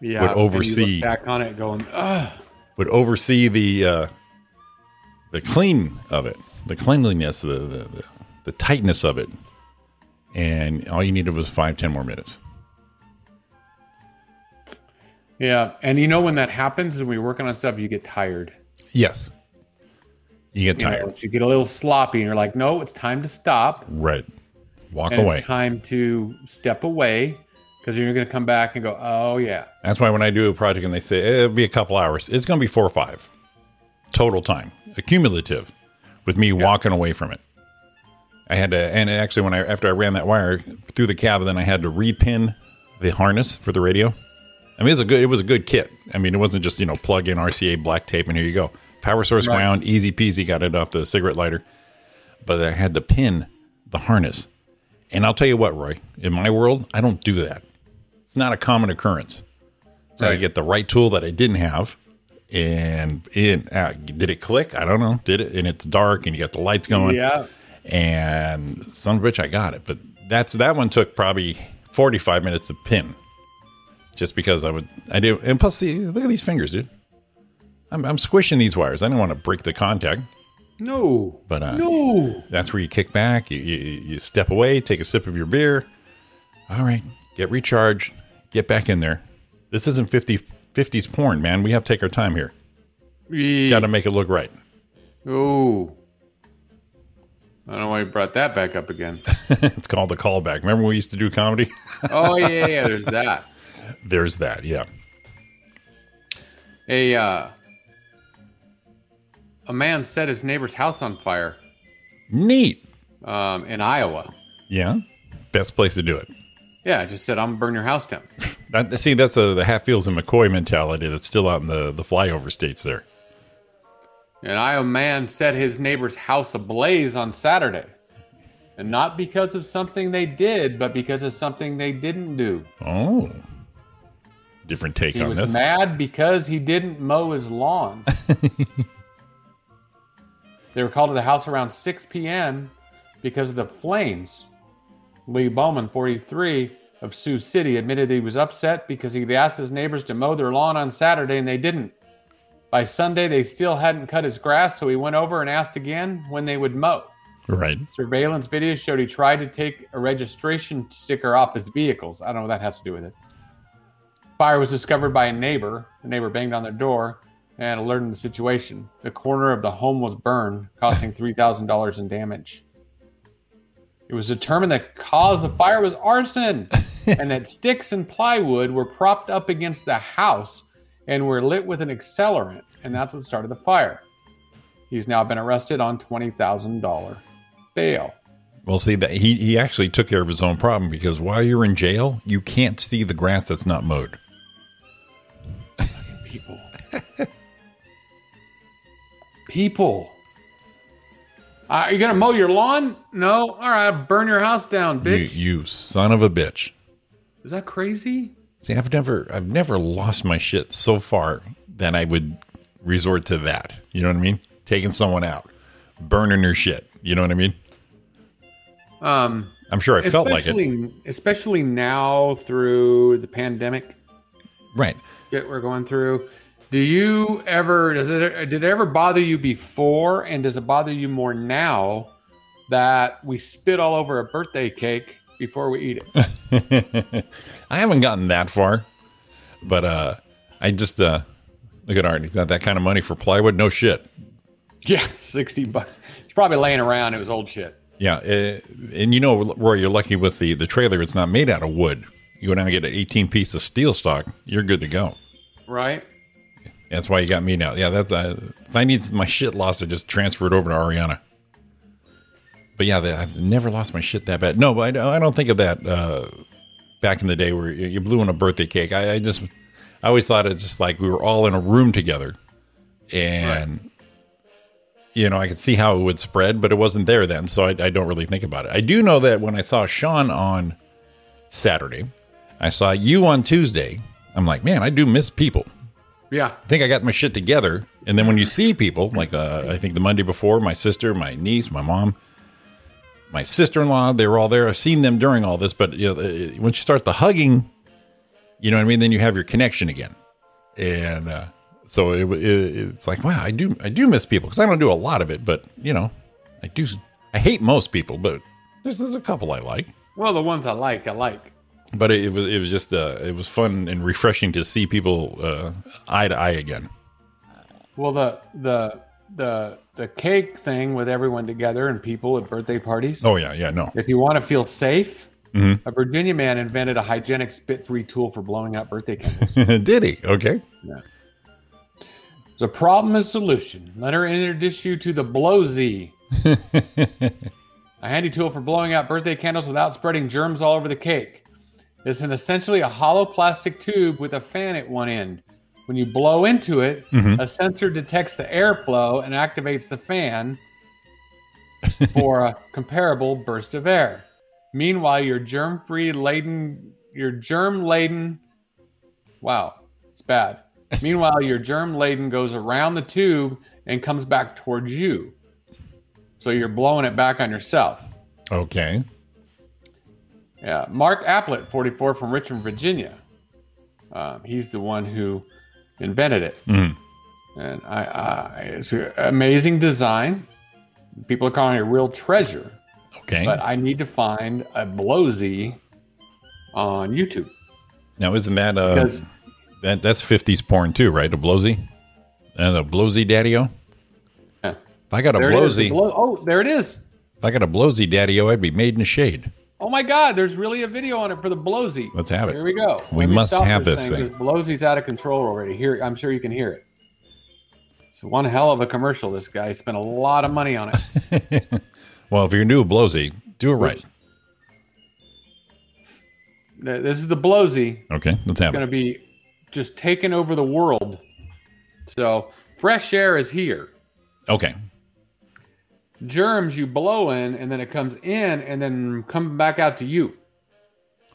E: Yeah.
F: Would
E: and you look
F: oversee.
E: back on it going, Ugh.
F: would oversee the uh, the clean of it, the cleanliness, the, the the the tightness of it, and all you needed was five, ten more minutes.
E: Yeah. And you know when that happens and we're working on stuff, you get tired.
F: Yes, you get
E: You, know,
F: tired,
E: so you get a little sloppy and you're like, no, it's time to stop.
F: right? Walk
E: And
F: away.
E: it's time to step away. Because you're gonna come back and go, Oh yeah.
F: "Eh, That's why when I do a project and they say it'll be a couple hours, it's going to be four or five total time. accumulative with me walking away from it. I had to, and actually, when I after I ran that wire through the cab, then I had to repin the harness for the radio. I mean, it was a good, it was a good kit. I mean, it wasn't just you know plug in RCA black tape and here you go. Power source
E: Right.
F: wound, easy peasy. Got it off the cigarette lighter, but I had to pin the harness. And I'll tell you what, Roy, in my world, I don't do that. It's not a common occurrence. So I
E: Right.
F: get the right tool that I didn't have. And it uh, did it click? I don't know. Did it? And it's dark, and you got the lights going
E: Yeah.
F: and son of a bitch, I got it. But that's that one took probably forty five minutes to pin, just because I would I do. And plus, the, look at these fingers, dude. I'm, I'm squishing these wires. I don't want to break the contact,
E: No.
F: but uh,
E: No.
F: that's where you kick back. You, you you step away, take a sip of your beer. All right, get recharged, get back in there. This isn't 50, 50s porn, man. We have to take our time here. Got to make it look right.
E: Oh. I don't know why you brought that back up again.
F: it's called the callback. Remember when we used to do comedy? *laughs*
E: Oh yeah, yeah, yeah, there's that.
F: There's that. Yeah.
E: A uh, a man set his neighbor's house on fire
F: Neat.
E: um, in Iowa.
F: Yeah. Best place to do it.
E: Yeah, just said I'm gonna burn your house down.
F: That, see, that's a, the Hatfields and McCoy mentality that's still out in the, the flyover states there.
E: An Iowa man set his neighbor's house ablaze on Saturday, and not because of something they did, but because of something they didn't do.
F: Oh. Different take
E: He
F: on
E: was
F: this.
E: mad because he didn't mow his
F: *laughs*
E: lawn. they were called to the house around 6 p.m. because of the flames. Lee Bowman, 43, of Sioux City, admitted that he was upset because he'd asked his neighbors to mow their lawn on Saturday and they didn't. By Sunday, they still hadn't cut his grass, so he went over and asked again when they would mow.
F: Right.
E: Surveillance video showed he tried to take a registration sticker off his vehicles. I don't know what that has to do with it. Fire was discovered by a neighbor. The neighbor banged on their door and alerted the situation. The corner of the home was burned, costing $3,000 in damage. It was determined the cause of fire was arson and that sticks and plywood were propped up against the house and were lit with an accelerant, and that's what started the fire. He's now been arrested on $20,000 bail.
F: Well, see, that he, he actually took care of his own problem because while you're in jail, you can't see the grass that's not mowed.
E: People. *laughs* People. Uh, are you going to mow your lawn? No. All right. Burn your house down,
F: You,
E: bitch.
F: you son of a bitch.
E: Is that crazy?
F: See, I've never I've never lost my shit so far that I would resort to that. You know what I mean? Taking someone out, burning their shit. You know what I mean?
E: Um,
F: I'm sure I felt like it.
E: especially- Especially now through the pandemic
F: Right.
E: that we're going through. Do you ever, does it, did it ever bother you before? And does it bother you more now that we spit all over a birthday cake before we eat *laughs* it?
F: I haven't gotten that far, but uh, I just uh, look at Art. He got that kind of money for plywood. No shit.
E: Yeah, sixty bucks. It's probably laying around. It was old shit.
F: Yeah, uh, and you know, Roy, you're lucky with the the trailer. It's not made out of wood. You go down and get an 18 piece of steel stock. You're good to go.
E: Right?
F: That's why you got me now. Yeah, that's uh, if I need my shit lost, I just transfer it over to Ariana. But yeah, the, I've never lost my shit that bad. No, but I, don't- I don't think of that uh, back in the day where you you blew on a birthday cake. I, I just, I always thought it's just like we were all in a room together, and you know I could see how it would spread, but it wasn't there then, so I, I don't really think about it. I do know that when I saw Sean on Saturday, I saw you on Tuesday. I'm like, man, I do miss people.
E: Yeah.
F: I think I got my shit together. And then when you see people, like uh, I think the Monday before, my sister, my niece, my mom, my sister in law, they were all there. I've seen them during all this, but you know, uh, once you start the hugging, you know what I mean? Then you have your connection again. And uh, so it, it, it's like, wow, I do, I do miss people because I don't do a lot of it, but you know, I do, I hate most people, but there's, there's a couple I like
E: Well, the ones I like, I like.
F: but it, it was it was just uh, it was fun and refreshing to see people uh, eye to eye again.
E: Well, the the the the cake thing with everyone together and people at birthday parties.
F: Oh yeah, yeah, no,
E: If you want to feel safe, a Virginia man invented a
F: *laughs*
E: hygienic spit-free tool for blowing out birthday candles.
F: did he? Okay,
E: The problem is solution. Let her introduce you to the blowzy, a handy tool for blowing out birthday candles without spreading germs all over the cake. It's an essentially a hollow plastic tube with a fan at one end. When you blow into it, a sensor detects the airflow and activates the fan for a comparable burst of air. Meanwhile, your germ-free laden, your germ-laden, wow, it's bad. Meanwhile, your germ-laden goes around the tube and comes back towards you. So you're blowing it back on yourself.
F: Okay.
E: Yeah, Mark Applett, 44, from Richmond, Virginia. Um, he's the one who invented it,
F: Mhm.
E: and I, I, it's an amazing design. People are calling it a real treasure,
F: Okay.
E: but uh, I need to find a blowzy on YouTube
F: now isn't that uh
E: because
F: that that's fifties porn too, right? A blowsy? And a blowsy daddy-o?
E: Yeah.
F: If I got a
E: there it is, the
F: blowsy,
E: blow- oh, there it is.
F: if I got a blowsy daddy-o, I'd be made in the shade.
E: Oh my God, there's really a video on it for the blowzy.
F: Let's have it.
E: Here we go.
F: We
E: Let me
F: must
E: stop
F: have this thing.
E: 'cause Blowsy's out of control already. Here, I'm sure you can hear it. It's one hell of a commercial. This guy spent a lot of money on it.
F: Well, if you're new to blowsy, do it right.
E: Th- This is the Blowsy.
F: Okay, let's have
E: Going
F: it.
E: to be just taking over the world. So fresh air is here.
F: Okay.
E: Germs you blow in, and then it comes in, and then come back out to you.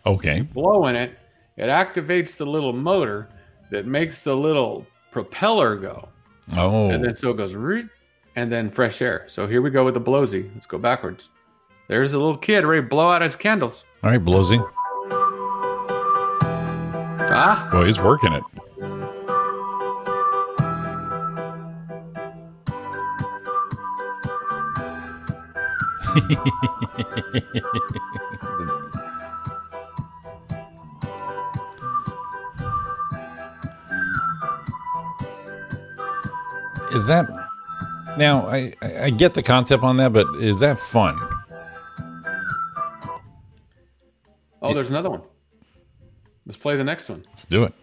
F: Okay.
E: Blow in it. It activates the little motor that makes the little propeller go, and
F: Oh.
E: then so it goes, root, and then fresh air. So here we go with the Blowsy. Let's go backwards. There's a little kid ready to blow out his candles.
F: All right, blowsy.
E: Ah,
F: Boy, he's working it. *laughs* Is that now? I I I get the concept on that, but is that fun?
E: oh, there's another one. Let's play the next one.
F: Let's do it.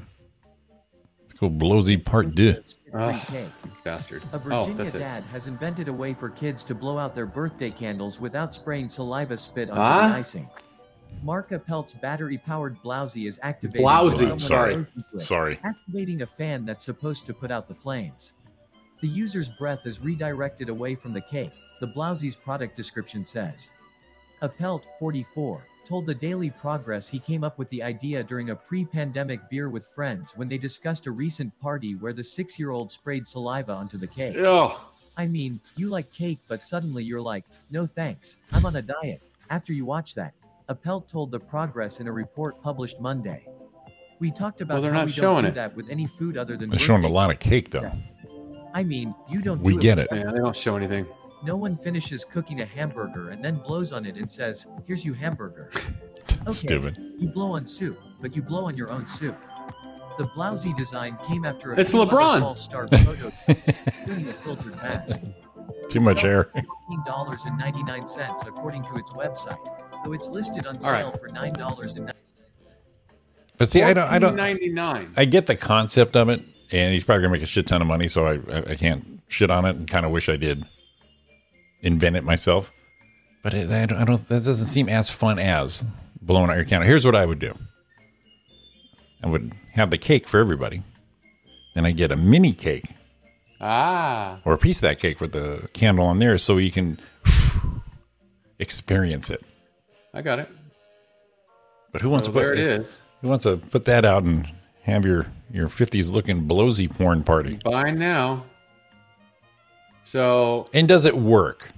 F: Let's go blowsy part two.
E: Ah.
H: Free cake.
E: Bastard.
H: A
E: Oh,
H: Virginia
E: that's it.
H: dad has invented a way for kids to blow out their birthday candles without spraying saliva spit onto
E: Huh?
H: the icing. Mark Appelt's battery-powered blousey is activated.
E: Blousey,
H: when someone
F: sorry.
H: goes into it,
F: Sorry.
H: Activating a fan that's supposed to put out the flames. The user's breath is redirected away from the cake, the blousey's product description says. Appelt, 44, told the Daily Progress he came up with the idea during a pre pandemic beer with friends when they discussed a recent party where the six year old sprayed saliva onto the cake.
E: Oh,
H: I mean, you like cake, but suddenly you're like, no thanks, I'm on a diet. After you watch that, Appelt told The Progress in a report published Monday. We talked about
E: Well, they're
H: how
E: not
H: we
E: showing
H: don't do
E: it.
H: that with any food other than
F: They're showing a
H: birthday-
F: lot of cake though.
H: I mean, you don't
F: We
H: do
F: get it.
E: yeah, they don't show anything.
H: No one finishes cooking a hamburger and then blows on it and says, here's you hamburger. Okay,
F: Stupid.
H: you blow on soup, but you blow on your own soup. The blousy design came after a
E: It's
H: few other
E: LeBron.
H: all-star prototypes, including a filtered mask.
F: Too much air. *laughs*
H: dollars and ninety nine cents according to its website, though it's listed on
E: All right.
H: sale for nine dollars and.
F: But see, I don't, I don't,
E: 14.99.
F: I get the concept of it, and he's probably gonna make a shit ton of money. So I, I, I can't shit on it, and kind of wish I did invent it myself. But it, I, don't, I don't. That doesn't seem as fun as blowing out your candle. Here's what I would do. I would have the cake for everybody, and I get a mini cake
E: Ah,
F: or a piece of that cake with the candle on there, so you can *sighs* experience it.
E: I got it.
F: But who wants
E: So
F: to put
E: Oh, there it is.
F: Who wants to put that out and have your your fifties looking blowsy porn party?
E: Buy now. So
F: And does it work?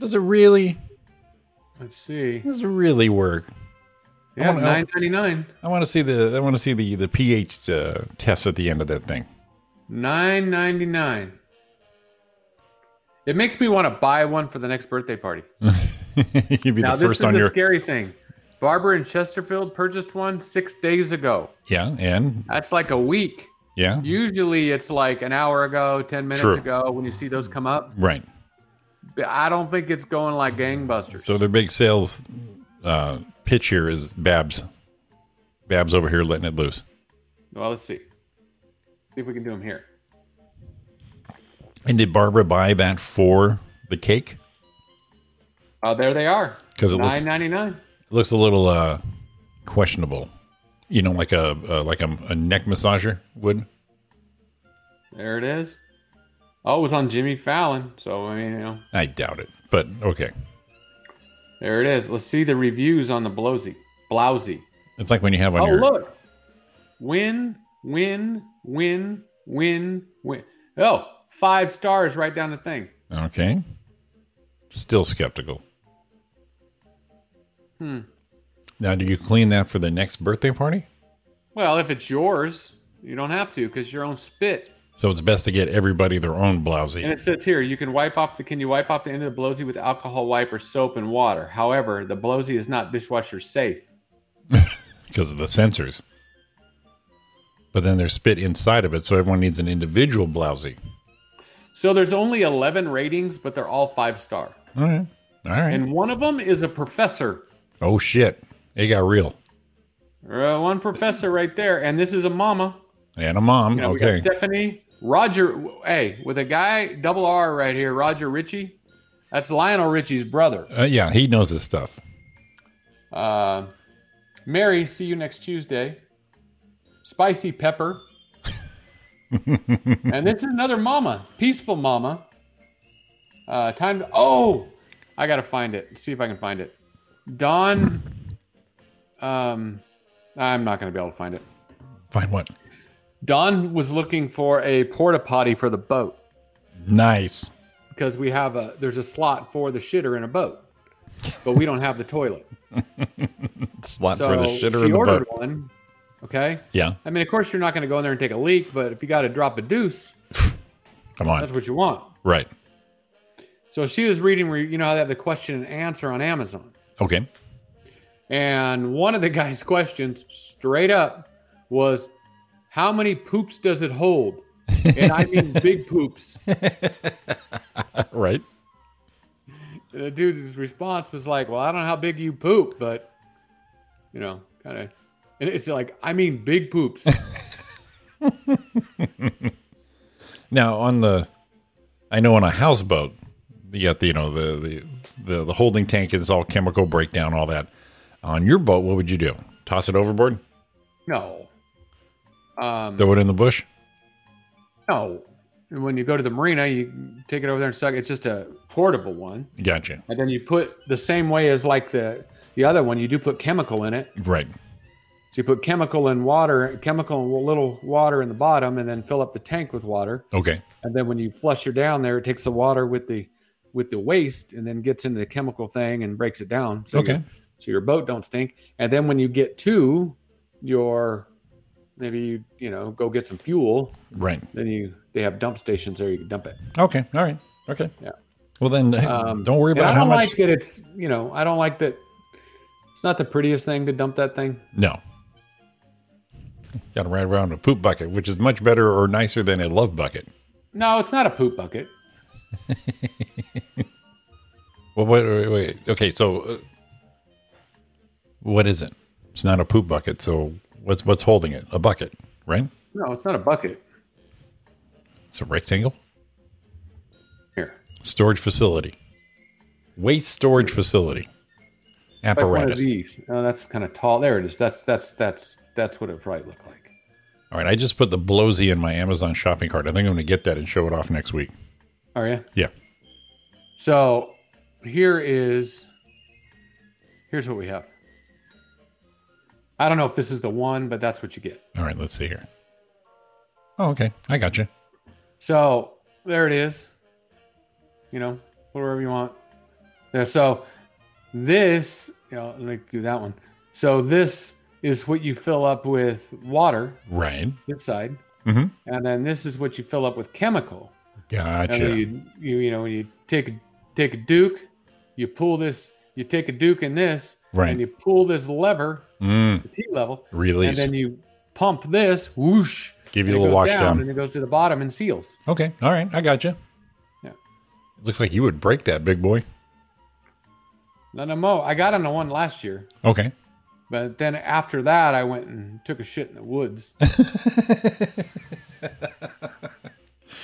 F: Does it really?
E: let's see.
F: Does it really work?
E: Yeah,
F: wanna know.
E: nine ninety nine.
F: I want to see the I want to see the the pH uh, test at the end of that thing. *laughs*
E: Nine ninety nine. It makes me want to buy one for the next birthday party.
F: You'd be
E: now this is
F: the first on
E: the
F: your
E: scary thing. Barbara in Chesterfield purchased one six days ago.
F: yeah and
E: That's like a week.
F: yeah
E: Usually it's like an hour ago, ten minutes
F: True.
E: ago when you see those come up.
F: right.
E: But I don't think it's going like gangbusters.
F: So their big sales uh, pitch here is Babs. Babs over here letting it loose.
E: Well, let's see. See if we can do them here.
F: And did Barbara buy that for the cake?
E: Oh, there they are.
F: 'Cause it looks-
E: nine ninety nine.
F: It looks a little uh, questionable. You know, like a uh, like a, a neck massager would.
E: There it is. Oh, it was on Jimmy Fallon. So I mean, you know,
F: I doubt it, but okay.
E: there it is. Let's see the reviews on the blousey. Blousey.
F: It's like when you have on
E: Oh,
F: your
E: look. Win, win, win, win, win. Oh, five stars right down the thing.
F: okay. Still skeptical.
E: Hmm.
F: Now, do you clean that for the next birthday party?
E: Well, if it's yours, you don't have to because your own spit.
F: So it's best to get everybody their own
E: And
F: blousey.
E: it says here you can wipe off the can you wipe off the end of the blowsy with alcohol wipe or soap and water. However, the blowsy is not dishwasher safe.
F: because of the sensors. But then there's spit inside of it, so everyone needs an individual blousey.
E: So there's only 11 ratings, but they're all five star.
F: All right. All right.
E: And one of them is a professor.
F: oh, shit. It got real.
E: Uh, one professor right there, and this is a mama.
F: And a mom.
E: You know, we
F: okay.
E: got Stephanie, Roger. Hey, with a guy double R right here, Roger Ritchie. That's Lionel Richie's brother.
F: Uh, yeah, he knows his stuff.
E: Uh, Mary, see you next Tuesday. Spicy pepper. and this is another mama, peaceful mama. Uh, time to, oh, I gotta find it. See if I can find it. Dawn. Um, I'm not gonna be able to find it.
F: Fine. What?
E: Don was looking for a porta potty for the boat
F: Nice.
E: because we have a there's a slot for the shitter in a boat, but we don't have the toilet.
F: *laughs* Slot
E: So
F: for the shitter
E: she
F: in the
E: ordered
F: boat.
E: one. Okay.
F: Yeah.
E: I mean, of course, you're not going to go in there and take a leak, but if you got to drop a deuce,
F: Come
E: that's
F: on.
E: what you want.
F: Right.
E: So she was reading where you know how they have the question and answer on Amazon,
F: Okay.
E: and one of the guy's *laughs* questions straight up was, "How many poops does it hold?" And I mean big poops.
F: Right.
E: the dude's response was like, "Well, I don't know how big you poop, but you know, kind of." And it's like, I mean, big poops.
F: Now on the, I know on a houseboat, you got the you know the the the, the holding tank is all chemical breakdown, all that. On your boat, what would you do? Toss it overboard?
E: no, um,
F: Throw it in the bush?
E: no. And when you go to the marina, you take it over there and suck. It's just a portable one,
F: Gotcha.
E: and then you put the same way as like the the other one. You do put chemical in it.
F: Right.
E: So you put chemical and water, chemical and a little water in the bottom, and then fill up the tank with water.
F: Okay.
E: and then when you flush her down there it takes the water with the with the waste and then gets into the chemical thing and breaks it down so
F: Okay.
E: your, so your boat don't stink and then when you get to your maybe you you know go get some fuel
F: Right.
E: then you they have dump stations there you can dump it
F: Okay. All right. Okay.
E: Yeah.
F: Well then, hey,
E: Um,
F: don't worry
E: and i
F: about
E: don't
F: how much.
E: like that it's you know i don't like that it's not the prettiest thing to dump that thing
F: No. Got to ride around in a poop bucket, which is much better or nicer than a love bucket.
E: no it's not a poop bucket
F: Well, wait, wait, wait. Okay, so uh, what is it? It's not a poop bucket. So what's what's holding it? A bucket, right?
E: no it's not a bucket
F: It's a rectangle
E: here
F: storage facility, waste storage facility,
E: Like one of
F: apparatus.
E: these. Oh, that's kind of tall there it is that's that's that's that's what it probably looked like
F: All right, I just put the blowsy in my Amazon shopping cart. I think I'm going to get that and show it off next week.
E: are you
F: Yeah.
E: So here is here's what we have. I don't know if this is the one, but that's what you get.
F: All right, let's see here. Oh, okay. I got you.
E: So there it is. You know, whatever you want. There. So this, you know, let me do that one. So this is what you fill up with water
F: Right.
E: this side,
F: Mhm.
E: and then this is what you fill up with chemical. And
F: Gotcha.
E: then you, you you know when you take a- take a duke, you pull this, you take a duke in this,
F: Right.
E: and you pull this lever,
F: Mm,
E: the T level,
F: release.
E: and then you pump this, whoosh,
F: Give
E: and
F: you a
E: it
F: little
E: goes
F: wash down.
E: and it goes to the bottom and seals.
F: Okay. All right. I got you.
E: Yeah.
F: Looks like you would break that, big boy.
E: No, no, Mo, I got on the one last year,
F: Okay.
E: but then after that, I went and took a shit in the
F: *laughs*
E: woods.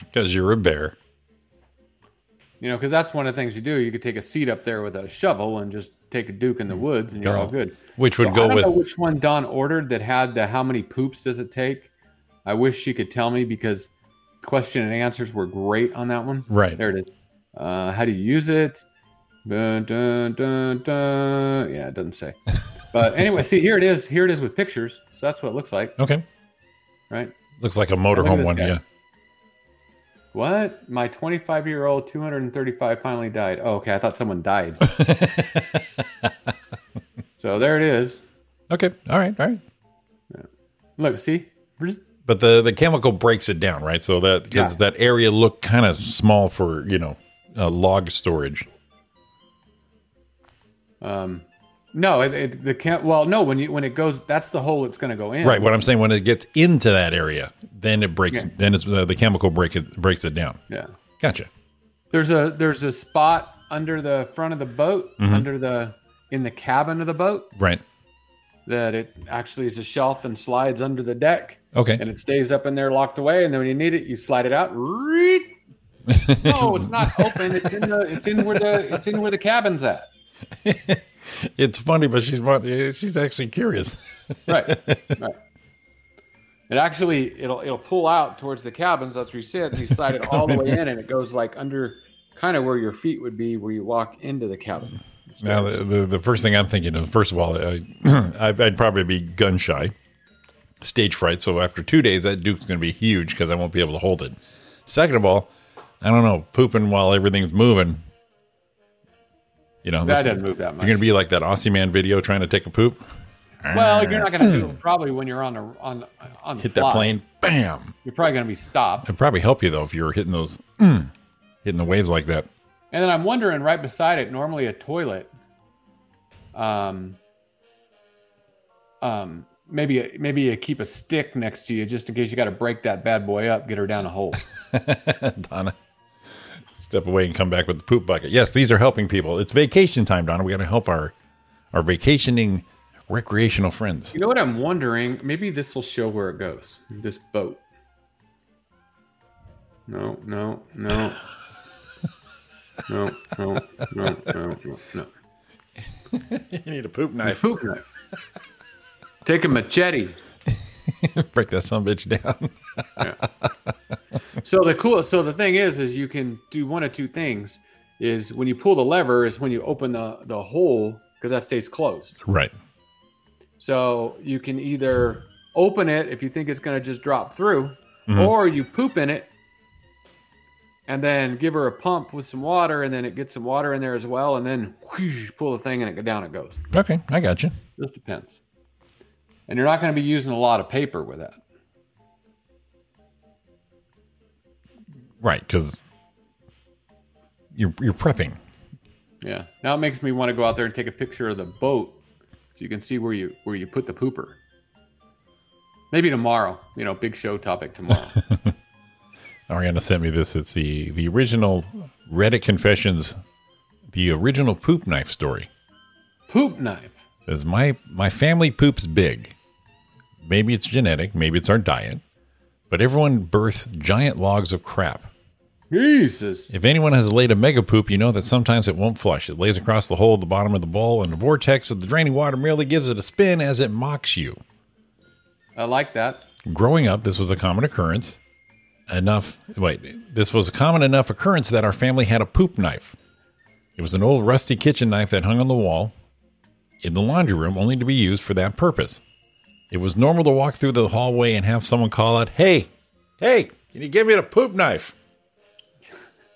F: Because you're a bear.
E: You know, because that's one of the things you do. You could take a seat up there with a shovel and just take a duke
F: Mm.
E: in the woods, and you're all good.
F: Which would
E: So I
F: go
E: don't
F: with
E: know which one Don ordered that had the how many poops does it take. I wish she could tell me because question and answers were great on that one.
F: Right.
E: there it is. Uh, how do you use it? Dun, dun, dun, dun. Yeah, it doesn't say. but
F: *laughs*
E: anyway, see here it is. Here it is with pictures. So that's what it looks like,
F: okay.
E: right?
F: Looks like a
E: Look at
F: motorhome
E: this
F: one.
E: guy.
F: Yeah.
E: What? My 25 year old 235 finally died. Oh, okay. I thought someone
F: *laughs*
E: died. so there it is.
F: Okay. All right. All right.
E: Look, see?
F: But the the chemical breaks it down, right? So that because
E: Yeah.
F: that area looked kind of small for you know uh, log storage.
E: Um, no, it, it, the cam- well, no, when you when it goes, that's the hole it's going to go in.
F: Right. What I'm saying when it gets into that area, then it breaks.
E: Yeah.
F: Then it's uh, the chemical break it breaks it down.
E: Yeah.
F: Gotcha.
E: There's a there's a spot under the front of the boat,
F: Mm-hmm.
E: under the in the cabin of the boat
F: Right.
E: that it actually is a shelf and slides under the deck
F: Okay.
E: and it stays up in there locked away and then when you need it you slide it out. Reet.
F: *laughs*
E: no, it's not open. It's in the it's in where the it's in where the cabin's at.
F: It's funny, but she's fun- she's actually curious.
E: right, right. It actually it'll it'll pull out towards the cabins. That's where you sit. And you slide
F: *laughs*
E: it all the way in, and it goes like under, kind of where your feet would be, where you walk into the cabin. It's
F: Now,
E: very-
F: the, the, the first thing I'm thinking of, first of all, I, *clears throat* I'd I'd probably be gun shy, stage fright. So after two days, that Duke's going to be huge because I won't be able to hold it. Second of all, I don't know, pooping while everything's moving. You know,
E: that
F: this-
E: doesn't move that
F: You're going
E: much.
F: to be like that Aussie man video trying to take a poop,
E: well, you're not going to feel probably when you're on the on on the
F: Ah. hit
E: fly.
F: that plane, bam.
E: You're probably going to be stopped.
F: It'd probably help you though if you were hitting those, *clears throat* hitting the waves like that.
E: And then I'm wondering right beside it, normally a toilet. Um. Um. Maybe maybe you keep a stick next to you just in case you got to break that bad boy up, get her down a hole.
F: *laughs* Donna, step away and come back with the poop bucket. Yes, these are helping people. It's vacation time, Donna. We got to help our our vacationing recreational friends.
E: You know what I'm wondering? Maybe this will show where it goes. This boat. No, no, no. No, no, no, no, no, no.
F: *laughs* You need a poop
E: A poop knife. Take a machete.
F: *laughs* Break that some bitch down.
E: So the cool so the thing is is you can do one of two things is when you pull the lever is when you open the, the hole because that stays closed.
F: *laughs* right.
E: So you can either open it if you think it's going to just drop through, or you poop in it and then give her a pump with some water, and then it gets some water in there as well, and then whoosh, pull the thing and it go down it goes.
F: Okay, I got you.
E: Just depends. And you're not going to be using a lot of paper with that.
F: Right, because you're you're prepping.
E: Yeah. Now it makes me want to go out there and take a picture of the boat so you can see where you where you put the pooper. Maybe tomorrow, you know, big show topic tomorrow.
F: Ariana sent me this. It's the the original Reddit confessions, the original poop knife story.
E: Poop knife.
F: says my my family poops big. Maybe it's genetic, maybe it's our diet, but everyone births giant logs of crap.
E: Jesus.
F: If anyone has laid a mega poop, you know that sometimes it won't flush. It lays across the hole at the bottom of the bowl, and the vortex of the draining water merely gives it a spin as it mocks you.
E: I like that.
F: Growing up, this was a common occurrence. Enough, wait, this was a common enough occurrence that our family had a poop knife. It was an old rusty kitchen knife that hung on the wall in the laundry room only to be used for that purpose. It was normal to walk through the hallway and have someone call out, Hey, hey, can you give me the poop knife?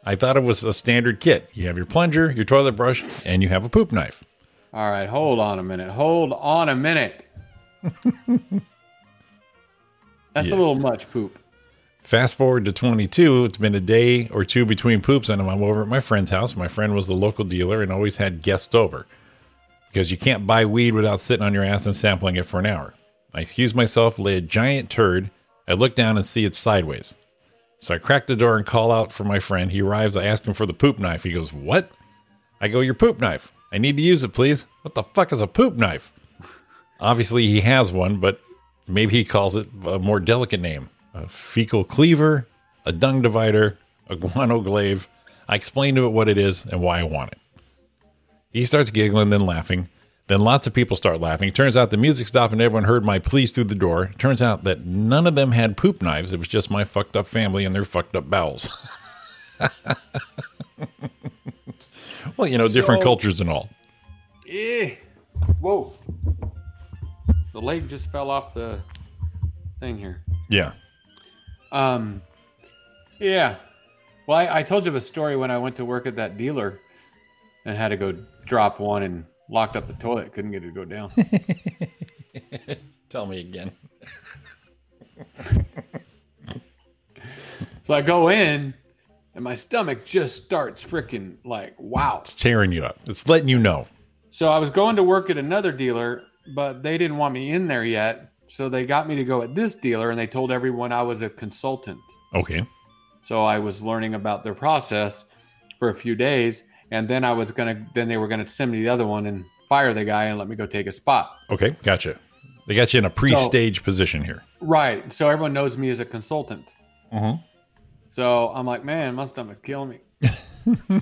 F: I thought it was a standard kit. You have your plunger, your toilet brush, and you have a poop knife.
E: All right, hold on a minute. Hold on a minute. That's
F: Yeah.
E: a little much poop.
F: Fast forward to 22, it's been a day or two between poops, and I'm over at my friend's house. My friend was the local dealer and always had guests over because you can't buy weed without sitting on your ass and sampling it for an hour. I excuse myself, lay a giant turd. I look down and see it sideways. So I crack the door and call out for my friend. He arrives. I ask him for the poop knife. He goes, What? I go, Your poop knife. I need to use it, please. What the fuck is a poop knife? Obviously, he has one, but maybe he calls it a more delicate name a fecal cleaver, a dung divider, a guano glaive. I explain to it what it is and why I want it. He starts giggling, then laughing. Then lots of people start laughing. Turns out the music stopped and everyone heard my pleas through the door. Turns out that none of them had poop knives. It was just my fucked up family and their fucked up bowels. *laughs* well, you know, different
E: So-
F: cultures and all.
E: Eh. Whoa. The leg just fell off the thing here.
F: Yeah.
E: Um, yeah. Well, I, I told you of a story when I went to work at that dealer and had to go drop one and locked up the toilet. Couldn't get it to go down.
F: Tell me again.
E: so I go in and my stomach just starts freaking like, wow.
F: It's tearing you up. It's letting you know.
E: So I was going to work at another dealer, but they didn't want me in there yet. So they got me to go at this dealer and they told everyone I was a consultant.
F: Okay.
E: So I was learning about their process for a few days, and then I was gonna. Then they were gonna send me to the other one and fire the guy and let me go take a spot.
F: Okay. Gotcha. They got you in a pre stage position here.
E: Right. So everyone knows me as a consultant. Mm-hmm.
F: Mhm.
E: So I'm like, man, my stomach kill me. So I go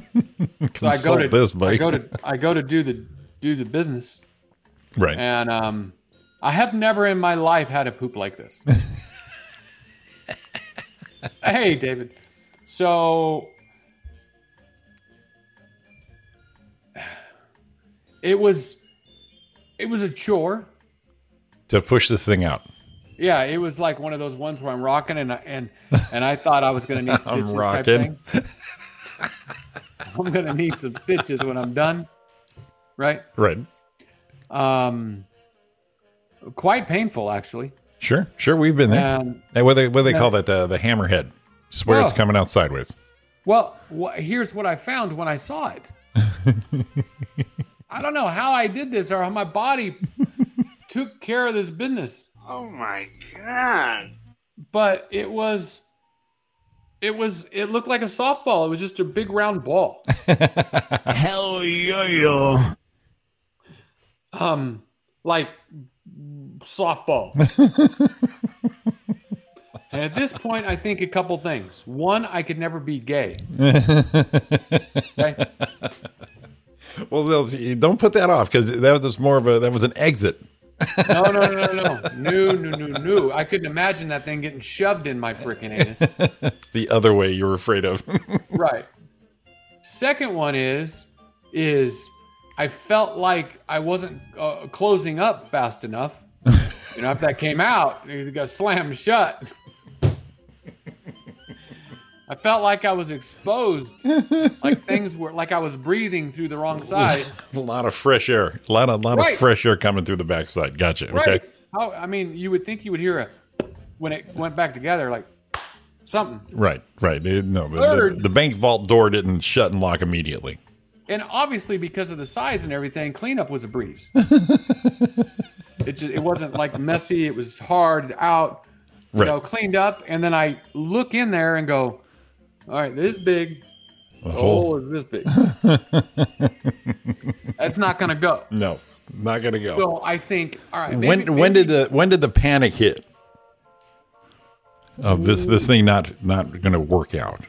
F: Consult
E: to
F: this, buddy.
E: I go to I go to do the do the business,
F: right.
E: and um, I have never in my life had a poop like
F: *laughs*
E: this. hey, David. So it was it was a chore.
F: to push this thing out.
E: Yeah, it was like one of those ones where I'm rocking and I, and and I thought I was gonna need
F: *laughs* I'm
E: stitches type
F: rocking.
E: thing. *laughs* I'm gonna need some stitches when I'm done, right?
F: Right.
E: Um, quite painful actually.
F: Sure. Sure. We've been there.
E: Um,
F: Hey, what do they, what do they call that? The, the hammerhead. Swear it's
E: Oh.
F: coming out sideways.
E: well, wh- here's what I found when I saw it. I don't know how I did this or how my body took care of this business.
I: Oh my god.
E: but it was it was it looked like a softball it was just a big round ball
I: Hell yo yo.
E: um like softball and at this point i think a couple things one i could never be gay okay?
F: Well, they'll- don't put that off because that was just more of a that was an exit.
E: no no no no no no no no no i couldn't imagine that thing getting shoved in my freaking anus
F: It's the other way you're afraid of. *laughs*
E: Right. Second one is is I felt like I wasn't uh, closing up fast enough. you know, if that came out, it got slammed shut. I felt like I was exposed. like things were like I was breathing through the wrong side.
F: a lot of fresh air. A lot of lot
E: Right.
F: of fresh air coming through the backside. Gotcha.
E: Right.
F: Okay.
E: How I mean, you would think you would hear a when it went back together like something.
F: Right. Right. It- no, the- the,
E: Third.
F: the bank vault door didn't shut and lock immediately.
E: and obviously because of the size and everything, cleanup was a
F: *laughs*
E: breeze. it just, it wasn't like messy. It was hard out, you
F: Right.
E: know, cleaned up. And then I look in there and go, all right, this big. The
F: hole.
E: hole is this
F: *laughs*
E: big. That's not gonna go.
F: No, not gonna go.
E: So I think, all right.
F: when
E: maybe-
F: when
E: maybe-
F: did the when did the panic hit? Of this this thing not not going to work out.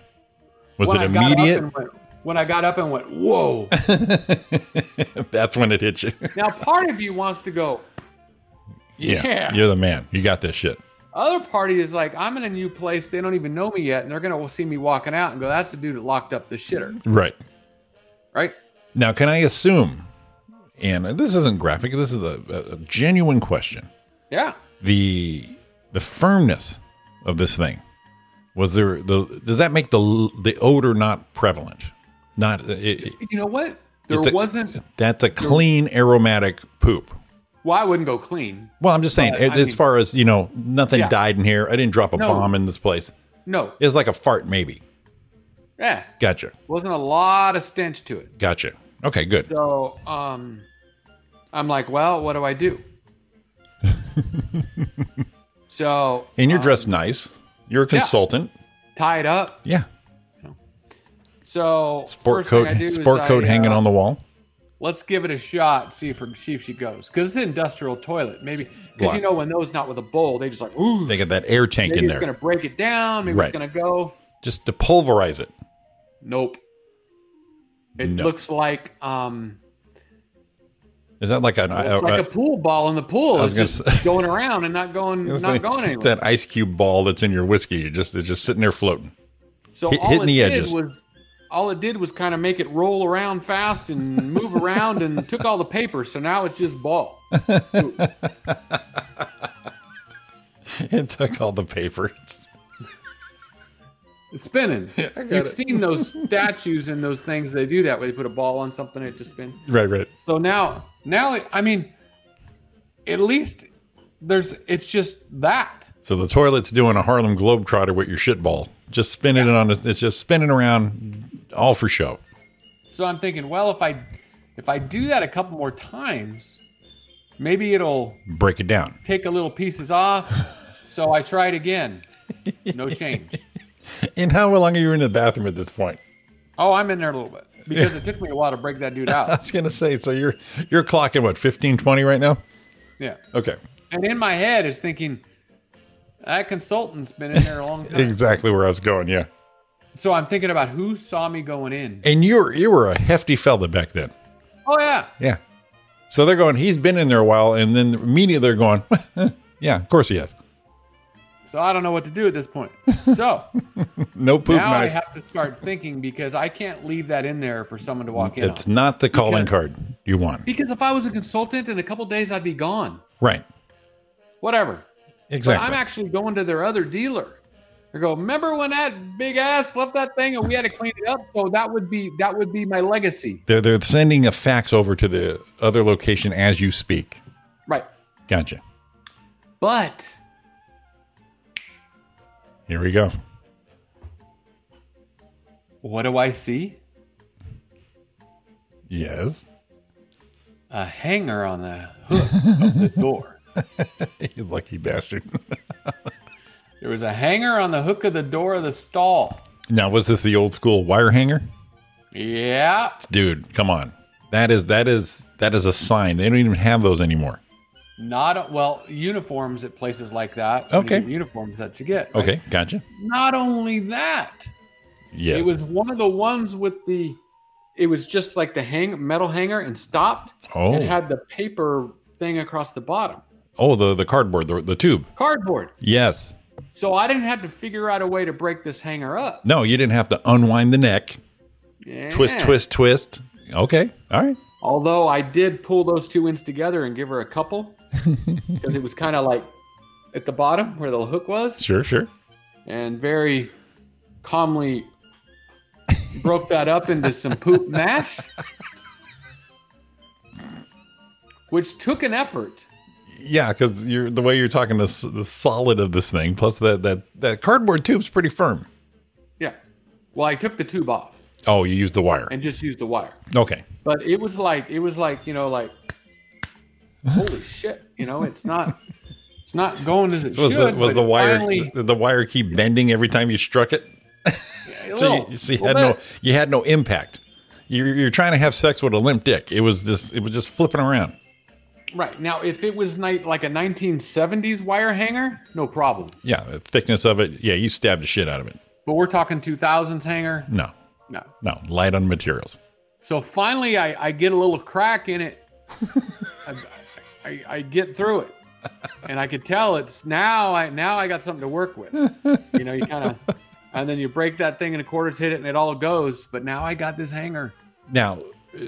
F: Was
E: when
F: it
E: I got up
F: immediate?
E: and went- When I got up and went, whoa!
F: *laughs* That's when it hit you.
E: now part of you wants to go,
F: yeah.
E: Yeah.
F: You're the man. You got this shit.
E: Other party is like, I'm in a new place. They don't even know me yet, and they're gonna see me walking out and go, "That's the dude that locked up the shitter,"
F: Right.
E: right?
F: Now, can I assume, and this isn't graphic, this is a, a- a genuine question.
E: Yeah.
F: The the firmness of this thing was there the does that make the the odor not prevalent? Not it, it-
E: You know what? There
F: it's a-
E: wasn't.
F: that's a clean aromatic poop.
E: Well, I wouldn't go clean.
F: Well, I'm just saying,
E: But, I
F: as
E: mean-
F: far as you know, nothing
E: Yeah.
F: died in here. I didn't drop a
E: No.
F: bomb in this place.
E: No.
F: It was like a fart, maybe.
E: Yeah.
F: Gotcha,
E: Wasn't a lot of stench to it.
F: gotcha. Okay, good.
E: So, um, I'm like, well, what do I
F: *laughs*
E: do? so,
F: and you're dressed
E: Um,
F: nice. You're a consultant.
E: tied up.
F: Yeah,
E: So,
F: sport
E: first thing
F: coat,
E: I do is
F: sport
E: I,
F: coat hanging
E: uh,
F: on the wall.
E: Let's give it a shot. See if her, see if she goes. Because it's an industrial toilet. Maybe because
F: Right.
E: you know when those not with a bowl, they just like ooh.
F: They got that air tank
E: maybe
F: in
E: it's
F: there
E: gonna break it down. Maybe
F: Right.
E: it's gonna go.
F: just to pulverize it.
E: Nope. It
F: No.
E: looks like um,
F: Is that like an? uh,
E: it's like a pool ball in the pool.
F: I
E: It's
F: was gonna
E: just
F: say-
E: going around and not going, not
F: it's like-
E: going
F: it's
E: anywhere.
F: that ice cube ball that's in your whiskey. It just it's just sitting there floating. *laughs*
E: So
F: hit-
E: all
F: hitting
E: it
F: the
E: did
F: edges.
E: was, all it did was kind of make it roll around fast and move around and took all the paper. So now it's just ball.
F: It took all the paper. It's-
E: It's spinning. You've seen those statues and those things they do that way. They put a ball on something, it just spins.
F: right, right.
E: So now, now I mean, at least there's. It's just that.
F: So the toilet's doing a Harlem Globetrotter with your shit ball, just spinning it on. its- It's just spinning around, all for show.
E: So I'm thinking, well, if I if I do that a couple more times, maybe it'll
F: Break it down.
E: take a little pieces off. So I tried again. No change.
F: And how long are you in the bathroom at this point? *laughs*
E: Oh, I'm in there a little bit because it took me a while to break that dude
F: I *laughs*
E: out.
F: was gonna say. So you're you're clocking what 15, 20 right now?
E: Yeah.
F: Okay,
E: And in my head is thinking that consultant's been in there a long time.
F: exactly where I was going. Yeah.
E: So I'm thinking about who saw me going in.
F: And you were you were a hefty fella back then.
E: Oh yeah.
F: Yeah. So they're going. He's been in there a while, and then immediately they're going. *laughs* yeah, of course he has.
E: So I don't know what to do at this point. So
F: No poop
E: now I
F: knife.
E: have to start thinking because I can't leave that in there for someone to walk in.
F: it's
E: on.
F: not the calling
E: Because-
F: card you want.
E: Because if I was a consultant in a couple days, I'd be gone.
F: right.
E: Whatever. But
F: Exactly.
E: I'm actually going to their other dealer. I go, remember when that big ass left that thing and we had to clean it up? So that would be that would be my legacy.
F: they're they're sending a fax over to the other location as you speak.
E: Right.
F: Gotcha.
E: But
F: Here we go.
E: what do I see?
F: Yes. *laughs*
E: A hanger on the hook
F: *laughs*
E: of the door.
F: you lucky bastard. *laughs*
E: There was a hanger on the hook of the door of the stall.
F: now was this the old school wire hanger?
E: Yeah.
F: Dude, come on. That is that is that is a sign. They don't even have those anymore.
E: Not well, uniforms at places like that. when you
F: Okay.
E: get Uniforms that you get. right?
F: Okay, gotcha.
E: Not only that,
F: Yes.
E: it was one of the ones with the it was just like the hang metal hanger and stopped.
F: oh,
E: It had the paper thing across the bottom.
F: oh, the the cardboard, the, the tube.
E: Cardboard.
F: Yes.
E: So I didn't have to figure out a way to break this hanger up.
F: No, you didn't have to unwind the neck. Twist,
E: Yeah.
F: twist, twist. Okay. All right.
E: Although I did pull those two ends together and give her a
F: *laughs*
E: couple because it was kind of like at the bottom where the hook was
F: Sure, sure.
E: and very calmly broke that up into some
F: *laughs*
E: poop mash, which took an effort.
F: Yeah, because you're the way you're talking the, s- the solid of this thing, plus that that that cardboard tube's pretty firm.
E: Yeah. Well, I took the tube off
F: Oh, you used the wire.
E: and just used the wire.
F: Okay.
E: but it was like it was like you know like holy shit you know it's not it's not going as it
F: So *laughs* was
E: should
F: the, was
E: but
F: the
E: it
F: wire
E: finally,
F: the, the wire keep bending every time you struck it?
E: a
F: *laughs* So you,
E: little-
F: you see, you had
E: little
F: no
E: bit.
F: you had no impact. You're, you're trying to have sex with a limp dick. It was just it was just flipping around.
E: right now if it was night like a 1970s wire hanger no problem
F: Yeah, the thickness of it. Yeah, you stabbed the shit out of it.
E: but we're talking 2000s hanger
F: No,
E: no
F: no, light on materials.
E: So finally, I, I get a little crack in it. I, I, I get through it, and I could tell it's now. I now I got something to work with. You know, you kind of, and then you break that thing into quarters, hit it, and it all goes. But now I got this hanger.
F: Now, uh,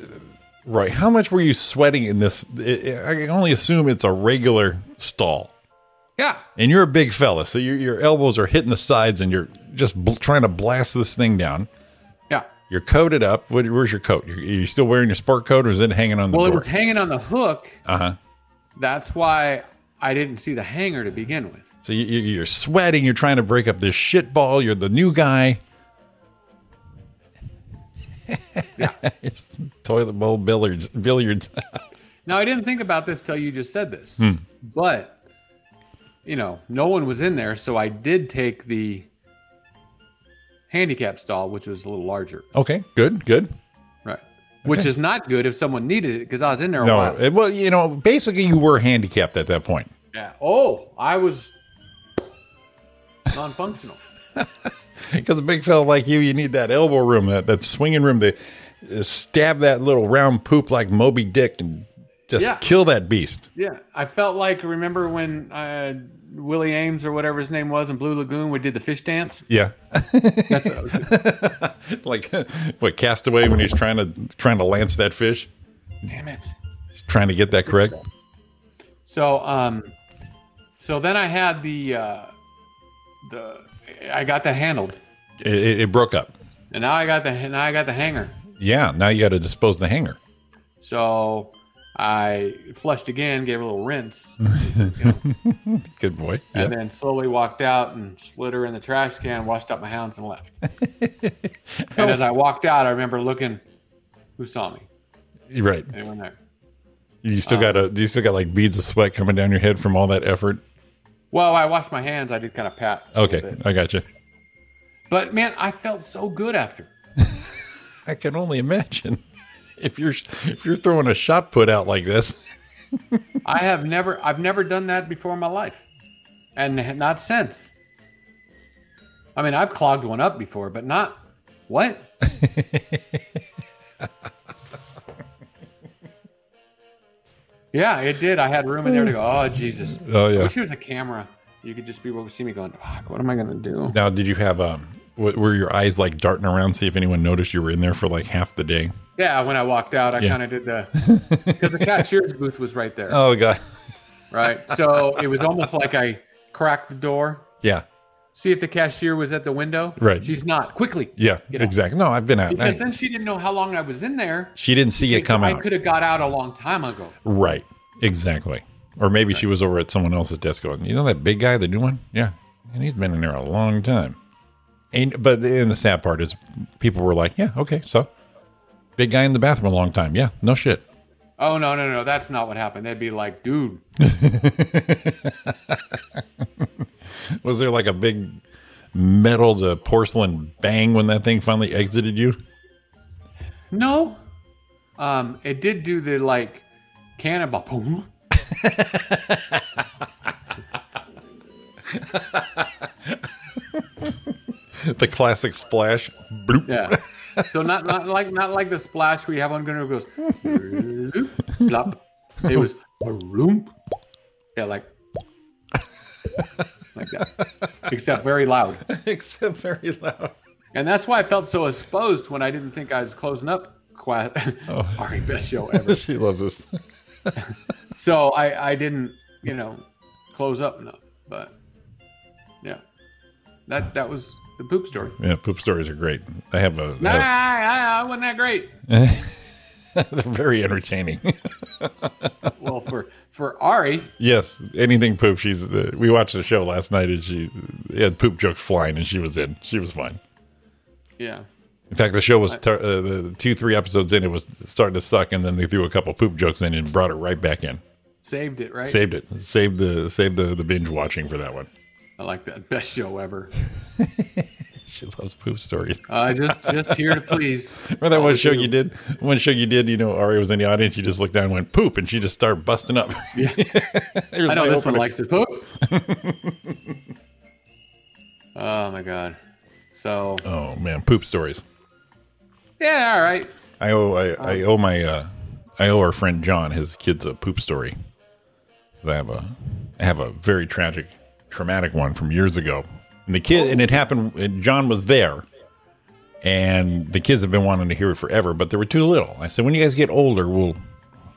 F: Roy, how much were you sweating in this? I I can only assume it's a regular stall.
E: Yeah,
F: and you're a big fella, so your your elbows are hitting the sides, and you're just bl- trying to blast this thing down.
E: yeah.
F: You're coated up. What, where's your coat? You're, you still wearing your sport coat, or is it hanging on the
E: Well, it
F: door?
E: was hanging on the hook.
F: uh huh.
E: That's why I didn't see the hanger to begin with.
F: So you, you- you're sweating. You're trying to break up this shit ball. You're the
E: *laughs*
F: new guy. *laughs* it's toilet bowl billiards. Billiards.
E: Now I didn't think about this till you just said this,
F: Hmm.
E: but you know, no one was in there, so I did take the handicap stall, which was a little larger,
F: okay, good, good.
E: right? Which is not good if someone needed it because I was in there a
F: No,
E: while.
F: it- well, you know, basically you were handicapped at that
E: *laughs*
F: point.
E: yeah. Oh, I was non-functional.
F: Because a big fella like you, you need that elbow room, that, that swinging room. The stab that little round poop like Moby Dick and just
E: Yeah.
F: kill that beast.
E: Yeah, I felt like remember when uh, Willie Ames or whatever his name was in Blue Lagoon, we did the fish dance.
F: Yeah.
E: *laughs* That's what I was-
F: *laughs* like what Castaway when he's trying to trying to lance that fish.
E: damn it.
F: He's trying to get that correct.
E: So um, so then I had the uh, the I got that handled,
F: It, it, it broke up.
E: and now I got the now I got the hanger.
F: Yeah, now you got to dispose the hanger.
E: So I flushed again, gave her a little rinse, you know,
F: Good boy.
E: and
F: Yeah.
E: then slowly walked out and slid her in the trash can, washed up my hounds, and left. and as I walked out, I remember looking, who saw me?
F: You're right.
E: Anyone there?
F: You still got
E: Um,
F: a you still got like beads of sweat coming down your head from all that effort.
E: Well, I washed my hands. I did kind of pat. a little
F: Okay,
E: bit.
F: I got you.
E: But man, I felt so good after.
F: I can only imagine *laughs* if you're if you're throwing a shot put out like this.
E: I have never, I've never done that before in my life, and not since. I mean, I've clogged one up before, but not
F: *laughs*
E: what? yeah, it did. I had room in there to go.
F: *laughs*
E: Oh Jesus!
F: Oh
E: I
F: yeah.
E: wish it was a camera. You could just be able to see me going. Fuck, what am I gonna do?
F: Now, did you have um? w- Were your eyes like darting around, see if anyone noticed you were in there for like half the day?
E: Yeah, when I walked out, I
F: Yeah.
E: kind of did
F: *laughs*
E: the because the cashier's booth was right there.
F: Oh god.
E: right? So it was almost like I cracked the door,
F: Yeah.
E: see if the cashier was at the window.
F: Right.
E: She's not. Quickly.
F: Yeah.
E: Get out.
F: Exactly. No, I've been out.
E: Because
F: I-
E: then she didn't know how long I was in there.
F: she didn't see it come
E: I
F: out.
E: could have got out a long time ago.
F: Right. Exactly. Or maybe she was over at someone else's desk going, you know that big guy, the new one? Yeah. And he's been in there a long time. And but and the sad part is people were like, Yeah, okay, so big guy in the bathroom a long time. Yeah, no shit.
E: Oh no, no, no, that's not what happened. They'd be like, dude,
F: Was there like a big metal to porcelain bang when that thing finally exited you? *laughs*
E: no. Um, it did do the like cannonball. *laughs* Boom.
F: The classic splash. Bloop.
E: Yeah. So not not like not like the splash we have on Gunner goes *laughs* bloop, blop. It was *laughs* bloop. Yeah, like *laughs* like that. Except very loud.
F: *laughs* Except very loud. *laughs*
E: And that's why I felt so exposed when I didn't think I was closing up quite *laughs* Sorry, best show
F: *laughs*
E: ever.
F: she loves this.
E: So I, I didn't, you know, close up enough. But yeah. That that was the poop story.
F: Yeah, poop stories are great. I have a
E: Nah, I, I wasn't that great.
F: *laughs* they're very entertaining. *laughs*
E: Well, for for Ari,
F: Yes, anything poop. She's. Uh, we watched the show last night, and she had poop jokes flying, and she was in. She was fine.
E: yeah.
F: In fact, the show was tur uh, the two, three episodes in. It was starting to suck, and then they threw a couple poop jokes in and brought her right back in.
E: Saved it, right?
F: Saved it. Saved the saved the, the binge watching for that one.
E: I like that. Best show ever.
F: She loves poop
E: *laughs*
F: stories.
E: Uh, just just here to please.
F: Remember that one show you did? One show you did. You know, Ari was in the audience. You just looked down and went poop, and she just started busting up. *laughs* Yeah,
E: I know this one likes it. Poop. oh my god. So
F: Oh man, poop stories.
E: yeah, all right.
F: I owe I, I owe my uh, I owe our friend John his kids a poop story. 'Cause I have a I have a very tragic traumatic one from years ago, and the kid and it happened. And John was there, and the kids have been wanting to hear it forever, but they were too little. I said, when you guys get older, we'll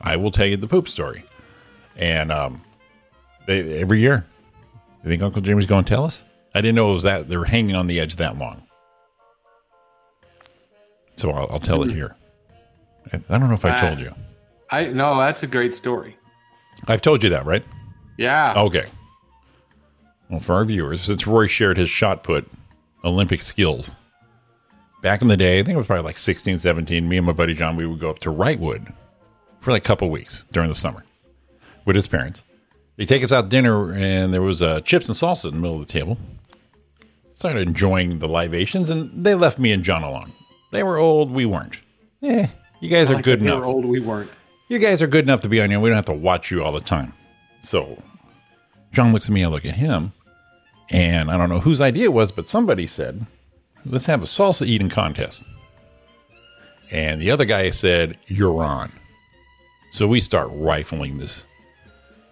F: I will tell you the poop story, and um, they, every year, you think Uncle Jimmy's going to tell us? I didn't know it was that they were hanging on the edge that long. So I'll, I'll tell it here. I I don't know if I
E: Ah.
F: told you.
E: I no, that's a great story.
F: I've told you that, right?
E: Yeah.
F: Okay. Well, for our viewers, since Roy shared his shot put Olympic skills, back in the day, I think it was probably like 16, 17, me and my buddy John, we would go up to Wrightwood for like a couple weeks during the summer with his parents. They take us out to dinner, and there was uh, chips and salsa in the middle of the table. Started enjoying the libations, and they left me and John alone. They were old, we weren't. Eh, you guys are
E: Like
F: good
E: if we were
F: enough
E: old, we weren't.
F: you guys are good enough to be on here. We don't have to watch you all the time. So John looks at me, I look at him, and I don't know whose idea it was, but somebody said, let's have a salsa eating contest. And the other guy said, You're on. So we start rifling this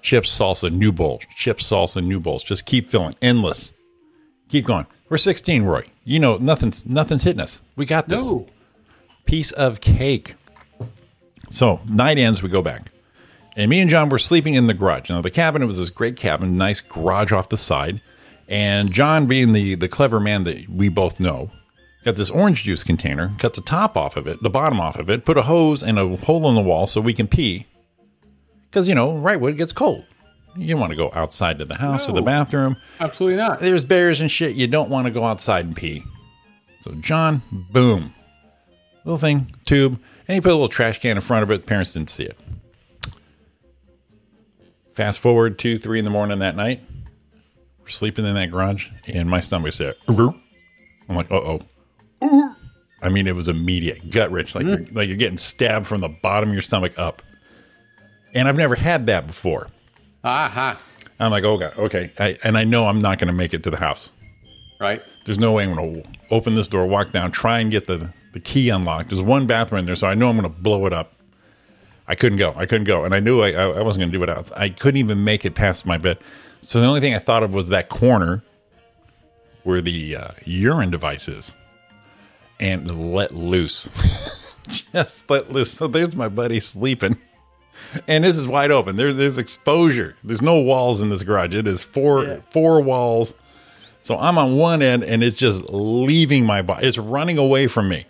F: chips, salsa, new bowls, chips, salsa, new bowls. Just keep filling, endless. Keep going. We're 16, Roy. You know, nothing's nothing's hitting us. We got this
E: No.
F: piece of cake. So night ends, we go back. And me and John were sleeping in the garage. Now the cabin was this great cabin, nice garage off the side. And John, being the the clever man that we both know, got this orange juice container, cut the top off of it, the bottom off of it, put a hose and a hole in the wall so we can pee. Because you know, right when it gets cold. You don't want to go outside to the house or the
E: No.
F: bathroom
E: Absolutely not.
F: there's bears and shit. You don't want to go outside and pee. So John, boom, little thing, tube, and he put a little trash can in front of it. Parents didn't see it. Fast forward two, three in the morning that night. We're sleeping in that garage, and my stomach said, "Urgh." "I'm like, uh oh." I mean, it was immediate, gut wrench, like you're, like you're getting stabbed from the bottom of your stomach up. And I've never had that before.
E: Aha.
F: I'm like, oh god, okay, I, and I know I'm not going to make it to the house.
E: Right.
F: There's no way I'm going to open this door, walk down, try and get the, the key unlocked. There's one bathroom in there, so I know I'm going to blow it up. I couldn't go. I couldn't go. And I knew I, I I wasn't going to do it out. I couldn't even make it past my bed. So the only thing I thought of was that corner where the uh, urine device is and let loose. *laughs* Just let loose. So there's my buddy sleeping. And this is wide open. There's there's exposure. There's no walls in this garage. It is four four walls so I'm on one end and it's just leaving my body. It's running away from me.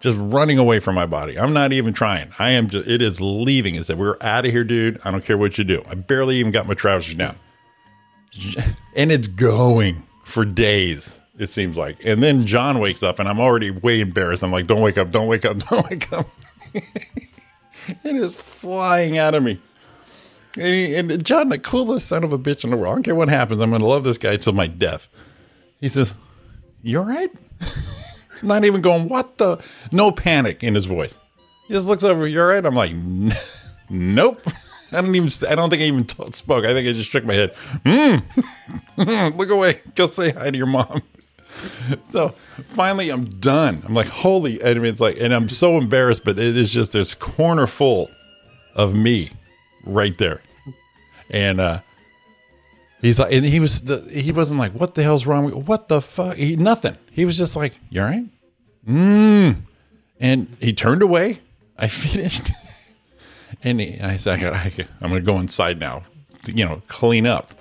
F: Just running away from my body. I'm not even trying. I am just, it is leaving. It said, We're out of here, dude. I don't care what you do. I barely even got my trousers down. *laughs* And it's going for days, it seems like. And then John wakes up and I'm already way embarrassed. I'm like, Don't wake up. Don't wake up. *laughs* Don't wake up. it is flying out of me. And, he- and John, the coolest son of a bitch in the world. I don't care what happens. I'm going to love this guy till my death. He says, You all right? *laughs* Not even going, What the? No panic in his voice. He just looks over, You all right? I'm like, "N- *laughs* Nope. I don't even, I don't think I even t- spoke. I think I just shook my head. Hmm. *laughs* Look away. Go say hi to your mom. *laughs* So finally, I'm done. I'm like, holy. I mean, it's like, and I'm so embarrassed, but it is just this corner full of me right there. And uh he's like and he was the he wasn't like, what the hell's wrong with what the fuck? He nothing. He was just like, You alright? Mmm. And he turned away. I *laughs* finished. and he, I said, I got I, got- I'm gonna go inside now. to, You know, clean up.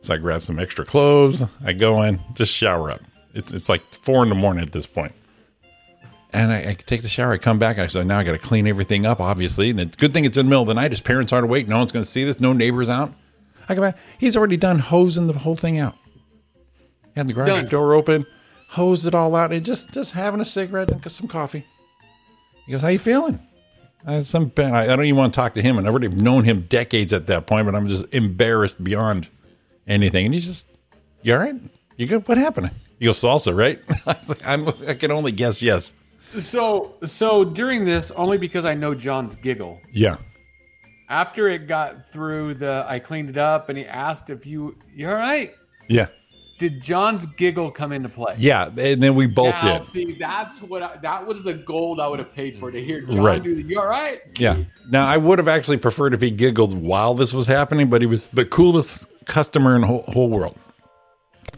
F: So I grab some extra clothes, I go in, just shower up. It's it's like four in the morning at this point. And I, I take the shower, I come back, I said, now I got to clean everything up, obviously. And it's good thing it's in the middle of the night. His parents aren't awake. No one's going to see this. No neighbors out. I come back. He's already done hosing the whole thing out. Had the garage
E: Done.
F: door open, hosed it all out, and just just having a cigarette and some coffee. He goes, how you feeling? I, some pen. I, I don't even want to talk to him. And I've already known him decades at that point, but I'm just embarrassed beyond anything. And he's just, you all right? You good? What happened? You go salsa, right? *laughs* I was like, I'm, I can only guess yes.
E: So so during this, only because I know John's giggle.
F: Yeah.
E: After it got through the, I cleaned it up, and he asked if you you all right.
F: Yeah.
E: Did John's giggle come into play?
F: Yeah. And then we both
E: Now,
F: did.
E: see, that's what I, that was the gold I would have paid for to hear John
F: Right.
E: do the. You all right?
F: Yeah. Now, I would have actually preferred if he giggled while this was happening, but he was the coolest customer in the whole, whole world.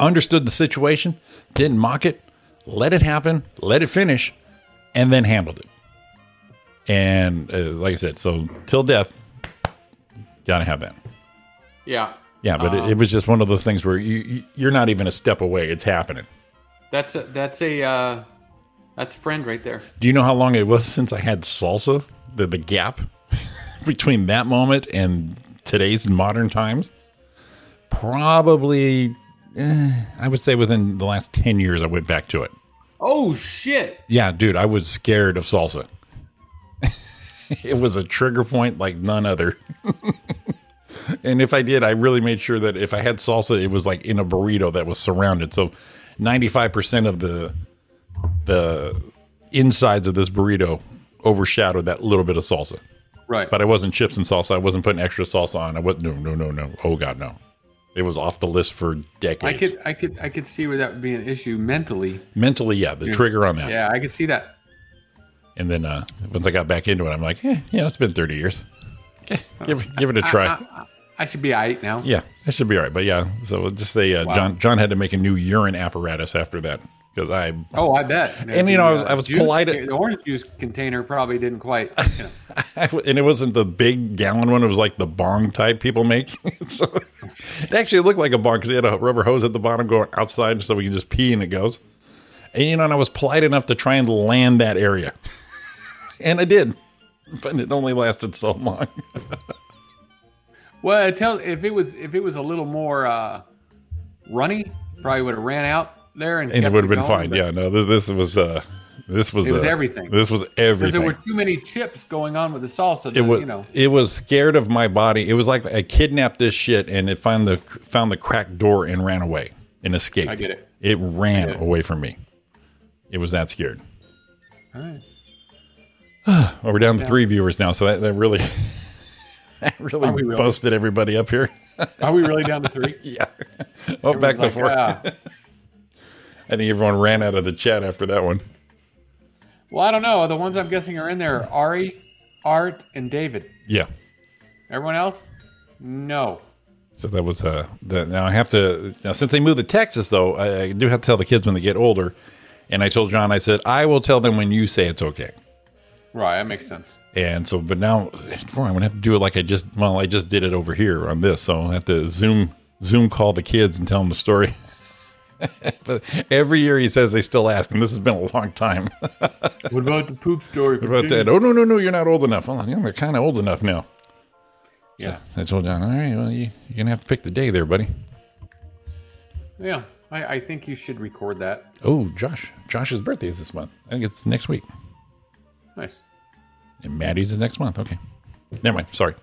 F: Understood the situation, didn't mock it, let it happen, let it finish, and then handled it. And uh, like I said, so till death, gotta have that.
E: Yeah.
F: Yeah, but it, it was just one of those things where you, you you're not even a step away; it's happening.
E: That's a, that's a uh, that's a friend right there.
F: Do you know how long it was since I had salsa? The the gap *laughs* between that moment and today's modern times? Probably eh, I would say within the last 10 years I went back to it.
E: Oh shit!
F: Yeah, dude, I was scared of salsa. *laughs* it was a trigger point like none other. *laughs* and if I did, I really made sure that if I had salsa, it was like in a burrito that was surrounded. So 95% of the the insides of this burrito overshadowed that little bit of salsa.
E: Right.
F: But I wasn't chips and salsa. I wasn't putting extra salsa on. I was no, no, no, no. Oh god, no. It was off the list for
E: I
F: decades.
E: could I could I could see where that would be an issue mentally.
F: Mentally, yeah, the trigger on that.
E: Yeah, I could see that.
F: And then uh, once I got back into it, I'm like, eh, yeah, it's been 30 years. *laughs* give, give it a
E: Uh,
F: try.
E: I should be all right now.
F: Yeah, that should be all right. But yeah, so we'll just say uh, John John had to make a new urine apparatus after that because I
E: Oh, I bet.
F: And, you know, I was- I was
E: juice-
F: polite-
E: The orange juice container probably didn't quite. You
F: *laughs*
E: know.
F: and it wasn't the big gallon one. It was like the bong type people make. *laughs* so it actually looked like a bong because it had a rubber hose at the bottom going outside, so we can just pee and it goes. And you know, and I was polite enough to try and land that area, *laughs* and I did, but it only lasted so long.
E: Well, I tell if it was if it was a little more uh, runny, probably would have ran out there and,
F: And it
E: kept
F: would have been
E: going,
F: fine.
E: but-
F: Yeah, no, this this was uh, this was
E: It was
F: uh,
E: everything.
F: This was
E: because
F: everything.
E: there were too many chips going on with the salsa.
F: it
E: that,
F: was
E: you know.
F: it was scared of my body. It was like I kidnapped this shit and it found the found the cracked door and ran away and escaped.
E: I get it.
F: It ran
E: I get it.
F: away from me. It was that scared.
E: All right.
F: Well, we're down to three viewers now, so that, that really *laughs* that really
E: Are we really?
F: busted everybody up here. *laughs*
E: Are we really down to three?
F: yeah. Oh, back to
E: Everyone's
F: four.
E: like, "Ah."
F: I think everyone ran out of the chat after that one.
E: Well, I don't know. The ones I'm guessing are in there are Ari, Art, and David.
F: Yeah.
E: Everyone else? No.
F: So that was uh. The, now I have to now since they moved to Texas though, I, I do have to tell the kids when they get older. And I told John, I said I will tell them when you say it's okay.
E: Right, that makes sense.
F: And so, but now, boy, I'm gonna have to do it like I just well, I just did it over here on this. So I have to zoom zoom call the kids and tell them the story. *laughs* but every year he says they still ask, and this has been a long time
E: *laughs*
F: *laughs*
E: What about the poop story?
F: about that. Oh no no no, you're not old enough. Well, I'm kind of old enough now.
E: Yeah,
F: I told John, all right, well, you, you're gonna have to pick the day there, buddy.
E: yeah. I, I think you should record that.
F: Oh, Josh, Josh's birthday is this month. I think it's next week,
E: Nice.
F: and Maddie's is next month. Okay, never mind. Sorry.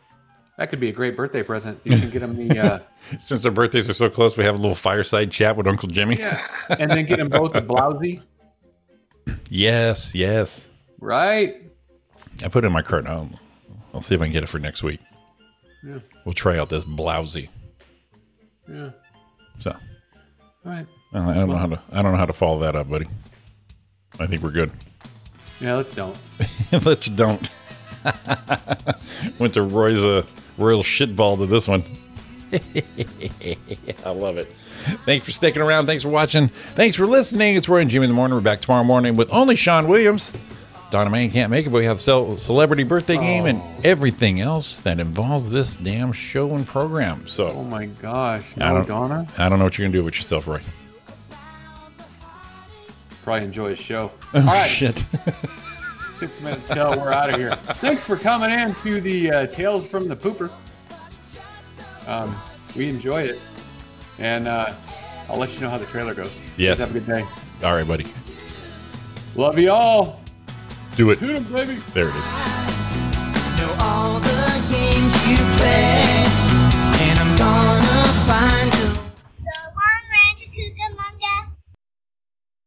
E: That could be a great birthday present. You can get them the uh,
F: Since our birthdays are so close, we have a little fireside chat with Uncle Jimmy.
E: *laughs* yeah, and then get them both a blousey,
F: Yes, yes.
E: right?
F: I put it in my cart. I'll, I'll see if I can get it for next week.
E: Yeah.
F: We'll try out this blousey.
E: Yeah.
F: So
E: All right.
F: I don't I don't know how to I don't know how to follow that up, buddy. I think we're good.
E: Yeah, let's don't.
F: *laughs* Let's don't. Went to Roy's uh, royal shitball to this one. *laughs* I love it. Thanks for sticking around. Thanks for watching. Thanks for listening. It's Roy and Jimmy in the morning. We're back tomorrow morning with only Sean Williams. Donna May can't make it, but we have cel- celebrity birthday game and everything else that involves this damn show and program.
E: Oh
F: So
E: my gosh,
F: I
E: no,
F: don't-
E: Donna.
F: I don't know what you're gonna do with yourself, Roy.
E: Probably enjoy his show.
F: Oh
E: All right,
F: shit. *laughs*
E: six minutes till we're out of here. Thanks for coming in to the uh, Tales from the Pooper. Um, we enjoyed it, and uh, I'll let you know how the trailer goes.
F: Yes.
E: Guys, Have a good day.
F: All right, buddy.
E: Love you all.
F: Do it.
E: Toot 'em, baby.
F: There it is.
D: I